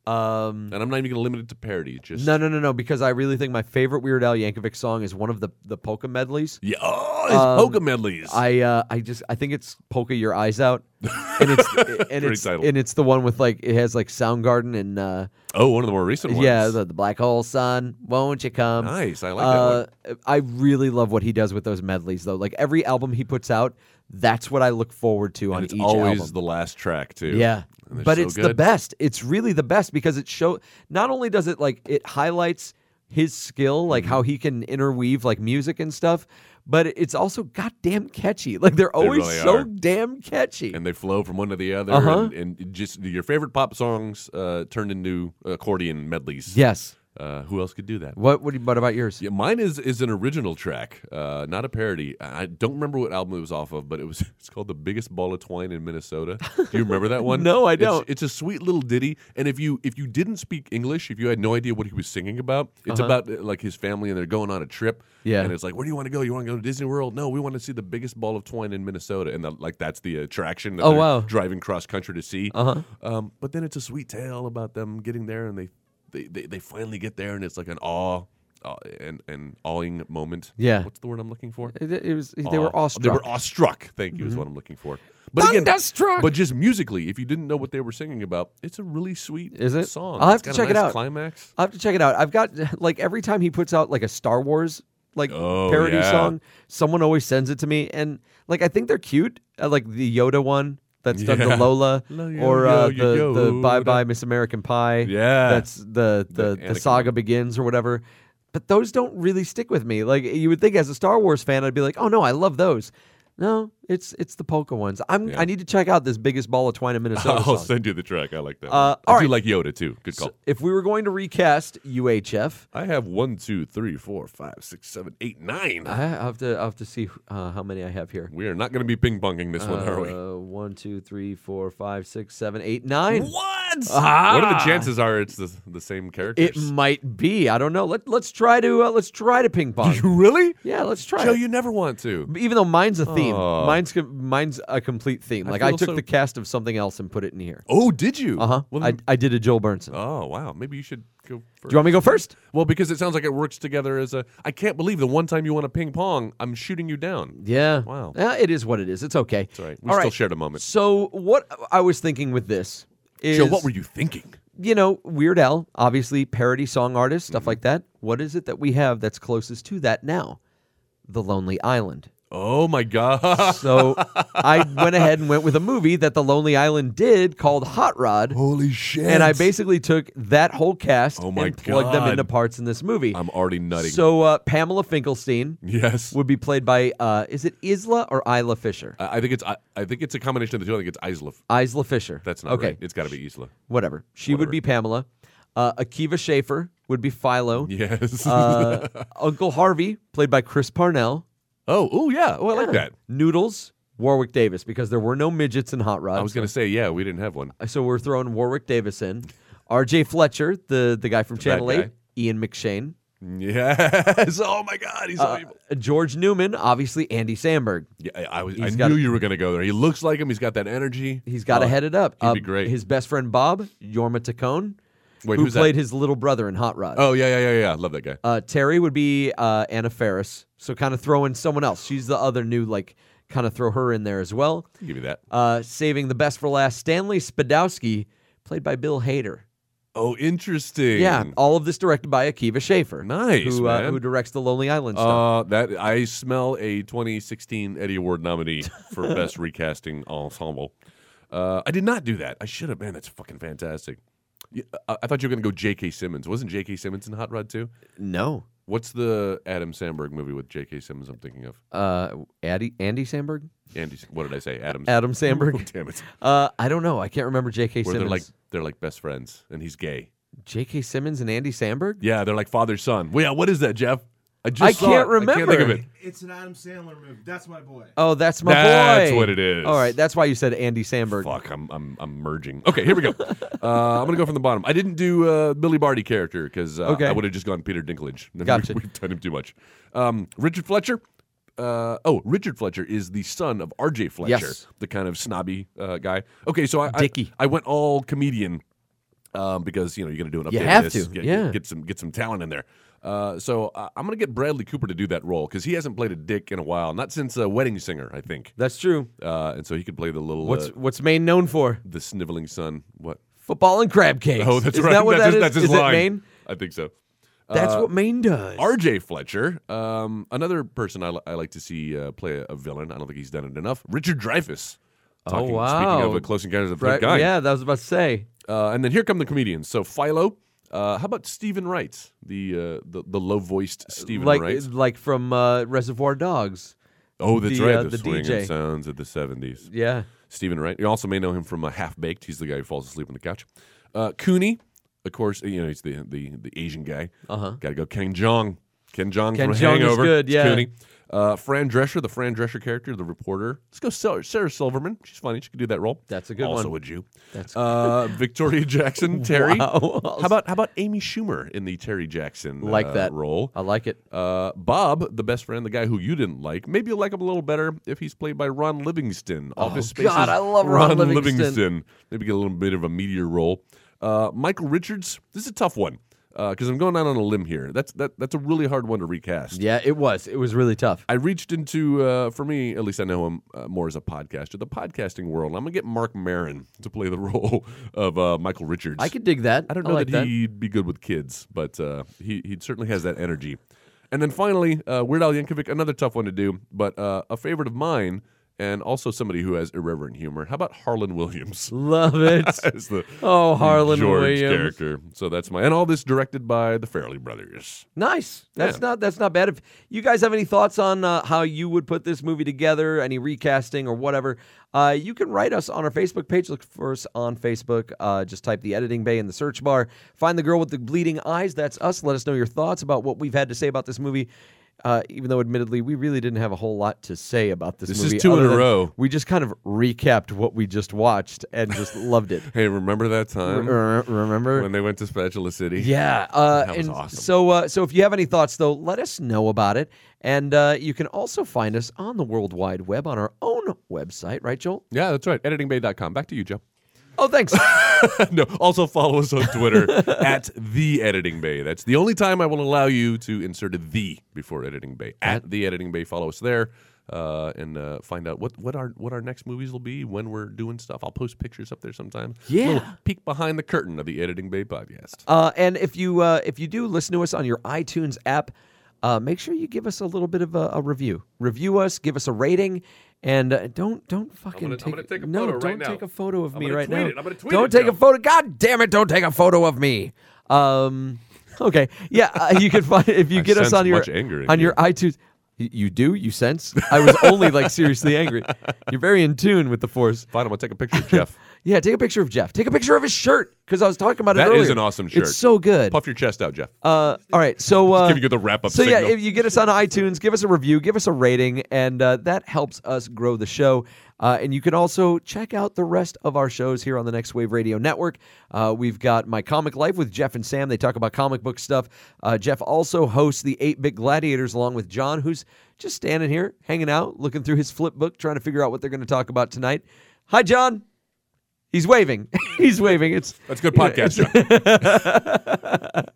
[SPEAKER 3] Um,
[SPEAKER 4] and I'm not even going to limit it to parody. Just
[SPEAKER 3] No, no, no, no. Because I really think my favorite Weird Al Yankovic song is one of the the polka medleys.
[SPEAKER 4] Yeah. Oh, his
[SPEAKER 3] Um,
[SPEAKER 4] polka medleys.
[SPEAKER 3] I uh, I just I think it's polka your eyes out, and it's and it's
[SPEAKER 4] title.
[SPEAKER 3] and it's the one with like it has like Soundgarden and uh,
[SPEAKER 4] oh, one of the more recent ones.
[SPEAKER 3] yeah the, the black hole sun won't you come
[SPEAKER 4] Nice, I like
[SPEAKER 3] uh,
[SPEAKER 4] that
[SPEAKER 3] one. I really love what he does with those medleys though. Like every album he puts out, that's what I look forward to on
[SPEAKER 4] and it's
[SPEAKER 3] each
[SPEAKER 4] always
[SPEAKER 3] album.
[SPEAKER 4] the last track too.
[SPEAKER 3] Yeah.
[SPEAKER 4] And they're
[SPEAKER 3] But
[SPEAKER 4] so
[SPEAKER 3] it's the
[SPEAKER 4] good.
[SPEAKER 3] best. It's really the best because it show not only does it like it highlights his skill,
[SPEAKER 4] Mm-hmm.
[SPEAKER 3] like how he can interweave like music and stuff, but it's also goddamn catchy. Like they're always
[SPEAKER 4] really
[SPEAKER 3] so
[SPEAKER 4] are.
[SPEAKER 3] damn catchy.
[SPEAKER 4] And they flow from one to the other,
[SPEAKER 3] Uh-huh.
[SPEAKER 4] and, and just your favorite pop songs uh, turned into accordion medleys.
[SPEAKER 3] yes.
[SPEAKER 4] Uh, who else could do that?
[SPEAKER 3] What what, do you- what about yours?
[SPEAKER 4] Yeah, mine is is an original track, uh, not a parody. I I don't remember what album it was off of, but it was it's called "The Biggest Ball of Twine in Minnesota." Do you remember that one?
[SPEAKER 3] No, I
[SPEAKER 4] It's-
[SPEAKER 3] don't.
[SPEAKER 4] It's, a sweet little ditty, and if you if you didn't speak English, if you had no idea what he was singing about, it's about uh, like his family and they're going on a trip.
[SPEAKER 3] Uh-huh. Yeah.
[SPEAKER 4] and it's like, where do you want to go? You want to go to Disney World? No, we want to see the biggest ball of twine in Minnesota, and the, like that's the attraction. That
[SPEAKER 3] Oh,
[SPEAKER 4] they're
[SPEAKER 3] wow.
[SPEAKER 4] Driving cross country to see. Uh-huh. Um, but then it's a sweet tale about them getting there, and they they, they, they finally get there, and it's like an awe. Uh, an an awing moment.
[SPEAKER 3] Yeah.
[SPEAKER 4] what's the word I'm looking for?
[SPEAKER 3] It, it was they were
[SPEAKER 4] Awe. Oh,
[SPEAKER 3] awestruck. Mm-hmm.
[SPEAKER 4] They were awestruck. Thank you is what I'm looking for. But again,
[SPEAKER 3] Thunderstruck!
[SPEAKER 4] But just musically, if you didn't know what they were singing about, it's a really sweet
[SPEAKER 3] Is it?
[SPEAKER 4] song.
[SPEAKER 3] I'll have
[SPEAKER 4] It's
[SPEAKER 3] to
[SPEAKER 4] got a
[SPEAKER 3] check it
[SPEAKER 4] nice
[SPEAKER 3] out.
[SPEAKER 4] Climax.
[SPEAKER 3] I'll have to check it out. I've got like every time he puts out like a Star Wars like
[SPEAKER 4] Oh,
[SPEAKER 3] parody
[SPEAKER 4] yeah.
[SPEAKER 3] song, someone always sends it to me, and like I think they're cute. Uh, like the Yoda one that's done to
[SPEAKER 4] Yeah.
[SPEAKER 3] Lola,
[SPEAKER 4] Lo- yo-
[SPEAKER 3] or uh,
[SPEAKER 4] yo- yo-
[SPEAKER 3] the, the
[SPEAKER 4] Yoda.
[SPEAKER 3] Bye Bye Miss American Pie.
[SPEAKER 4] Yeah.
[SPEAKER 3] that's the the,
[SPEAKER 4] The
[SPEAKER 3] the
[SPEAKER 4] Anakin
[SPEAKER 3] saga begins or whatever. But those don't really stick with me. Like you would think, as a Star Wars fan, I'd be like, oh no, I love those. No, it's it's the polka ones. I'm I need to check out this biggest ball of twine in Minnesota.
[SPEAKER 4] I'll
[SPEAKER 3] song.
[SPEAKER 4] send you the track. I like that.
[SPEAKER 3] Uh,
[SPEAKER 4] one. I
[SPEAKER 3] all
[SPEAKER 4] do
[SPEAKER 3] right.
[SPEAKER 4] like Yoda too. Good call.
[SPEAKER 3] So if we were going to recast UHF,
[SPEAKER 4] I have one, two, three, four, five, six, seven, eight, nine.
[SPEAKER 3] I have to I have to see uh, how many I have here.
[SPEAKER 4] we are not going to be ping ponging this one, are we?
[SPEAKER 3] Uh, one, two, three, four, five, six, seven, eight, nine.
[SPEAKER 4] What? What are the chances are it's the, the same characters?
[SPEAKER 3] Ah. It might be. I don't know. Let Let's try to uh, let's try to ping pong.
[SPEAKER 4] really?
[SPEAKER 3] yeah, let's try.
[SPEAKER 4] Joe,
[SPEAKER 3] it.
[SPEAKER 4] you never want to.
[SPEAKER 3] Even though mine's a theme,
[SPEAKER 4] Oh.
[SPEAKER 3] mine's com- mine's a complete theme. Like I,
[SPEAKER 4] feel
[SPEAKER 3] took
[SPEAKER 4] so-
[SPEAKER 3] the cast of something else and put it in here.
[SPEAKER 4] Oh, did you?
[SPEAKER 3] Uh huh.
[SPEAKER 4] Well,
[SPEAKER 3] I,
[SPEAKER 4] then-
[SPEAKER 3] I did a Joel Burnson.
[SPEAKER 4] oh, wow. Maybe you should go first.
[SPEAKER 3] Do you want me to go first?
[SPEAKER 4] Well, because it sounds like it works together as a. I can't believe the one time you want to ping pong, I'm shooting you down.
[SPEAKER 3] Yeah.
[SPEAKER 4] Wow.
[SPEAKER 3] Yeah, it is what it is. It's okay. It's
[SPEAKER 4] all right. We still shared a moment.
[SPEAKER 3] So what I was thinking with this is
[SPEAKER 4] Joe, what were you thinking?
[SPEAKER 3] you know, Weird Al, obviously parody song artist,
[SPEAKER 4] Mm-hmm.
[SPEAKER 3] stuff like that. What is it that we have that's closest to that now? The Lonely Island.
[SPEAKER 4] Oh, my God.
[SPEAKER 3] So I went ahead and went with a movie that The Lonely Island did called Hot Rod.
[SPEAKER 4] Holy shit.
[SPEAKER 3] And I basically took that whole cast
[SPEAKER 4] Oh my
[SPEAKER 3] and plugged them
[SPEAKER 4] God.
[SPEAKER 3] into parts in this movie.
[SPEAKER 4] I'm already nutting.
[SPEAKER 3] so uh, Pamela Finkelstein
[SPEAKER 4] yes.
[SPEAKER 3] would be played by, uh, is it Isla or Isla Fisher?
[SPEAKER 4] I I think it's I, I think it's a combination of the two. I think it's Isla.
[SPEAKER 3] Isla Fisher.
[SPEAKER 4] Uh, That's not
[SPEAKER 3] okay.
[SPEAKER 4] right. It's got to be Isla.
[SPEAKER 3] Whatever. She would
[SPEAKER 4] Whatever.
[SPEAKER 3] be Pamela. Uh, Akiva Schaffer would be Philo.
[SPEAKER 4] Yes.
[SPEAKER 3] Uh, Uncle Harvey, played by Chris Parnell.
[SPEAKER 4] oh, oh yeah. Oh, I like
[SPEAKER 3] Yeah.
[SPEAKER 4] that.
[SPEAKER 3] Noodles, Warwick Davis, because there were no midgets in Hot Rod.
[SPEAKER 4] I was going to say, yeah, we didn't have one.
[SPEAKER 3] so we're throwing Warwick Davis in. R.J. Fletcher, the the guy from Channel
[SPEAKER 4] bad guy.
[SPEAKER 3] Eight. Ian McShane.
[SPEAKER 4] Yes. Oh my God, he's so
[SPEAKER 3] Uh,
[SPEAKER 4] evil.
[SPEAKER 3] George Newman, obviously Andy Samberg.
[SPEAKER 4] Yeah, I, I was. I
[SPEAKER 3] he's
[SPEAKER 4] knew
[SPEAKER 3] got a-
[SPEAKER 4] you were going to go there. He looks like him. He's got that energy.
[SPEAKER 3] He's got to
[SPEAKER 4] Uh,
[SPEAKER 3] head it up.
[SPEAKER 4] he'd be great.
[SPEAKER 3] His best friend Bob Yorma Tacone,
[SPEAKER 4] Wait,
[SPEAKER 3] who
[SPEAKER 4] who's that?
[SPEAKER 3] played his little brother in Hot Rod.
[SPEAKER 4] Oh yeah, yeah, yeah, yeah. I love that guy.
[SPEAKER 3] Uh, Terry would be uh, Anna Ferris, so kind of throw in someone else. She's the other new, like kind of throw her in there as well.
[SPEAKER 4] Give me that.
[SPEAKER 3] Uh, saving the best for last, Stanley Spadowski, played by Bill Hader.
[SPEAKER 4] Oh, interesting.
[SPEAKER 3] Yeah, all of this directed by Akiva Schaffer.
[SPEAKER 4] Nice,
[SPEAKER 3] who, Uh,
[SPEAKER 4] man.
[SPEAKER 3] who directs the Lonely Island stuff.
[SPEAKER 4] Uh, that I smell a 2016 Eddie Award nominee for best recasting ensemble. Uh, I did not do that. I should have. Man, that's fucking fantastic. Yeah, I, I thought you were going to go J.K. Simmons. Wasn't J.K. Simmons in Hot Rod too?
[SPEAKER 3] no,
[SPEAKER 4] What's the Adam Sandberg movie with J.K. Simmons? I'm thinking of
[SPEAKER 3] uh, Addy, Andy Samberg,
[SPEAKER 4] Andy. What did I say? Adam.
[SPEAKER 3] Adam
[SPEAKER 4] Oh,
[SPEAKER 3] Samberg.
[SPEAKER 4] damn it.
[SPEAKER 3] Uh, I don't know. I can't remember J.K.
[SPEAKER 4] Where
[SPEAKER 3] Simmons.
[SPEAKER 4] they're like they're like best friends, and he's gay.
[SPEAKER 3] J.K. Simmons and Andy Samberg.
[SPEAKER 4] Yeah, they're like father son. Well, yeah, what is that, Jeff? I just
[SPEAKER 3] I
[SPEAKER 4] saw
[SPEAKER 3] can't
[SPEAKER 4] it. I can't think
[SPEAKER 3] remember.
[SPEAKER 4] of it.
[SPEAKER 5] It's an Adam Sandler movie. That's my boy.
[SPEAKER 3] Oh, that's my boy.
[SPEAKER 4] That's what it is.
[SPEAKER 3] All right, that's why you said Andy Samberg.
[SPEAKER 4] Fuck, I'm I'm I'm merging. Okay, here we go. uh, I'm gonna go from the bottom. I didn't do uh, Billy Barty character because uh,
[SPEAKER 3] Okay.
[SPEAKER 4] I would have just gone Peter Dinklage. We-
[SPEAKER 3] Gotcha.
[SPEAKER 4] We've done him too much. Um, Richard Fletcher. Uh, oh, Richard Fletcher is the son of R.J. Fletcher,
[SPEAKER 3] Yes.
[SPEAKER 4] the kind of snobby uh, guy. Okay, so I I-
[SPEAKER 3] Dickie.
[SPEAKER 4] I, went all comedian um, because you know you're gonna do an update.
[SPEAKER 3] You
[SPEAKER 4] of
[SPEAKER 3] have
[SPEAKER 4] this,
[SPEAKER 3] to,
[SPEAKER 4] Get, get-
[SPEAKER 3] yeah.
[SPEAKER 4] get some get some talent in there. Uh, so uh, I'm gonna get Bradley Cooper to do that role because he hasn't played a dick in a while, not since uh, Wedding Singer, I think.
[SPEAKER 3] That's true.
[SPEAKER 4] Uh, and so he could play the little
[SPEAKER 3] What's
[SPEAKER 4] uh,
[SPEAKER 3] what's Maine known for?
[SPEAKER 4] the sniveling son. What?
[SPEAKER 3] Football and crab cakes.
[SPEAKER 4] Oh, that's
[SPEAKER 3] Isn't
[SPEAKER 4] right.
[SPEAKER 3] That what
[SPEAKER 4] that's,
[SPEAKER 3] that
[SPEAKER 4] his,
[SPEAKER 3] is?
[SPEAKER 4] that's his
[SPEAKER 3] Is it
[SPEAKER 4] line. Uh,
[SPEAKER 3] Maine?
[SPEAKER 4] I think so.
[SPEAKER 3] That's what Maine does.
[SPEAKER 4] R.J. Fletcher, um, another person I, li- I like to see uh, play a, a villain. I don't think he's done it enough. Richard Dreyfuss. Talking,
[SPEAKER 3] Oh,
[SPEAKER 4] Speaking
[SPEAKER 3] wow.
[SPEAKER 4] of uh, Close Encounters of the
[SPEAKER 3] Right,
[SPEAKER 4] Third Kind.
[SPEAKER 3] yeah, that was about to say.
[SPEAKER 4] Uh, and then here come the comedians. So Philo. Uh, how about Stephen Wright, the uh, the, the low voiced Stephen
[SPEAKER 3] like
[SPEAKER 4] Wright?
[SPEAKER 3] like from uh, Reservoir Dogs.
[SPEAKER 4] Oh, that's
[SPEAKER 3] the,
[SPEAKER 4] right.
[SPEAKER 3] uh,
[SPEAKER 4] the
[SPEAKER 3] the
[SPEAKER 4] swinging
[SPEAKER 3] DJ.
[SPEAKER 4] sounds of the seventies.
[SPEAKER 3] Yeah.
[SPEAKER 4] Stephen Wright. You also may know him from uh, Half Baked. He's the guy who falls asleep on the couch. Uh, Cooney, of course, you know he's the the, the Asian guy.
[SPEAKER 3] Uh-huh.
[SPEAKER 4] Got to go Ken Jong. Ken Jong
[SPEAKER 3] Ken
[SPEAKER 4] from
[SPEAKER 3] Jeong is
[SPEAKER 4] Hangover.
[SPEAKER 3] good,
[SPEAKER 4] It's
[SPEAKER 3] yeah.
[SPEAKER 4] Cooney. Uh, Fran Drescher, the Fran Drescher character, the reporter. Let's go Sarah, Sarah Silverman. She's funny. She could do that role.
[SPEAKER 3] That's a good
[SPEAKER 4] also
[SPEAKER 3] one.
[SPEAKER 4] a Jew.
[SPEAKER 3] That's
[SPEAKER 4] Uh, Victoria Jackson, Terry.
[SPEAKER 3] Wow.
[SPEAKER 4] How about how about Amy Schumer in the Terry Jackson
[SPEAKER 3] Like
[SPEAKER 4] uh,
[SPEAKER 3] that.
[SPEAKER 4] role?
[SPEAKER 3] I like it.
[SPEAKER 4] Uh, Bob, the best friend, the guy who you didn't like, maybe you'll like him a little better if he's played by Ron Livingston. Office Space's
[SPEAKER 3] Oh, God, I love Ron Livingston.
[SPEAKER 4] Maybe get a little bit of a meteor role. Uh, Michael Richards, this is a tough one because I'm going out on a limb here. That's that, that's a really hard one to recast.
[SPEAKER 3] Yeah, it was. It was really tough.
[SPEAKER 4] I reached into, uh, for me, at least I know him uh, more as a podcaster, the podcasting world. I'm going to get Mark Marin to play the role of uh, Michael Richards.
[SPEAKER 3] I could dig that.
[SPEAKER 4] I don't know
[SPEAKER 3] like
[SPEAKER 4] that,
[SPEAKER 3] that.
[SPEAKER 4] he'd be good with kids, but uh, he he certainly has that energy. And then finally, uh, Weird Al Yankovic, another tough one to do, but uh, a favorite of mine, and also somebody who has irreverent humor. How about Harlan Williams
[SPEAKER 3] Love it.
[SPEAKER 4] as the
[SPEAKER 3] Oh, Harlan
[SPEAKER 4] George
[SPEAKER 3] Williams.
[SPEAKER 4] character? So that's my and all this directed by the Farrelly brothers.
[SPEAKER 3] Nice. That's
[SPEAKER 4] Yeah.
[SPEAKER 3] not that's not bad. If you guys have any thoughts on uh, how you would put this movie together, any recasting or whatever, uh, you can write us on our Facebook page. Look for us on Facebook. Uh, just type the editing bay in the search bar. Find the girl with the bleeding eyes. That's us. Let us know your thoughts about what we've had to say about this movie. Uh, even though, admittedly, we really didn't have a whole lot to say about this,
[SPEAKER 4] This is
[SPEAKER 3] movie.
[SPEAKER 4] two in
[SPEAKER 3] other
[SPEAKER 4] a
[SPEAKER 3] than
[SPEAKER 4] row.
[SPEAKER 3] We just kind of recapped what we just watched and just loved it.
[SPEAKER 4] Hey, remember that
[SPEAKER 3] R-
[SPEAKER 4] time
[SPEAKER 3] r- Remember?
[SPEAKER 4] when they went to Spatula City?
[SPEAKER 3] Yeah, uh,
[SPEAKER 4] That was
[SPEAKER 3] and
[SPEAKER 4] awesome.
[SPEAKER 3] So, uh, so if you have any thoughts, though, let us know about it. And uh, you can also find us on the World Wide Web on our own website, right, Joel?
[SPEAKER 4] yeah, that's right. Editingbay.com. Back to you, Joe.
[SPEAKER 3] Oh, thanks.
[SPEAKER 4] no, also follow us on Twitter at the Editing Bay. That's the only time I will allow you to insert a the before Editing Bay. At the Editing Bay, follow us there. Uh, and uh, find out what, what our what our next movies will be when we're doing stuff. I'll post pictures up there sometimes.
[SPEAKER 3] Yeah.
[SPEAKER 4] little peek behind the curtain of the Editing Bay podcast.
[SPEAKER 3] uh, and if you uh, if you do listen to us on your iTunes app, uh, make sure you give us a little bit of a, a review. Review us, give us a rating, and uh, don't don't fucking
[SPEAKER 4] gonna- I'm
[SPEAKER 3] take,
[SPEAKER 4] gonna take a
[SPEAKER 3] no,
[SPEAKER 4] photo right
[SPEAKER 3] don't
[SPEAKER 4] now.
[SPEAKER 3] take a photo of
[SPEAKER 4] I'm
[SPEAKER 3] me
[SPEAKER 4] gonna
[SPEAKER 3] right
[SPEAKER 4] tweet
[SPEAKER 3] now.
[SPEAKER 4] it. I'm gonna tweet
[SPEAKER 3] don't
[SPEAKER 4] it
[SPEAKER 3] take
[SPEAKER 4] now.
[SPEAKER 3] a photo. God damn it! Don't take a photo of me. Um, okay, yeah, uh, you can find if you
[SPEAKER 4] I
[SPEAKER 3] get us
[SPEAKER 4] sense
[SPEAKER 3] on your
[SPEAKER 4] much anger in
[SPEAKER 3] on
[SPEAKER 4] you.
[SPEAKER 3] your iTunes. Y- You do? You sense? I was only like seriously angry. You're very in tune with the force.
[SPEAKER 4] Fine, I'm gonna take a picture of Jeff.
[SPEAKER 3] Yeah, take a picture of Jeff. Take a picture of his shirt. because I was talking about it
[SPEAKER 4] That
[SPEAKER 3] earlier.
[SPEAKER 4] is an awesome shirt.
[SPEAKER 3] It's so good.
[SPEAKER 4] Puff your chest out, Jeff.
[SPEAKER 3] Uh, all right, so uh,
[SPEAKER 4] giving you the wrap-up
[SPEAKER 3] So yeah,
[SPEAKER 4] signal.
[SPEAKER 3] if you get us on iTunes, give us a review, give us a rating, and uh, that helps us grow the show. Uh, and you can also check out the rest of our shows here on the Next Wave Radio Network. Uh, we've got My Comic Life with Jeff and Sam. They talk about comic book stuff. Uh, Jeff also hosts the Eight Bit Gladiators along with John, who's just standing here, hanging out, looking through his flip book, trying to figure out what they're going to talk about tonight. Hi, John. He's waving. He's waving. It's
[SPEAKER 4] That's good podcast, Jeff.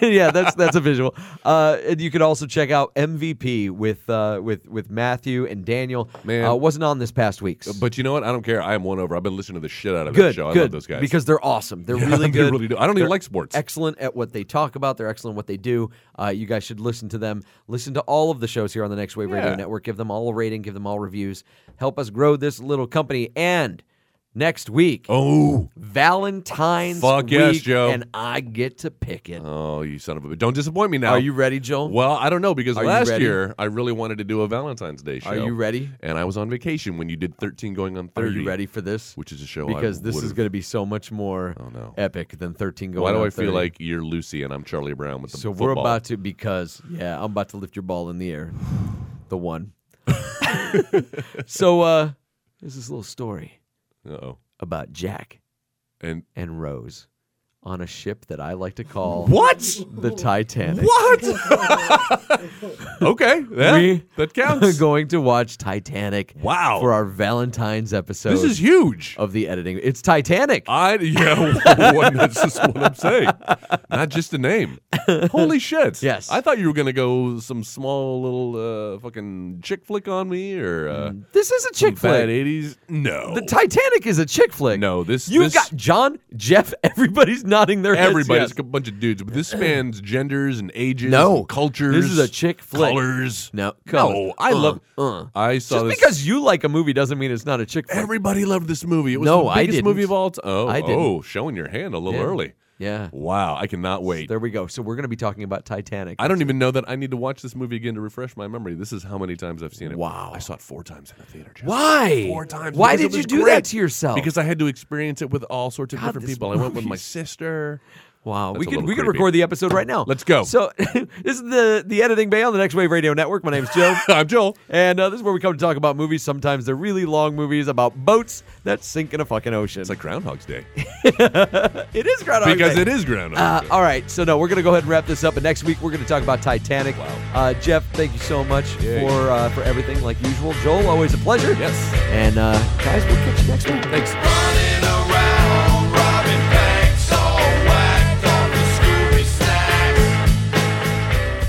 [SPEAKER 3] yeah, that's that's a visual. Uh, and you can also check out MVP with uh, with with Matthew and Daniel.
[SPEAKER 4] Man.
[SPEAKER 3] uh, wasn't on this past week's,
[SPEAKER 4] But you know what? I don't care. I am one over. I've been listening to the shit out of that
[SPEAKER 3] good,
[SPEAKER 4] show. I
[SPEAKER 3] good,
[SPEAKER 4] love those guys.
[SPEAKER 3] because they're awesome. They're
[SPEAKER 4] Yeah,
[SPEAKER 3] really
[SPEAKER 4] they
[SPEAKER 3] good.
[SPEAKER 4] really do. I don't even
[SPEAKER 3] They're
[SPEAKER 4] like sports.
[SPEAKER 3] Excellent at what they talk about. They're excellent at what they do. Uh, you guys should listen to them. Listen to all of the shows here on the Next Wave Radio
[SPEAKER 4] Yeah.
[SPEAKER 3] Network. Give them all a rating. Give them all reviews. Help us grow this little company. And next week,
[SPEAKER 4] oh,
[SPEAKER 3] Valentine's
[SPEAKER 4] Fuck
[SPEAKER 3] week,
[SPEAKER 4] yes, Joe.
[SPEAKER 3] and I get to pick it.
[SPEAKER 4] oh, you son of a! Don't disappoint me now.
[SPEAKER 3] Are you ready, Joel?
[SPEAKER 4] Well, I don't know because
[SPEAKER 3] Are you
[SPEAKER 4] last
[SPEAKER 3] ready?
[SPEAKER 4] year I really wanted to do a Valentine's Day show.
[SPEAKER 3] Are you ready?
[SPEAKER 4] And I was on vacation when you did 13 going on 30.
[SPEAKER 3] Are you ready for this?
[SPEAKER 4] Which is a show I
[SPEAKER 3] because this is
[SPEAKER 4] would've-
[SPEAKER 3] going to be so much more
[SPEAKER 4] no.
[SPEAKER 3] epic than 13 going
[SPEAKER 4] Why do
[SPEAKER 3] on
[SPEAKER 4] I feel
[SPEAKER 3] 30.
[SPEAKER 4] like you're Lucy and I'm Charlie Brown with the
[SPEAKER 3] so
[SPEAKER 4] football?
[SPEAKER 3] we're about to because yeah i'm about to lift your ball in the air the one so uh there's this little story
[SPEAKER 4] Uh-oh.
[SPEAKER 3] about jack
[SPEAKER 4] And
[SPEAKER 3] and rose on a ship that i like to call
[SPEAKER 4] what?
[SPEAKER 3] the titanic
[SPEAKER 4] What? okay, yeah,
[SPEAKER 3] We-
[SPEAKER 4] that counts.
[SPEAKER 3] going to watch titanic
[SPEAKER 4] Wow.
[SPEAKER 3] for our valentine's episode
[SPEAKER 4] this is huge.
[SPEAKER 3] of the editing it's titanic
[SPEAKER 4] I yeah, one, that's just what I'm saying. Not just a name. Holy shit!
[SPEAKER 3] Yes.
[SPEAKER 4] I thought you were gonna go some small little uh, fucking chick flick on me or uh,
[SPEAKER 3] this is a chick
[SPEAKER 4] bad
[SPEAKER 3] flick
[SPEAKER 4] '80s. No,
[SPEAKER 3] the titanic is a chick flick
[SPEAKER 4] no. This
[SPEAKER 3] You
[SPEAKER 4] this,
[SPEAKER 3] got John, Jeff. Everybody's nodding their heads.
[SPEAKER 4] everybody's
[SPEAKER 3] yes.
[SPEAKER 4] a bunch of dudes, but this spans genders and ages,
[SPEAKER 3] No.
[SPEAKER 4] and cultures.
[SPEAKER 3] This is a chick flick.
[SPEAKER 4] Colors.
[SPEAKER 3] No,
[SPEAKER 4] no.
[SPEAKER 3] colors.
[SPEAKER 4] I
[SPEAKER 3] Uh,
[SPEAKER 4] love.
[SPEAKER 3] uh.
[SPEAKER 4] I saw
[SPEAKER 3] Just
[SPEAKER 4] this.
[SPEAKER 3] because you like a movie doesn't mean it's not a chick flick.
[SPEAKER 4] everybody loved this movie. It was
[SPEAKER 3] No,
[SPEAKER 4] the
[SPEAKER 3] I
[SPEAKER 4] biggest
[SPEAKER 3] didn't.
[SPEAKER 4] movie of all time. Oh,
[SPEAKER 3] I didn't.
[SPEAKER 4] oh, showing your hand a little
[SPEAKER 3] Yeah.
[SPEAKER 4] early.
[SPEAKER 3] Yeah.
[SPEAKER 4] Wow, I cannot wait.
[SPEAKER 3] There we go. So we're going to be talking about Titanic.
[SPEAKER 4] I don't even know that I need to watch this movie again to refresh my memory. This is how many times I've seen it.
[SPEAKER 3] Wow.
[SPEAKER 4] I saw it four times in the theater. Jeff.
[SPEAKER 3] Why?
[SPEAKER 4] Four times.
[SPEAKER 3] Why
[SPEAKER 4] because it
[SPEAKER 3] did you
[SPEAKER 4] was
[SPEAKER 3] do
[SPEAKER 4] great.
[SPEAKER 3] that to yourself?
[SPEAKER 4] Because I had to experience it with all sorts of
[SPEAKER 3] God,
[SPEAKER 4] different
[SPEAKER 3] this
[SPEAKER 4] people. I went with my
[SPEAKER 3] movie's-
[SPEAKER 4] sister.
[SPEAKER 3] wow,
[SPEAKER 4] That's
[SPEAKER 3] we
[SPEAKER 4] a
[SPEAKER 3] could
[SPEAKER 4] little
[SPEAKER 3] we could
[SPEAKER 4] creepy.
[SPEAKER 3] record the episode right now.
[SPEAKER 4] Let's go.
[SPEAKER 3] So this is the the editing bay on the Next Wave Radio Network. My name's Joe.
[SPEAKER 4] I'm Joel.
[SPEAKER 3] And uh, this is where we come to talk about movies. Sometimes they're really long movies about boats that sink in a fucking ocean.
[SPEAKER 4] It's like Groundhog's Day
[SPEAKER 3] it is Groundhog
[SPEAKER 4] because
[SPEAKER 3] Day.
[SPEAKER 4] it is Groundhog.
[SPEAKER 3] Uh,
[SPEAKER 4] Day.
[SPEAKER 3] all right, so no, we're gonna go ahead and wrap this up, and next week we're gonna talk about Titanic. Uh, Jeff, thank you so much
[SPEAKER 4] Yeah.
[SPEAKER 3] for uh, for everything, like usual. Joel, always a pleasure.
[SPEAKER 4] Yes.
[SPEAKER 3] And uh, guys, we'll catch you next week. Thanks.
[SPEAKER 6] Running around, robbing banks, all whacked on the Scooby Snacks.